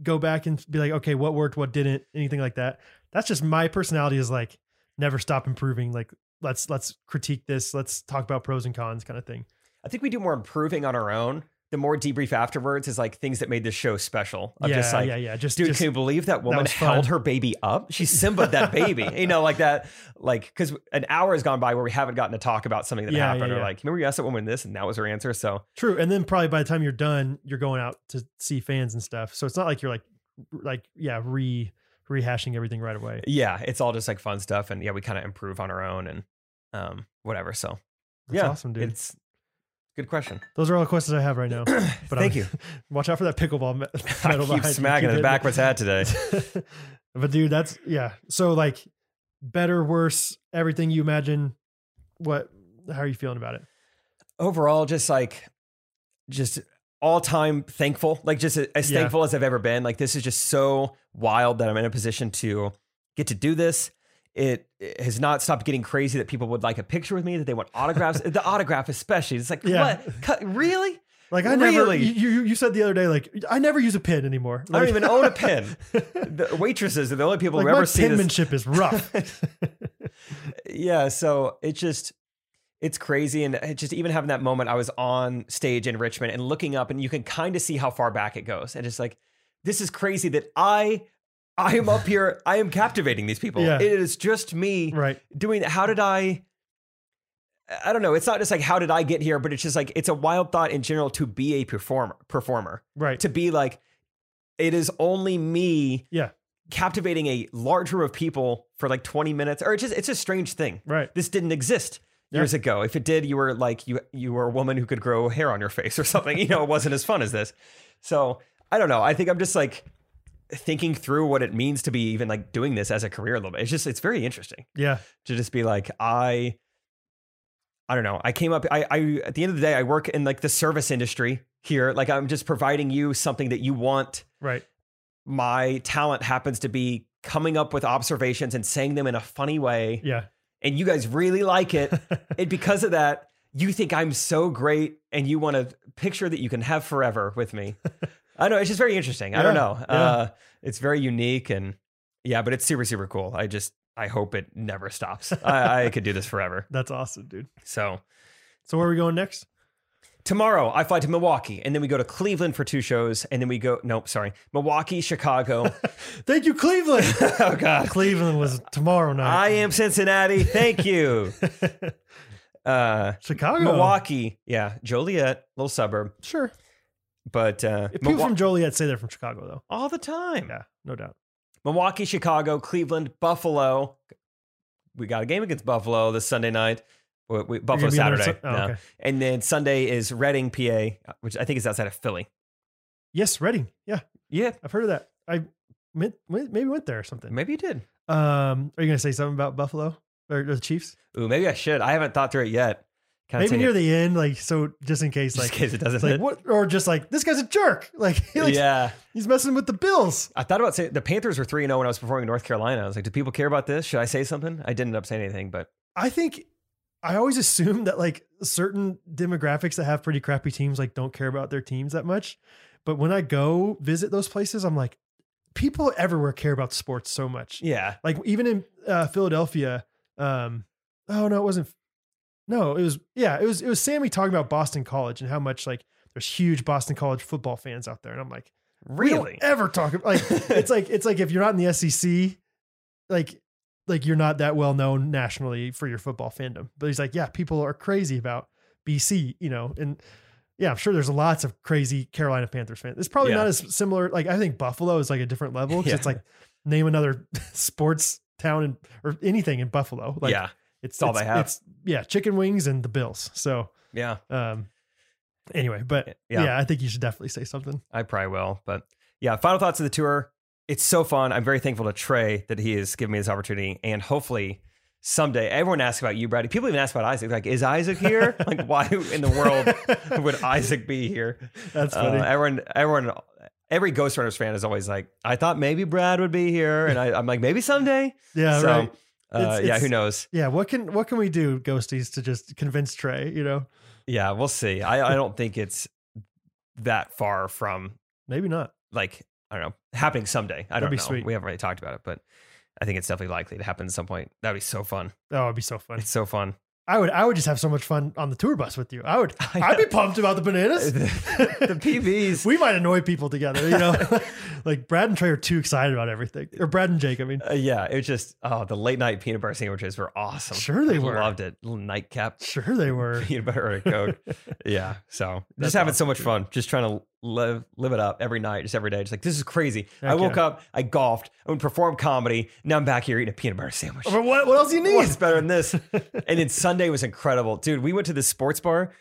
go back and be like okay what worked what didn't anything like that that's just my personality is like never stop improving like let's let's critique this let's talk about pros and cons kind of thing
I think we do more improving on our own. The more debrief afterwards is like things that made this show special. Of
yeah
just like,
yeah yeah just,
Dude,
just
can you believe that woman
was fun.
held her baby up? She Simba that baby, you know, like that, like because an hour has gone by where we haven't gotten to talk about something that
Yeah,
happened,
yeah,
or
yeah.
like, remember you asked that woman this, and that was her answer. So
true and then probably by the time you're done you're going out to see fans and stuff so it's not like you're like like yeah re rehashing everything right away
yeah, it's all just like fun stuff, and yeah, we kind of improve on our own and um whatever. So
that's
yeah,
awesome dude
It's good question.
those are all the questions i have right
[clears throat]
now but I'm-
Thank you.
[laughs] watch out for that pickleball me-
[laughs] I
metal behind
keep
you. Keep [laughs]
smacking the
hitting it.
backwards hat today.
but dude, that's yeah. So like better, worse, everything you imagine. What? How are you feeling about it?
overall just like just all time thankful like just as
Yeah.
thankful as i've ever been like this is just so wild that i'm in a position to get to do this it, it has not stopped getting crazy that people would like a picture with me that they want autographs the autograph especially it's like
Yeah.
what Cut, really
Like I never.
Really?
You you- you said the other day like I never use a pin anymore.
i
Like,
don't even own a
[laughs]
pin the waitresses are the only people
like
who
my
ever see this
penmanship is
[laughs]
rough.
yeah so it just it's crazy and it just even having that moment i was on stage in richmond and looking up and you can kind of see how far back it goes and it's like this is crazy that i i am up here i am captivating these people
Yeah.
it is just me
right.
doing that how did i i don't know it's not just like how did i get here but it's just like it's a wild thought in general to be a performer performer
Right.
to be like it is only me
Yeah.
captivating a large group of people for like 20 minutes or it's just it's a strange thing
Right.
this didn't exist
Yeah.
years ago if it did you were like you you were a woman who could grow hair on your face or something you know it wasn't as fun as this so i don't know i think i'm just like thinking through what it means to be even like doing this as a career a little bit it's just it's very interesting
Yeah.
to just be like i i don't know i came up i i at the end of the day i work in like the service industry here like i'm just providing you something that you want
Right.
my talent happens to be coming up with observations and saying them in a funny way
Yeah. [laughs]
and you guys really like it and because of that you think i'm so great and you want a picture that you can have forever
[laughs]
with me i know it's just very interesting i don't
Yeah,
know
yeah.
uh, it's very unique and yeah but it's super super cool i just i hope it never stops
[laughs]
I, I could do this forever
That's awesome, dude.
so
So where are we going next?
tomorrow i fly to milwaukee and then we go to cleveland for two shows and then we go nope sorry milwaukee chicago
[laughs]
[laughs]
Thank you, Cleveland.
oh
[laughs]
god
Cleveland was tomorrow night.
i am cincinnati thank you uh
[laughs] Chicago.
milwaukee yeah joliet little suburb
Sure.
but uh,
If people
Milwa-
from Joliet say they're from Chicago, though.
all the time.
Yeah, no doubt.
Milwaukee, Chicago, Cleveland, Buffalo. We got a game against Buffalo this Sunday night. We- we- Buffalo
You're gonna be there
Saturday,
on Sun- oh,
no.
okay.
and then Sunday is Reading, PA, which I think is outside of Philly.
Yes, Reading. Yeah,
Yeah,
I've heard of that. I meant, went- maybe went there or something.
maybe you did.
Um, are you going to say something about Buffalo or, or the Chiefs?
Ooh, maybe I should. I haven't thought through it yet. Kinda
maybe
take
near
it-
the end, like so, just in case,
[laughs] just in
like,
case it doesn't
it's like
hit.
what, or just like this guy's a jerk. [laughs] Like, he likes-
yeah,
he's messing with the Bills.
I thought about saying the Panthers were three and zero when I was performing in North Carolina. I was like, do people care about this? Should I say something? I didn't end up saying anything, but
I think I always assume that like certain demographics that have pretty crappy teams like don't care about their teams that much. But when I go visit those places, I'm like, people everywhere care about sports so much.
yeah,
Like even in uh, Philadelphia, um, oh no, it wasn't. No, it was yeah, it was it was Sammy talking about Boston College and how much like there's huge Boston College football fans out there, and I'm like, we don't
really.
ever talk about
[laughs]
like it's like it's like if you're not in the SEC, like like you're not that well known nationally for your football fandom. But he's like, yeah, people are crazy about BC, you know, and yeah, I'm sure there's lots of crazy Carolina Panthers fans. It's probably
Yeah.
not as similar. Like I think Buffalo is like a different level because
Yeah.
it's like name another [laughs] sports town and or anything in Buffalo. Like
yeah,
it's
all they have.
It's yeah, chicken wings and the Bills. So
yeah.
um, anyway, but
Yeah.
yeah, I think you should definitely say something.
I probably will. But yeah, final thoughts of the tour. It's so fun. I'm very thankful to Trey that he has given me this opportunity. And hopefully someday, everyone asks about you, Brady. People even ask about Isaac. Like, is Isaac
[laughs]
here? like, why in the world would Isaac be here?
That's
Uh,
funny.
everyone, everyone, every Ghost Runners fan is always like, I thought maybe Brad would be here. And I, I'm like, maybe someday.
[laughs] yeah,
so,
right.
uh,
It's-
yeah,
it's-
who knows?
Yeah, what can what can we do, ghosties, to just convince Trey? You know,
Yeah, we'll see. I, I don't think it's that far from
maybe not.
like I don't know happening someday. I
That'd
don't
be
know.
sweet.
We haven't really talked about it, but I think it's definitely likely to happen at some point. That'd be so fun.
Oh, it'd be so fun.
It's so fun. [laughs]
I would I would just have so much fun on the tour bus with you. I would
I
I'd be
know.
pumped about the bananas. [laughs]
[laughs] the PVs.
we might annoy people together, you
[laughs]
know. like Brad and Trey are too excited about everything, or Brad and Jake. I mean,
Uh, yeah, it was just oh the late night peanut butter sandwiches were awesome.
Sure they
I
were.
Loved it. Little nightcap [laughs]
sure they were.
peanut butter and a
[laughs]
coke. yeah, so
That's
just having so
awesome,
much
dude.
fun. Just trying to live live it up every night, just every day. Just like this is crazy. I
Heck
woke
yeah.
up, I golfed, I went and performed comedy. Now I'm back here eating a peanut butter sandwich.
But what what else you need?
[laughs] What's better
[laughs]
than this? and then Sunday was incredible, dude. We went to this sports bar.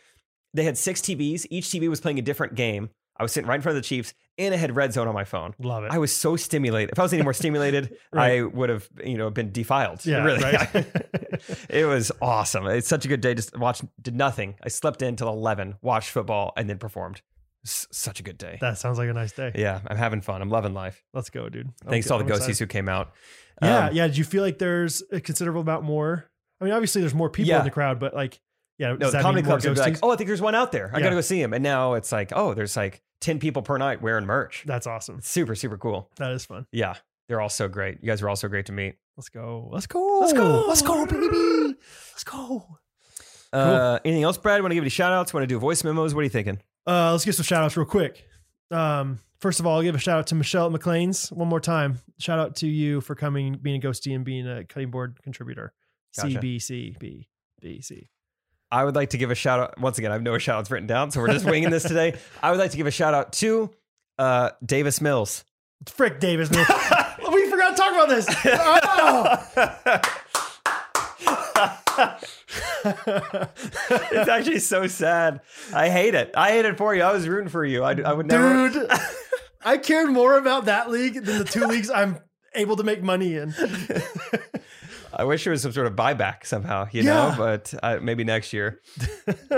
They had six TVs. Each TV was playing a different game. I was sitting right in front of the Chiefs, and I had red zone on my phone.
Love it.
I was so stimulated. If I was any more stimulated,
[laughs] Right.
I would have, you know, been defiled.
yeah,
really. [laughs]
right.
it was awesome. It's such a good day. Just watched, did nothing. I slept in till eleven, watched football, and then performed. S- such a good day.
[laughs] that sounds like a nice day.
yeah, I'm having fun. I'm loving life.
Let's go, dude. I'm
Thanks to all the
I'm
ghosties
excited.
who came out.
Yeah,
Um,
yeah. Do you feel like there's a considerable amount more? I mean, obviously there's more people
Yeah.
in the crowd, but like, yeah,
No,
does
the
that
comedy
mean more
clubs would be like,
ghosties?
oh, I think there's one out there. I
Yeah.
gotta go see him. And now it's like, oh, there's like ten people per night wearing merch.
That's awesome.
It's super, super cool.
That is fun.
Yeah, they're all so great. You guys were all so great to meet.
Let's go. Let's go.
Let's go.
Let's go, baby. Let's go.
Uh, anything else, Brad? Want to give any shout outs? Want to do voice memos? What are you thinking?
Uh, let's give some shout outs real quick. Um, first of all, I'll give a shout out to Michelle at McLean's one more time. Shout out to you for coming, being a ghostie and being a cutting board contributor.
Gotcha.
CBCBBC.
I would like to give a shout out. Once again, I have no [laughs] shout outs written down, so we're just winging
[laughs]
this today. I would like to give a shout out to uh,
[laughs]
Davis Mills.
Frick Davis.
[laughs]
man. we forgot to talk about this. Oh!
it's actually so sad. I hate it. I hate it for you. I was rooting for you. I, I would never.
Dude, [laughs] I cared more about that league than the
[laughs]
two leagues I'm able to make money in.
I wish it was some sort of buyback somehow, you know,
Yeah.
but uh, maybe next year,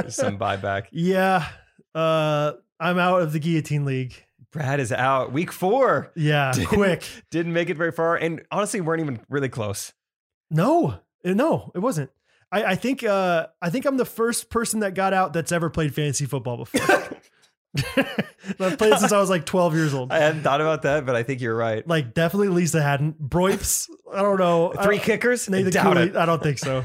some buyback.
Yeah. Uh, I'm out of the guillotine league.
Brad is out week four.
Yeah. quick.
Didn't make it very far. And honestly, weren't even really close.
No, Uh, no, it wasn't. I, I think uh, I think I'm the first person that got out that's ever played fantasy football before.
[laughs]
[laughs] I've played since I was like 12 years old.
I hadn't thought about that, but I think you're right.
Like definitely Lisa hadn't. Broips, I don't know. I
Three
don't-
kickers?
Nathan
Doubt
Cooley,
it.
I don't think so.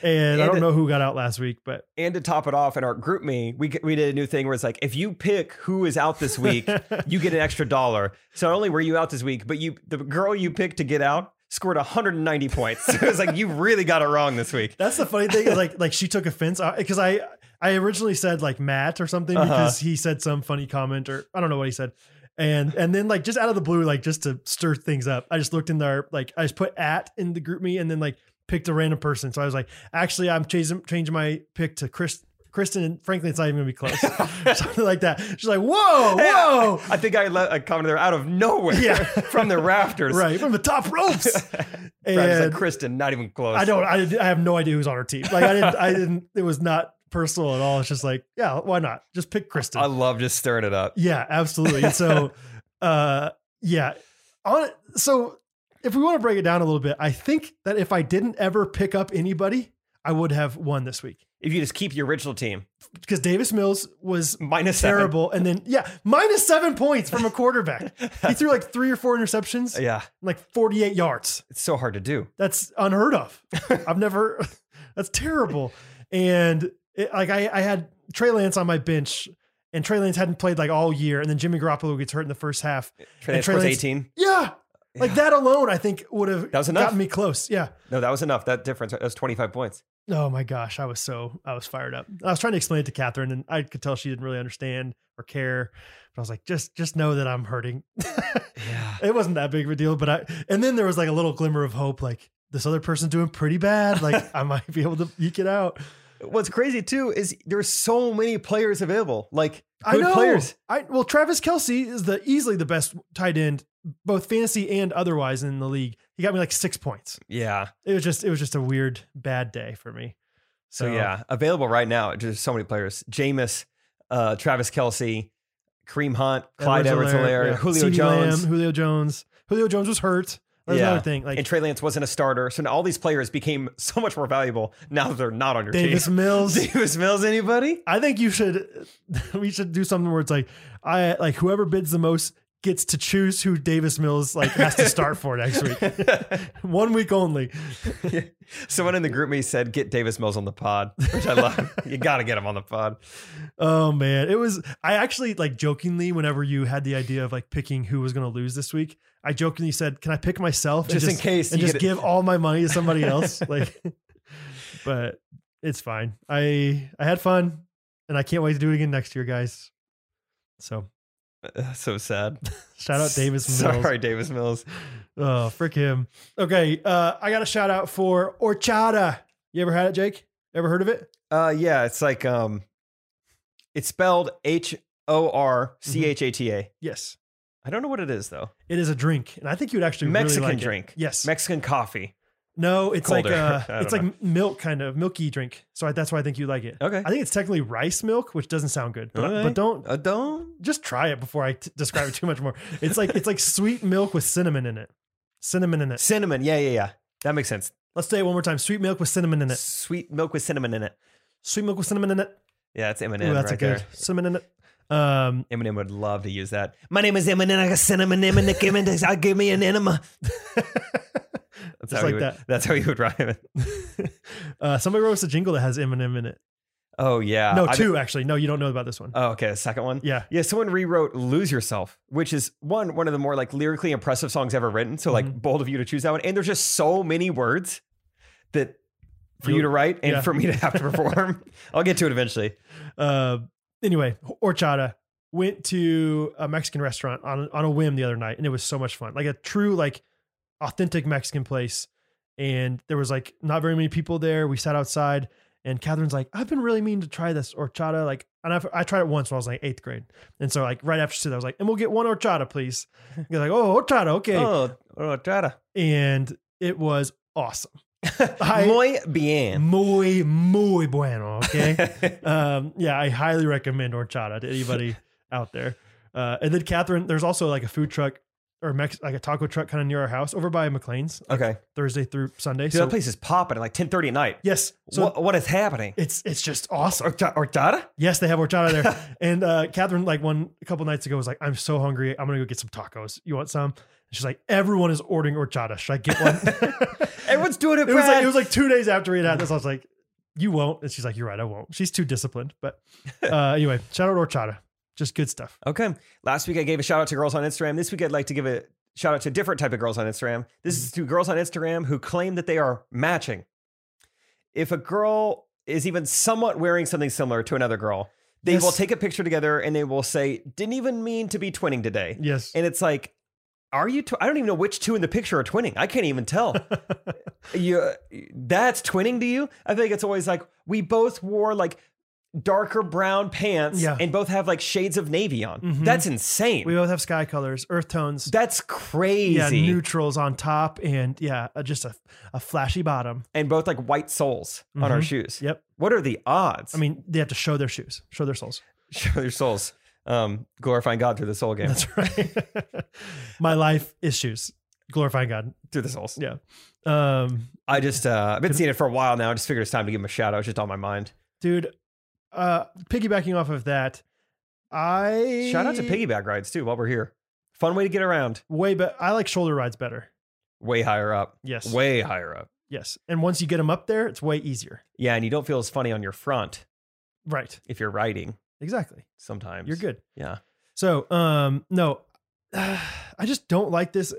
And I
And
don't
it-
know who got out last week, but
And to top it off, in our group me, we we did a new thing where it's like if you pick who is out this week, you get an extra dollar. So not only were you out this week, but you the girl you picked to get out scored 190 points. [laughs] So it was like you really got it wrong this week.
That's the funny thing is like like she took offense because I I originally said like Matt or something
Uh-huh.
because he said some funny comment or I don't know what he said. And and then like just out of the blue, like just to stir things up, I just looked in there, like I just put at in the group me and then like picked a random person. So I was like, actually I'm changing changing my pick to Chris Kristen and frankly it's not even gonna be
[laughs]
close. [laughs] something like that. She's like, whoa,
Hey,
whoa.
[laughs] I think I let a comment there out of nowhere
Yeah.
[laughs] from the rafters.
Right, from the top ropes.
Brad is like
And-
Kristen, not even close.
I don't. I, I have no idea who's on our team. Like I didn't. I didn't. It was not personal at all. It's just like, yeah, why not? Just pick Kristen.
I love just stirring it up.
yeah, absolutely. And
[laughs]
so, uh, yeah. On so, if we want to break it down a little bit, I think that if I didn't ever pick up anybody, I would have won this week
If you just keep your original team
because Davis Mills was
minus seven.
terrible, and then yeah, minus seven points from a
[laughs]
quarterback. he threw like three or four interceptions, and,
Yeah,
like forty-eight yards.
it's so hard to do.
That's unheard
[laughs]
of. I've never. That's terrible. And it, like I, I had Trey Lance on my bench, and Trey Lance hadn't played like all year, and then Jimmy Garoppolo gets hurt in the first half.
Trey
And
Lance
Trey
scores
Lance-
18.
Yeah, like that alone, I think would have
That was enough.
gotten me close. Yeah.
No, that was enough. That difference. That was 25 points.
Oh my gosh, I was so I was fired up. I was trying to explain it to Catherine, and I could tell she didn't really understand or care. But I was like, just just know that I'm hurting.
Yeah.
it wasn't that big of a deal, but I and then there was like a little glimmer of hope, like this other person's doing pretty bad.
[laughs]
Like I might be able to eke it out.
What's crazy too is there's so many players available. Like good
I know.
players.
I well, Travis Kelsey is the easily the best tight end, both fantasy and otherwise in the league. He got me like six points.
Yeah.
It was just it was just a weird bad day for me.
So yeah, available right now. Just so many players. Jameis, uh, Travis Kelsey, Kareem Hunt, Clyde Edwards Hilaire,
yeah.
Julio
CeeDee Lamb,
Jones.
Julio Jones. Julio Jones was hurt. That was
Yeah.
another thing. Like
and Trey Lance wasn't a starter. So now all these players became [laughs] so much more valuable now that they're not on your
Davis
team.
Mills.
[laughs] Davis Mills, anybody?
I think you should [laughs] we should do something where it's like I like whoever bids the most gets to choose who Davis Mills like has to start for next week.
[laughs]
[laughs] One week only.
Someone in the group me said, get Davis Mills on the pod, which
[laughs]
I love. you got to get him on the pod.
Oh man, it was. I actually like jokingly, whenever you had the idea of like picking who was going to lose this week, I jokingly said, "Can I pick myself and
Just in case
and
you
just
get it."
give all my money to somebody
[laughs]
else?" like, but it's fine. I I had fun, and I can't wait to do it again next year, guys. So
Uh, so sad.
shout
[laughs]
out Davis Mills.
Sorry, Davis Mills.
Oh, frick him. Okay, uh, I got a shout out for Orchada. You ever had it, Jake? Ever heard of it?
Uh, yeah, it's like um, it's spelled H O R C H A T A.
Yes,
I don't know what it is though.
it is a drink, and I think you would actually really
Mexican
like it.
drink.
Yes,
Mexican coffee.
no, it's like
Colder. [laughs]
uh,
I
it's
don't
like milk kind of milky drink. So I, that's why I think you like it.
Okay.
I think it's technically rice milk, which doesn't sound good, but,
Alright.
but don't
I don't.
just try it before I t- describe it too much more. It's like it's like sweet milk with cinnamon in it. Cinnamon in it.
Cinnamon. Yeah, yeah, yeah. That makes sense.
Let's say it one more time. Sweet milk with cinnamon in it.
Sweet milk with cinnamon in it.
Sweet milk with cinnamon in it.
Yeah, it's Eminem
Ooh, that's
right
a good
there.
cinnamon in it. Um,
Eminem would love to use that. My name is Eminem. I got cinnamon in it. Give me,
[laughs]
I give me an enema. That's
Just
how he
like
would,
that.
That's how you would rhyme it.
uh, somebody wrote us a jingle that has Eminem in it.
Oh yeah.
no,
I-
two actually. No, you don't know about this one.
Oh, okay. The second one.
yeah,
Yeah, someone rewrote "Lose Yourself," which is one one of the more like lyrically impressive songs ever written. So like
Mhm.
bold of you to choose that one. And there's just so many words that for you
You-
to write and
yeah.
for me to have to
[laughs]
perform. I'll get to it eventually.
uh, anyway, horchata went to a Mexican restaurant on on a whim the other night, and it was so much fun. Like a true, like authentic Mexican place. And there was like not very many people there. We sat outside, and Catherine's like, "I've been really meaning to try this horchata." Like, and I've, I tried it once when I was like eighth grade, and so like right after she said, that, I was like, "And we'll get one horchata,
[laughs]
please." And They're like, "Oh, horchata, okay,"
Oh, oh, trata.
and it was
[laughs]
awesome. I-
Muy bien.
Muy muy bueno. Okay.
[laughs]
um, yeah, I highly recommend horchata to anybody out there. Uh, and then Catherine, there's also like a food truck or Mex- like a taco truck kind of near our house over by McLean's like,
okay.
Thursday through Sunday.
Dude,
so
that place is popping at like 10:30 at night.
yes, so
So what is happening?
it's it's just awesome.
Horta- Hortata?
Yes, they have horchata there. and uh, Catherine, like one a couple nights ago, was like, "I'm so hungry. I'm gonna go get some tacos. You want some?" And she's like, "Everyone is ordering horchata. Should I get one?"
Everyone's doing it.
it was like
Brad.
it was like two days after we had had this. I was like, "You won't," and she's like, "You're right, I won't." She's too disciplined. [laughs] But uh, anyway, shout out Orchada, just good stuff.
Okay. Last week I gave a shout out to girls on Instagram. This week I'd like to give a shout out to a different type of girls on Instagram. This
Mm-hmm.
is to girls on Instagram who claim that they are matching. If a girl is even somewhat wearing something similar to another girl, they
Yes.
will take a picture together and they will say, "Didn't even mean to be twinning today."
Yes,
And it's like, "Are you? Tw- I don't even know which two in the picture are twinning. I can't
[laughs]
even tell." you uh, that's twinning to you i think it's always like we both wore like darker brown pants
Yeah.
and both have like shades of navy on
Mhm.
that's insane
we both have sky colors, earth tones.
that's crazy
Yeah, neutrals on top, and yeah, uh, just a, a flashy bottom.
and both like white soles on our
Mhm.
shoes
Yep.
what are the odds
I mean, they have to show their shoes, show their soles.
show [laughs] your soles um glorifying god through the soul game
That's right. [laughs] My life is shoes, glorifying God.
through the soles
Yeah. Um,
i just uh i've been seeing it for a while now i just figured it's time to give him a shout out it's just on my mind
dude, uh, piggybacking off of that, I
shout out to piggyback rides too while we're here fun way to get around
Way, but I like shoulder rides better.
way higher up
Yes.
way higher up
Yes. And once you get them up there, it's way easier.
yeah and you don't feel as funny on your front
Right.
if you're riding
Exactly.
sometimes.
You're good.
Yeah.
So, um, no, [sighs] I just don't like this.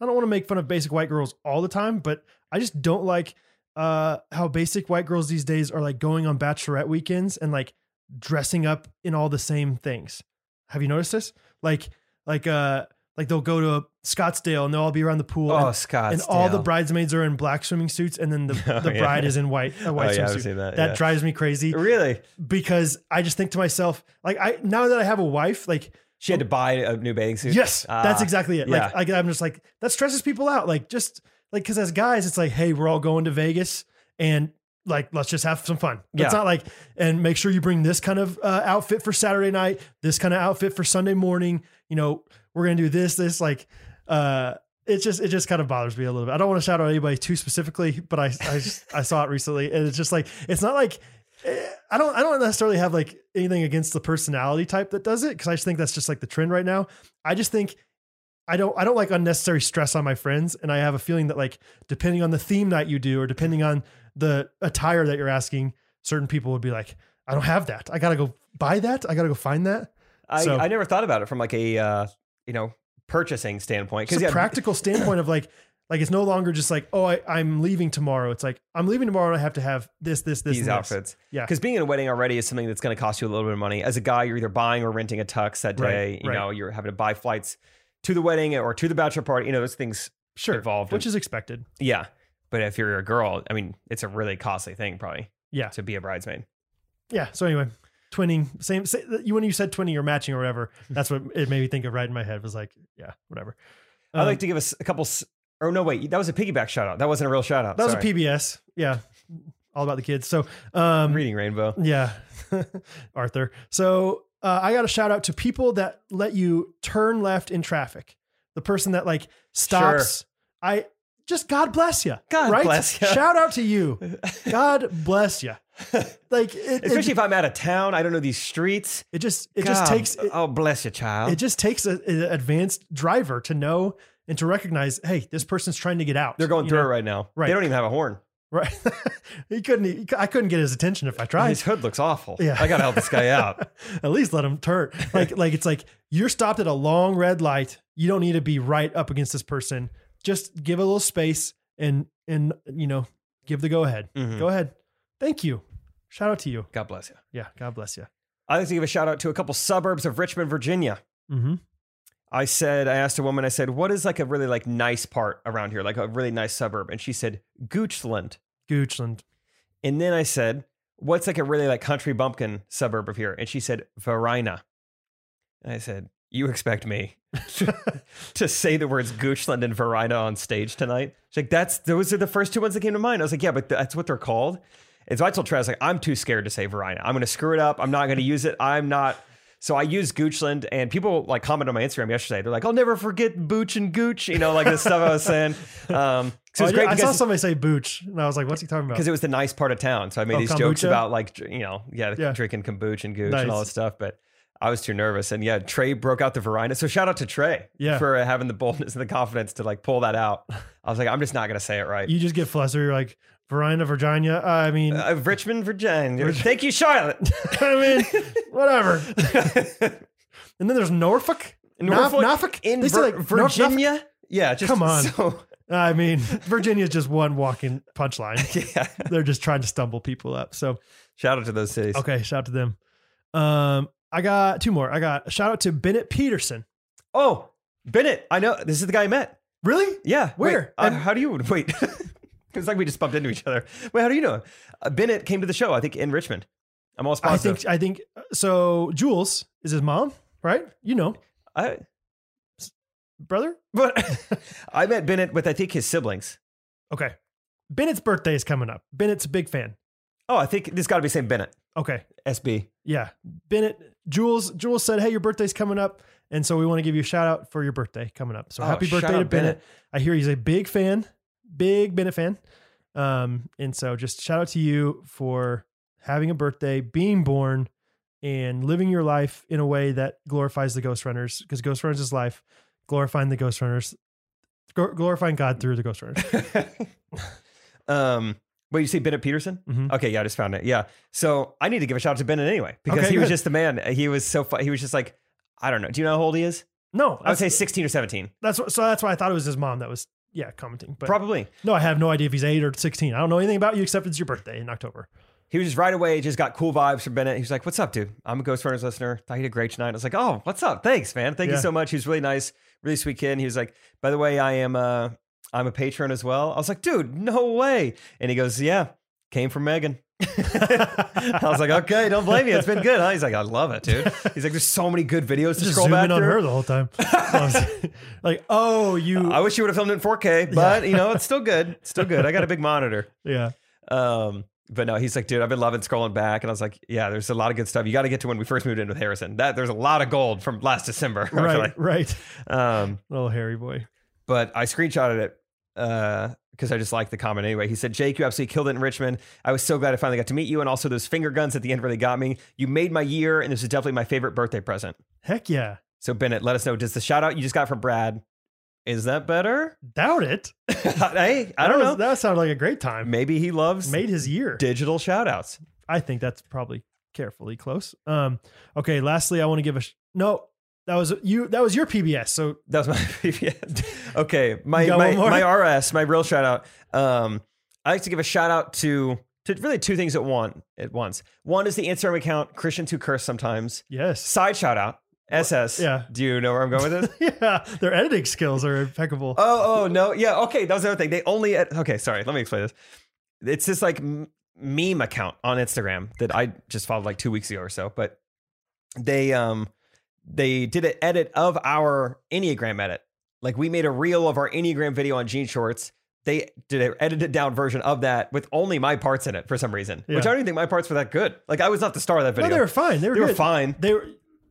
I don't want to make fun of basic white girls all the time, but I just don't like uh how basic white girls these days are like going on bachelorette weekends and like dressing up in all the same things. Have you noticed this? Like, like, uh, like they'll go to Scottsdale and they'll all be around the pool.
Oh,
and,
Scott.
and all the bridesmaids are in black swimming suits, and then the,
[laughs] Oh,
the
yeah.
bride is in white a white
oh, yeah, I've
swimsuit.
seen that.
that
yeah.
drives me crazy.
really?
because I just think to myself, like I now that I have a wife, like
She had to buy a new bathing suit.
yes, that's
Ah,
exactly it. Like I, I'm just like that stresses people out. Like just like because as guys, it's like hey, we're all going to Vegas and like let's just have some fun.
Yeah.
It's not like and make sure you bring this kind of uh, outfit for Saturday night, this kind of outfit for Sunday morning. You know, we're gonna do this, this like. uh it just it just kind of bothers me a little bit. I don't want to shout out anybody too specifically, but I I, just, I saw it recently, and it's just like it's not like eh, I don't I don't necessarily have like anything against the personality type that does it because I just think that's just like the trend right now. I just think I don't I don't like unnecessary stress on my friends, and I have a feeling that like depending on the theme night you do, or depending on the attire that you're asking, certain people would be like, I don't have that. I gotta go buy that. I gotta go find that.
I,
So-
I never thought about it from like a, uh, you know, purchasing standpoint.
It's
Because
a practical standpoint of like like it's no longer just like oh I I'm leaving tomorrow. It's like I'm leaving tomorrow and I have to have this this this and
these
this.
outfits.
Yeah.
Because being in a wedding already is something that's going to cost you a little bit of money. As a guy, you're either buying or renting a tux that
Right,
day. You
right.
know, you're having to buy flights to the wedding or to the bachelor party. You know, those things
Sure,
involved.
which is expected.
yeah. But if you're a girl, I mean, it's a really costly thing probably
Yeah,
to be a bridesmaid.
yeah. So anyway, twinning. Same. Say, you when you said twinning or matching or
[laughs]
whatever, that's what it made me think of right in my head. Was like, yeah, whatever.
I'd
Um,
like to give us a couple. s- Oh no, wait, that was a piggyback shout out. That wasn't a real shout out.
that was
Sorry.
a PBS. Yeah, all about the kids. So, um,
Reading Rainbow.
Yeah, [laughs] Arthur. So uh, I got a shout out to people that let you turn left in traffic. The person that like stops. I just God bless you.
God bless ya.
Shout out to you.
[laughs]
God bless you. Like it,
Especially
it,
if I'm out of town, I don't know these streets.
it just it
God,
just takes it,
oh, bless you, child.
it just takes a- an advanced driver to know and to recognize. Hey, this person's trying to get out.
They're going
you
through
know?
it right now.
Right.
They don't even have a horn.
Right. [laughs] he couldn't. He, I couldn't get his attention if I tried.
His hood looks awful.
Yeah.
I gotta help this
[laughs]
guy out.
at least let him
[laughs]
turn. Like like it's like you're stopped at a long red light. You don't need to be right up against this person. Just give a little space and and you know give the go ahead.
Mhm.
Go ahead. Thank you. Shout out to you.
God bless you.
Yeah. God bless you.
I'd like to give a shout out to a couple suburbs of Richmond, Virginia.
Mm-hmm.
I said, I asked a woman, I said, what is like a really like nice part around here, like a really nice suburb? And she said, Goochland.
Goochland.
And then I said, what's like a really like country bumpkin suburb of here? And she said, Verina. And I said, you expect me
[laughs]
to [laughs] say the words Goochland and Verina on stage tonight? She's like, that's, those are the first two ones that came to mind. I was like, yeah, but that's what they're called. And so I told Travis, like, I'm too scared to say Verina. I'm going to screw it up. I'm not going to use it. I'm not. So I use Goochland and people like commented on my Instagram yesterday. They're like, I'll never forget Booch and Gooch, you know, like the stuff I was saying. Um, so
Oh,
it's
yeah,
great
I
to
saw
guys-
somebody say booch, and I was like, "What's he talking about?"
because it was the nice part of town. So I made
Oh,
these jokes
kombucha?
about like dr- you know yeah,
Yeah.
drinking kombucha and gooch and
Nice.
all this stuff, but. I was too nervous, and yeah, Trey broke out the Verina. So shout out to Trey
Yeah.
for uh, having the boldness and the confidence to like pull that out. I was like, I'm just not gonna say it right.
You just get flustered. You're like, "Verina, Virginia." I mean,
Uh, Richmond, Virginia. Thank you, Charlotte.
[laughs]
[laughs]
I mean, whatever. And then there's Norfolk.
Norfolk,
Norfolk?
in
They say,
Vir-
like, North Norfolk?
Virginia. Yeah, just
Come on.
So, [laughs]
I mean, [laughs] Virginia's just one walking punchline.
yeah,
They're just trying to stumble people up. So
shout out to those cities.
Okay, shout out to them. Um, I got two more. I got a shout out to Bennett Peterson.
Oh, Bennett, I know this is the guy I met.
Really?
Yeah. wait,
Where?
uh,
And-
how do you wait? [laughs] it's like we just bumped into each other. Wait, how do you know? him? Uh, Bennett came to the show, I think, in Richmond. I'm almost
I
positive.
think I think so. Jules is his mom, right? You know,
I
brother.
but [laughs] I met Bennett with I think his siblings.
Okay. Bennett's birthday is coming up. Bennett's a big fan.
Oh, I think this got to be St. Bennett.
Okay.
SB.
Yeah. Bennett Jules Jules said, "Hey, your birthday's coming up, and so we want to give you a shout out for your birthday coming up. So
Oh,
happy
shout
birthday to
out
Bennett. I hear he's a big fan, big Bennett fan. Um, and so just shout out to you for having a birthday, being born, and living your life in a way that glorifies the Ghost Runners because Ghost Runners is life, glorifying the Ghost Runners, gl- glorifying God through the Ghost
[laughs]
Runners.
[laughs] um, wait, you see Bennett Peterson?
Mhm.
Okay, yeah, I just found it. Yeah. So I need to give a shout out to Bennett anyway because
Okay,
he was
good.
just the man. He was so fun. He was just like, I don't know. Do you know how old he is?
No,
I would
that's,
say 16 or 17.
that's what, so that's why I thought it was his mom that was yeah commenting, but
Probably.
No, I have no idea if he's eight or sixteen. I don't know anything about you except it's your birthday in October.
he was just right away, just got cool vibes from Bennett. He was like, What's up, dude? I'm a Ghost Runners listener. Thought you did great tonight. I was like, Oh, what's up? Thanks, man. Thank
Yeah.
you so much. He was really nice, really sweet kid. And he was like, By the way, I am uh I'm a patron as well. I was like, dude, no way. And he goes, Yeah, came from Megan. [laughs] I was like, okay, don't blame you. It's been good. Huh? He's like, I love it, dude. He's like, there's so many good videos to
Just
scroll
zooming
back
on
through.
her the whole
[laughs]
time. I was [laughs] like, oh, you,
I wish you would have filmed it in 4K, but you know, it's still good. It's still good. I got a big monitor.
yeah,
Um, but no, he's like, dude, I've been loving scrolling back, and I was like, yeah, there's a lot of good stuff. You got to get to when we first moved in with Harrison. That there's a lot of gold from last December. [laughs] I feel
right, right,
like. Um,
little hairy boy.
but I screenshotted it because I just liked the comment anyway. He said, Jake, you absolutely killed it in Richmond. I was so glad I finally got to meet you, and also those finger guns at the end really got me. You made my year, and this is definitely my favorite birthday present.
Heck yeah,
So Bennett, let us know. Does the shout out you just got from Brad? Is that better? [laughs]
doubt it.
hey, I don't
That
know.
was- That sounded like a great time.
Maybe he loves
Made his year.
digital shout outs.
I think that's probably carefully close. Um, okay. Lastly, I want to give a sh- no. That was you. That was your PBS. So
That was my [laughs] PBS. Okay, my
You got
my,
one more?
my RS, my real shout out. Um, I like to give a shout out to to really two things at one at once. One is the Instagram account Christians who curse sometimes.
yes,
Side shout out SS.
Yeah. [laughs]
Do you know where I'm going with this?
yeah. Their editing skills are impeccable.
Uh, oh, oh no, yeah, okay. That was the other thing. They only ed- okay. Sorry, let me explain this. It's this like m- meme account on Instagram that I just followed like two weeks ago or so, but they um they did an edit of our Enneagram edit. Like we made a reel of our Enneagram video on Gene Shorts. They did an edited down version of that with only my parts in it for some reason,
Yeah.
which I don't even think my parts were that good. Like I was not the star of that video.
No, they were fine. They were,
they were
good.
fine.
They were.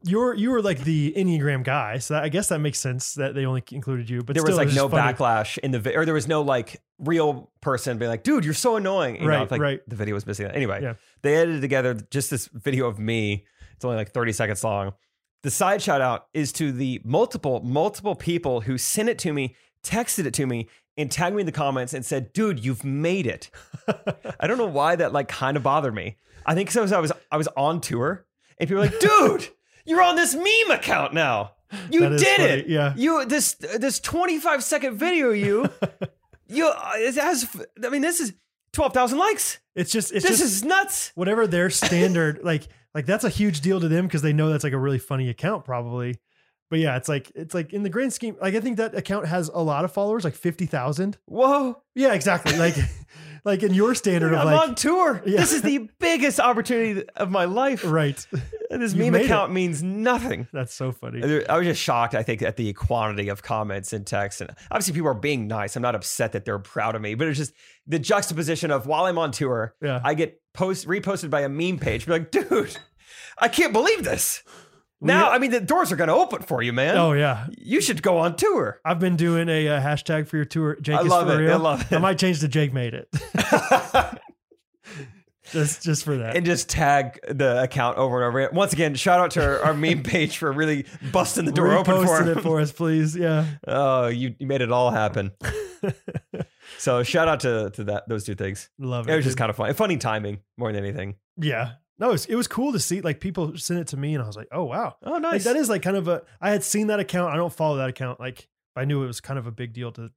You were you were like the enneagram guy, so that, I guess that makes sense that they only included you. But
there
still,
was like
it
no
just funny.
backlash in the vi- or there was no like real person being like, dude, you're so annoying. You know,
Right,
if, like,
right.
The video was missing that. Anyway,
Yeah.
they edited together just this video of me. It's only like 30 seconds long. The side shout out is to the multiple, multiple people who sent it to me, texted it to me, and tagged me in the comments and said, dude, you've made it. I don't know why that like kind of bothered me. I think because I was I was on tour and people were like, dude, you're on this meme account now. You
That is
did
funny,
it.
yeah.
You this this 25 second video
[laughs]
of you you uh, it has I mean this is 12,000 likes.
It's just it's
this
just
is nuts.
whatever their standard [laughs] like like that's a huge deal to them because they know that's like a really funny account probably. But yeah, it's like it's like in the grand scheme, like I think that account has a lot of followers, like fifty thousand.
Whoa.
Yeah, exactly. Like [laughs] like in your standard of
I'm
like
on tour.
Yeah.
This is the biggest opportunity of my life.
right. [laughs]
And This
You
meme
made it.
account means nothing.
That's so funny.
I was just shocked, I think, at the quantity of comments and text. And obviously, people are being nice. I'm not upset that they're proud of me, but it's just the juxtaposition of while I'm on tour,
Yeah.
I get post reposted by a meme page. Be like, dude, I can't believe this. Now, I mean, the doors are going to open for you, man.
oh yeah,
You should go on tour.
I've been doing a, uh hashtag for your tour. Jake
I
is
love
for
it.
real.
I love
I
it.
might change to Jake made
[laughs]
it just just for that.
and just tag the account over and over. Once again, shout out to our,
[laughs]
our meme page for really busting the door open for
Reposted
him. [laughs]
it for us, please. Yeah. [laughs]
oh, you, you made it all happen. so shout out to, to that those two things.
Love it.
It was just
dude.
kind of fun. Funny timing more than anything.
yeah. No, it was, it was cool to see. Like people sent it to me, and I was like, "Oh wow,
Oh,
like,
nice.
that is like kind of a." I had seen that account. I don't follow that account. Like I knew it was kind of a big deal to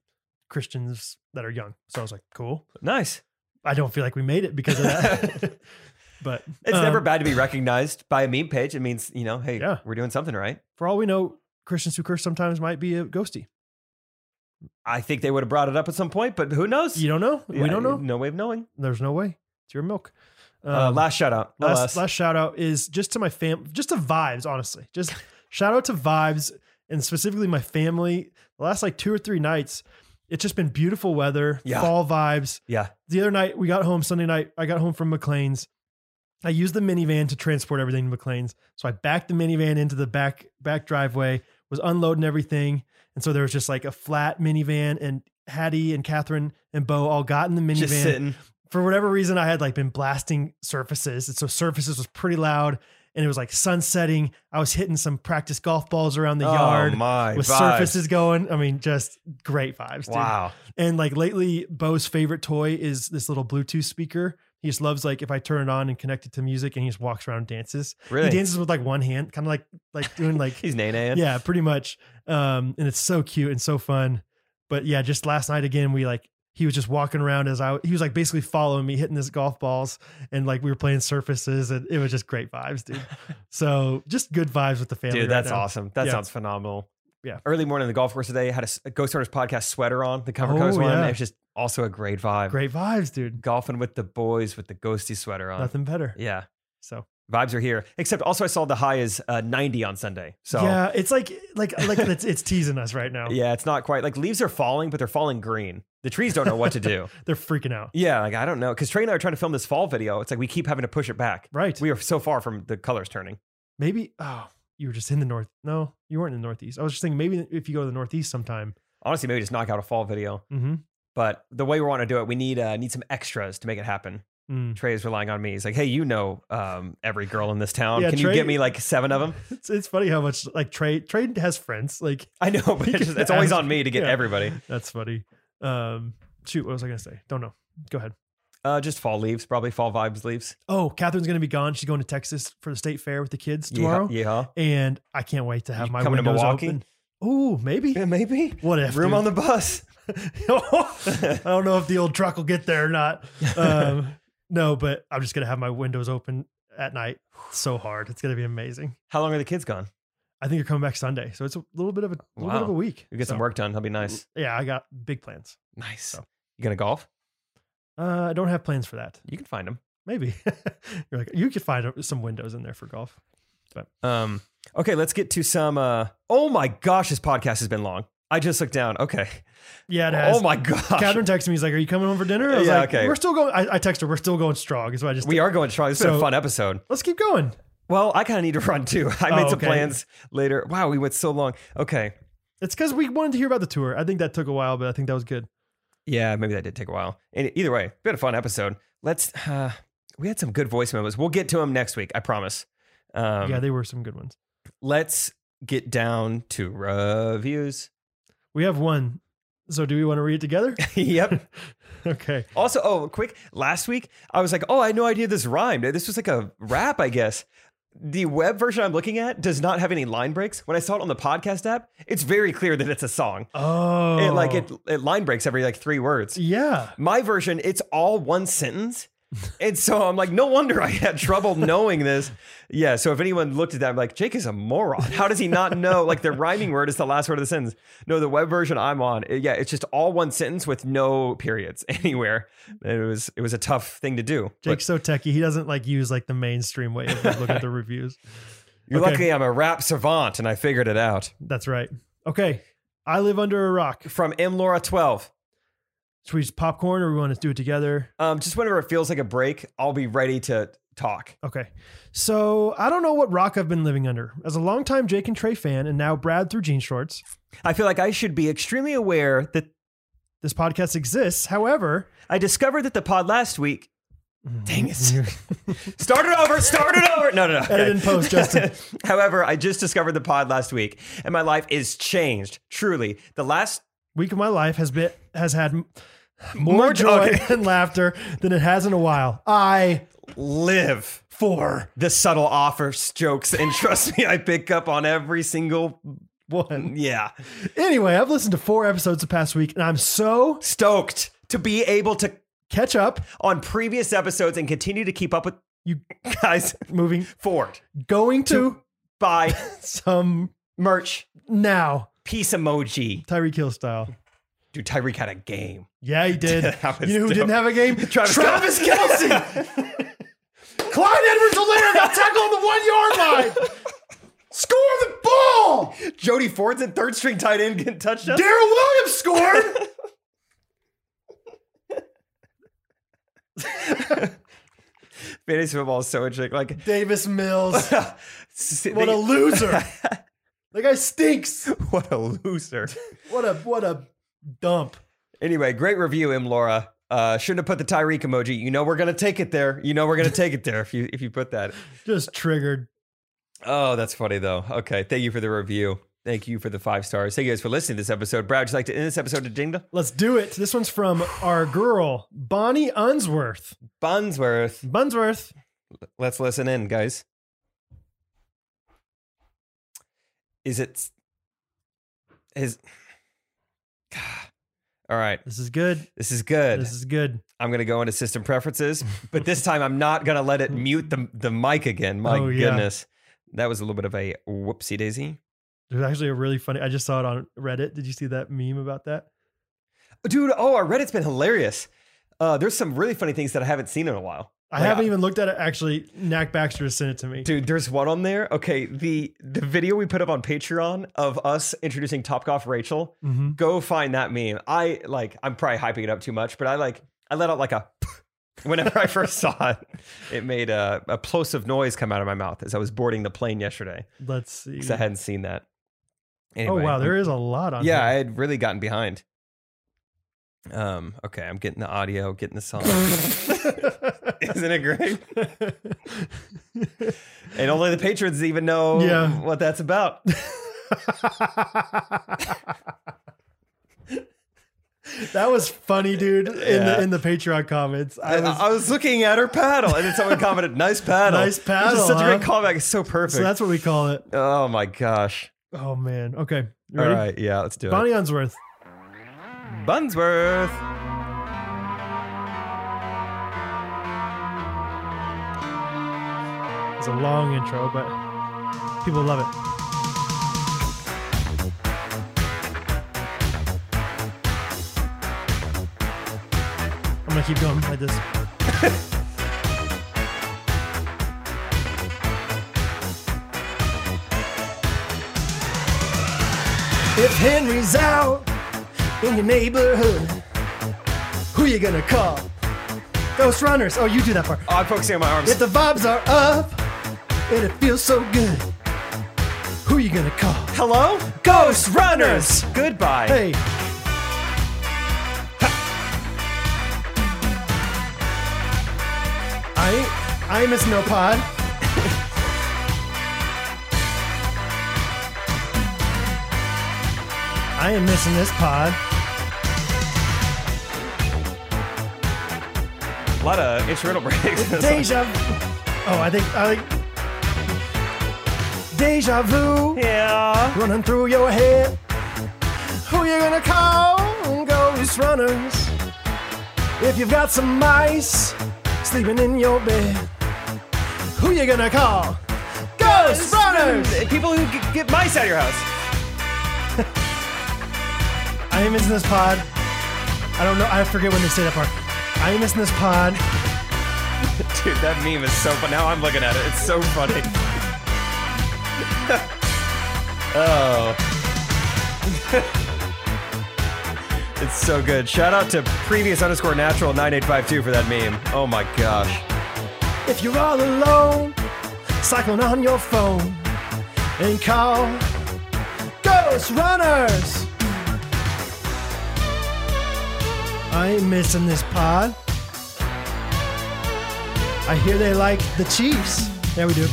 Christians that are young. So I was like, "Cool."
nice.
I don't feel like we made it because of
[laughs]
that. [laughs] but
It's never
um,
bad to be recognized by a meme page. It means, you know, hey,
Yeah.
we're doing something right.
for all we know, Christians who curse sometimes might be a ghosty.
I think they would have brought it up at some point, but who knows?
You don't know.
Yeah,
we don't know.
No way of knowing.
There's no way. It's your milk.
uh,
Um,
last shout out. no
last,
less.
last shout out is just to my fam, just to vibes, honestly.
[laughs]
Just shout out to vibes and specifically my family. The last like two or three nights, it's just been beautiful weather,
Yeah.
fall vibes.
yeah.
The other night we got home Sunday night. I got home from McLean's. I used the minivan to transport everything to McLean's. So I backed the minivan into the back back driveway, was unloading everything. And so there was just like a flat minivan and Hattie and Catherine and Bo all got in the minivan
Just sitting.
for whatever reason I had like been blasting surfaces. And so surfaces was pretty loud and it was like sunsetting. I was hitting some practice golf balls around the
oh,
yard
my.
with
vibes.
surfaces going. I mean, just great vibes. Dude.
Wow.
And like lately, Bo's favorite toy is this little Bluetooth speaker. He just loves like if I turn it on and connect it to music and he just walks around and dances.
Really?
He dances with like one hand, kind of like like doing like
He's nay
yeah, pretty much. Um, and it's so cute and so fun. But yeah, just last night again, we like he was just walking around as I he was like basically following me, hitting his golf balls, and like we were playing surfaces, and it was just great vibes,
[laughs]
dude. so just good vibes with the family.
Dude,
right
that's
now.
awesome. That
Yeah.
sounds phenomenal.
Yeah.
Early morning on the golf course today, had a, s- a Ghost Hunters podcast sweater on, the cover
Oh,
comes one.
yeah.
It's just also a great vibe.
Great vibes, dude.
Golfing with the boys with the ghosty sweater on.
Nothing better.
Yeah.
So
Vibes are here. Except also, I saw the high is uh, 90 on Sunday. So
yeah, it's like like
[laughs]
like it's it's teasing us right now.
Yeah, it's not quite like leaves are falling, but they're falling green. The trees don't know what
[laughs]
to do.
They're freaking out.
yeah, like I don't know. Cause Trey and I are trying to film this fall video. It's like we keep having to push it back.
Right.
We are so far from the colors turning.
maybe oh, you were just in the north. No, you weren't in the northeast. I was just thinking maybe if you go to the northeast sometime.
Honestly, maybe just knock out a fall video.
Mm-hmm.
But the way we want to do it, we need uh, need some extras to make it happen.
Mm.
Trey is relying on me. He's like, "Hey, you know um, every girl in this town.
Yeah,
Can you
Trey-
get me like seven of them?"
It's, it's funny how much like Trey Trey has friends. Like
[laughs] I know,
[laughs]
but
He
it's,
can
just- it's always
ask-
on me to get
yeah.
everybody.
That's funny. Um, shoot, what was I gonna say? Don't know. Go ahead.
Uh, just fall leaves, probably fall vibes leaves.
Oh, Catherine's gonna be gone. She's going to Texas for the state fair with the kids
Yeah,
tomorrow,
yeah,
and I can't wait to have
You
my
coming to
windows
Milwaukee?
open. Ooh, maybe.
yeah, maybe
What if
room
dude?
on the bus.
[laughs] I don't know if the old truck will get there or
[laughs]
not. Um, no, but I'm just gonna have my windows open at night so hard. It's gonna be amazing.
How long are the kids gone?
I think you're coming back Sunday, so it's a little bit of a little bit of
Wow.
a week.
We get some
So,
work done. That'll be nice.
Yeah, I got big plans.
Nice.
So.
You gonna golf?
Uh, I don't have plans for that.
You can find them.
Maybe [laughs] you're like you could find some windows in there for golf.
Um, okay, let's get to some. Uh, oh my gosh, this podcast has been long. I just looked down. Okay.
Yeah, it has.
Oh my gosh.
Catherine texted me. He's like, "Are you coming home for dinner?" I was
Yeah,
like,
okay.
"We're still going." I, I text her, "We're still going strong." So I just
we are going strong. This has been a
So-
fun episode.
let's keep going.
Well, I kind of need to run too. [laughs] I made
Oh,
some
okay.
plans later. Wow, we went so long. Okay.
It's because we wanted to hear about the tour. I think that took a while, but I think that was good.
Yeah, maybe that did take a while. And either way, been a fun episode. Let's. Uh, we had some good voice memos. We'll get to them next week. I promise. Um,
yeah, they were some good ones.
let's get down to reviews. [laughs]
We have one. So do we want to read it together? [laughs]
yep.
okay.
[laughs] Also, oh, quick. Last week, I was like, oh, I had no idea this rhymed. This was like a rap, I guess. The web version I'm looking at does not have any line breaks. When I saw it on the podcast app, it's very clear that it's a song.
Oh,
It like it, it line breaks every like three words.
Yeah.
My version, it's all one sentence. And so I'm like, no wonder I had trouble knowing this. Yeah. So if anyone looked at that, I'm like, Jake is a moron. How does he not know? Like the rhyming word is the last word of the sentence. No, the web version I'm on, it- yeah, it's just all one sentence with no periods [laughs] anywhere. It was it was a tough thing to do. But
Jake's so techie. He doesn't like use like the mainstream way of like, look
[laughs]
at the reviews.
you're
okay.
lucky I'm a rap savant and I figured it out.
That's right. Okay. I live under a rock.
From M Laura 12.
Should we just popcorn or we want to do it together?
Um, just whenever it feels like a break, I'll be ready to talk.
Okay. So I don't know what rock I've been living under. As a longtime Jake and Trey fan and now Brad through jean shorts,
I feel like I should be extremely aware that
this podcast exists. However,
I discovered that the pod last week.
Mm-hmm.
Dang [laughs]
[laughs]
it. start it over. Start it over. No, no, no.
Edit in post, Justin.
[laughs] However, I just discovered the pod last week and my life is changed. Truly. The last.
week of my life has been has had m- more,
More
joy
joy.
[laughs] and laughter than it has in a while. I
Live
for
the subtle offers, jokes, and [laughs] trust me, I pick up on every single.
one.
Yeah.
Anyway, I've listened to four episodes the past week, and I'm so
Stoked to be able to
catch up.
on previous episodes and continue to keep up with
You
guys
[laughs] moving
forward.
going to
Buy [laughs]
some
merch,
now,
peace emoji.
Tyreek Hill style.
Dude, Tyreek had a game.
Yeah, he
[laughs]
did. you know
That was
who
dope.
didn't have a game?
[laughs] Travis
Kelsey.
[laughs]
Clyde Edwards Alaire got tackled on the one yard line. Score the ball.
Jody Ford's a third string tight end getting touchdowns.
Daryl Williams scored.
[laughs] Fantasy football is so interesting. Like, [laughs]
Davis Mills.
what
What a loser. That guy stinks.
[laughs] what a loser.
What a what a dump.
Anyway, great review, M. Laura. Uh, shouldn't have put the Tyreek emoji. You know we're gonna take it there. You know we're gonna take it there if you if you put that.
Just triggered.
Oh, that's funny though. Okay, thank you for the review. Thank you for the five stars. Thank you guys for listening to this episode. Brad, would you like to end this episode of Jingle
Let's do it. This one's from our girl Bonnie Unsworth.
Bunsworth?
Bunsworth.
Let's listen in, guys. Is it is all right.
This is good.
This is good.
This is good.
I'm gonna go into system preferences,
[laughs]
but this time I'm not gonna let it mute the the mic again. My
Oh, yeah.
goodness. That was a little bit of a whoopsie daisy.
[laughs] There's actually a really funny. I just saw it on Reddit. Did you see that meme about that?
Dude, oh, our Reddit's been hilarious. Uh, there's some really funny things that I haven't seen in a while.
I
Like,
haven't
uh,
even looked at it. Actually, Knack Baxter just sent it to me.
Dude, there's one on there. Okay, the the video we put up on Patreon of us introducing Topgolf Rachel.
Mhm.
Go find that meme. I like. I'm probably hyping it up too much, but I like. I let out like a [laughs] whenever I first saw it. It made a, a plosive noise come out of my mouth as I was boarding the plane yesterday.
Let's see.
because I hadn't seen that.
oh wow, there is a lot on.
yeah, I
here.
had really gotten behind. Um. Okay, I'm getting the audio, getting the
[laughs]
song. Isn't it great? And only the patrons even know
Yeah.
what that's about.
[laughs] that was funny, dude. In
Yeah.
the in the Patreon comments,
I
I
I
was.
was, looking at her paddle, and then someone commented, "Nice paddle,
Nice
It's
paddle,
just such a great
huh?
callback. It's so perfect.
so that's what we call it.
oh my gosh!
Oh man. Okay. You
All
ready?
right, yeah, let's do
Bonnie Unsworth.
it. Bunsworth. Oh,
It's a long intro, but people love it. I'm gonna keep going like this. [laughs] if Henry's out in your neighborhood, who you gonna call? Ghost Runners. Oh, you do that part.
Oh, I'm focusing on my arms.
If the vibes are up and it feels so good, who you gonna call?
Hello? Ghost Runners! Goodbye.
Hey. I I miss no pod. [laughs] I am missing this pod.
A lot of instrumental breaks. [laughs] in this song.
Deja. vu- Oh, I think I think. Deja vu.
yeah.
running through your head. Who you gonna call? Ghost runners. If you've got some mice sleeping in your bed, who you gonna call? Ghost runners.
People who g- get mice out of your house.
I ain't missing this pod. I don't know. I forget when they say that part. I ain't missing this pod.
Dude, that meme is so fun. Now I'm looking at it. It's
[laughs]
so funny. oh. [laughs] it's so good. Shout out to previous underscore natural 9852 for that meme. Oh my gosh.
If you're all alone, cycling on your phone, and call Ghost Runners. I ain't missing this pod. I hear they like the Chiefs. There we do.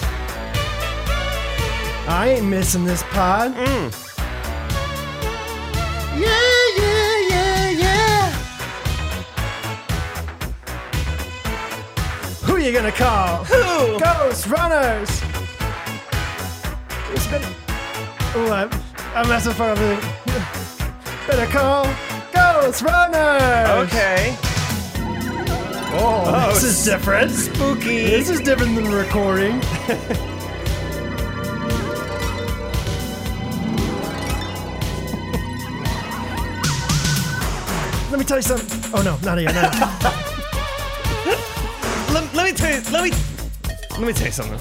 I ain't missing this pod. Yeah, yeah, yeah, yeah. Who you gonna call? [laughs]
Who?
Ghost Runners. It's been. Oh, I'm, I'm messing up everything. Better call Ghost Runners.
Okay.
Oh, this is different.
Spooky.
This is different than
[laughs]
recording. Let me tell you something. Oh no, not yet. Not yet.
let, let me tell you. Let me. Let me tell you something.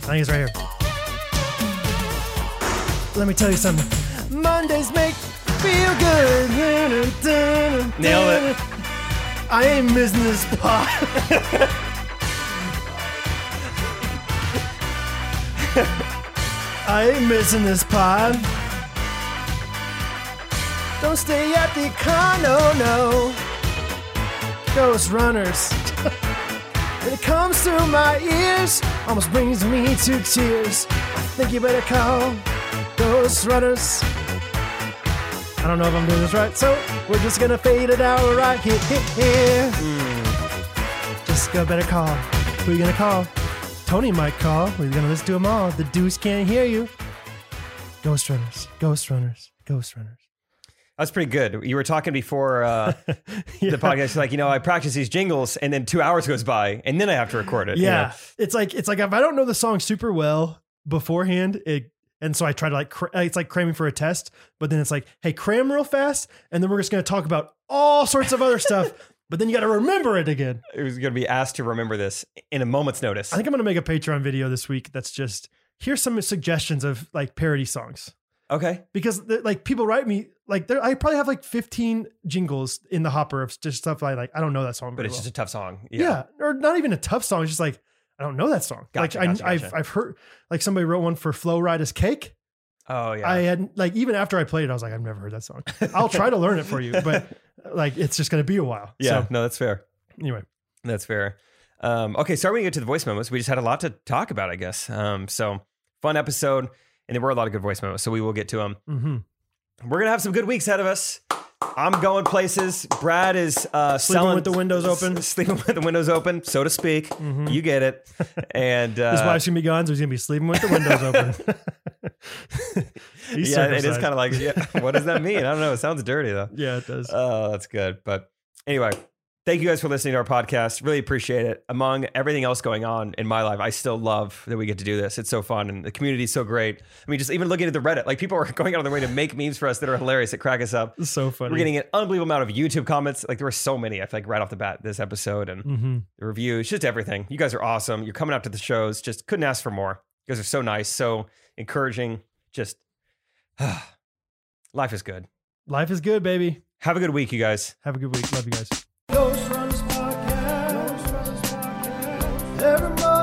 I think it's right here. Let me tell you something. Mondays make feel good.
Nailed it.
I ain't missing this pot. I ain't missing this pod. Don't stay at the condo, no. Ghost runners. It comes through my ears, almost brings me to tears. I think you better call those runners. I don't know if I'm doing this right, so we're just gonna fade it out right here. here. Jessica better call. Who you gonna call? Tony might call. We're gonna listen to them all. The deuce can't hear you. Ghost runners, ghost runners, ghost runners.
That's pretty good. You were talking before [laughs] uh,
Yeah.
the podcast, like you know, I practice these jingles, and then two hours goes by, and then I have to record it. you
yeah
know?
it's like it's like if i don't know the song super well beforehand it and so i try to like cr- it's like cramming for a test but then it's like hey cram real fast and then we're just going to talk about all sorts of other
[laughs]
stuff but then you got to remember it again
it was going to be asked to remember this in a moment's notice.
i think i'm going to make a patreon video this week that's just here's some suggestions of like parody songs
okay,
because the, like people write me like there i probably have like 15 jingles in the hopper of just stuff like like i don't know that song
but
very
it's
well.
just a tough song.
yeah. or not even a tough song. It's just like I don't know that song.
Gotcha,
like I,
gotcha,
I've
gotcha.
I've heard like somebody wrote one for Flow Rider's Cake.
Oh yeah.
I had like even after I played it, I was like, I've never heard that song.
[laughs]
I'll try to learn it for you, but like it's just gonna be a while.
yeah.
So
no, that's fair.
anyway,
That's fair. Um, okay, so we get to the voice memos. We just had a lot to talk about, I guess. Um, so fun episode, and there were a lot of good voice memos, so we will get to them.
hmm
We're gonna have some good weeks ahead of us. I'm going places. Brad is uh,
Sleeping
selling
with the windows open.
s- sleeping with the windows open, so to speak.
Mhm.
You
[laughs]
get it. And
his
uh,
wife's gonna be gone, so he's gonna be sleeping with the windows open.
[laughs]
[laughs] He's
yeah, it is
circumcised.
kind of like,
[laughs]
yeah, what does that mean? I don't know. It sounds dirty though.
yeah, it does.
Oh, that's good. But anyway, Thank you guys for listening to our podcast. Really appreciate it. Among everything else going on in my life, I still love that we get to do this. It's so fun and the community is so great. I mean, just even looking at the Reddit, like people are [laughs] going out of their way to make memes for us that are hilarious that crack us up.
It's so funny.
We're getting an unbelievable amount of YouTube comments. Like there were so many, I feel like right off the bat this episode and
hmm
the reviews, just everything. You guys are awesome. You're coming out to the shows. Just couldn't ask for more. You guys are so nice, so encouraging. Just [sighs] life is good.
Life is good, baby.
Have a good week, you guys.
Have a good week. Love you guys.
Ghost Runners Podcast. Everybody.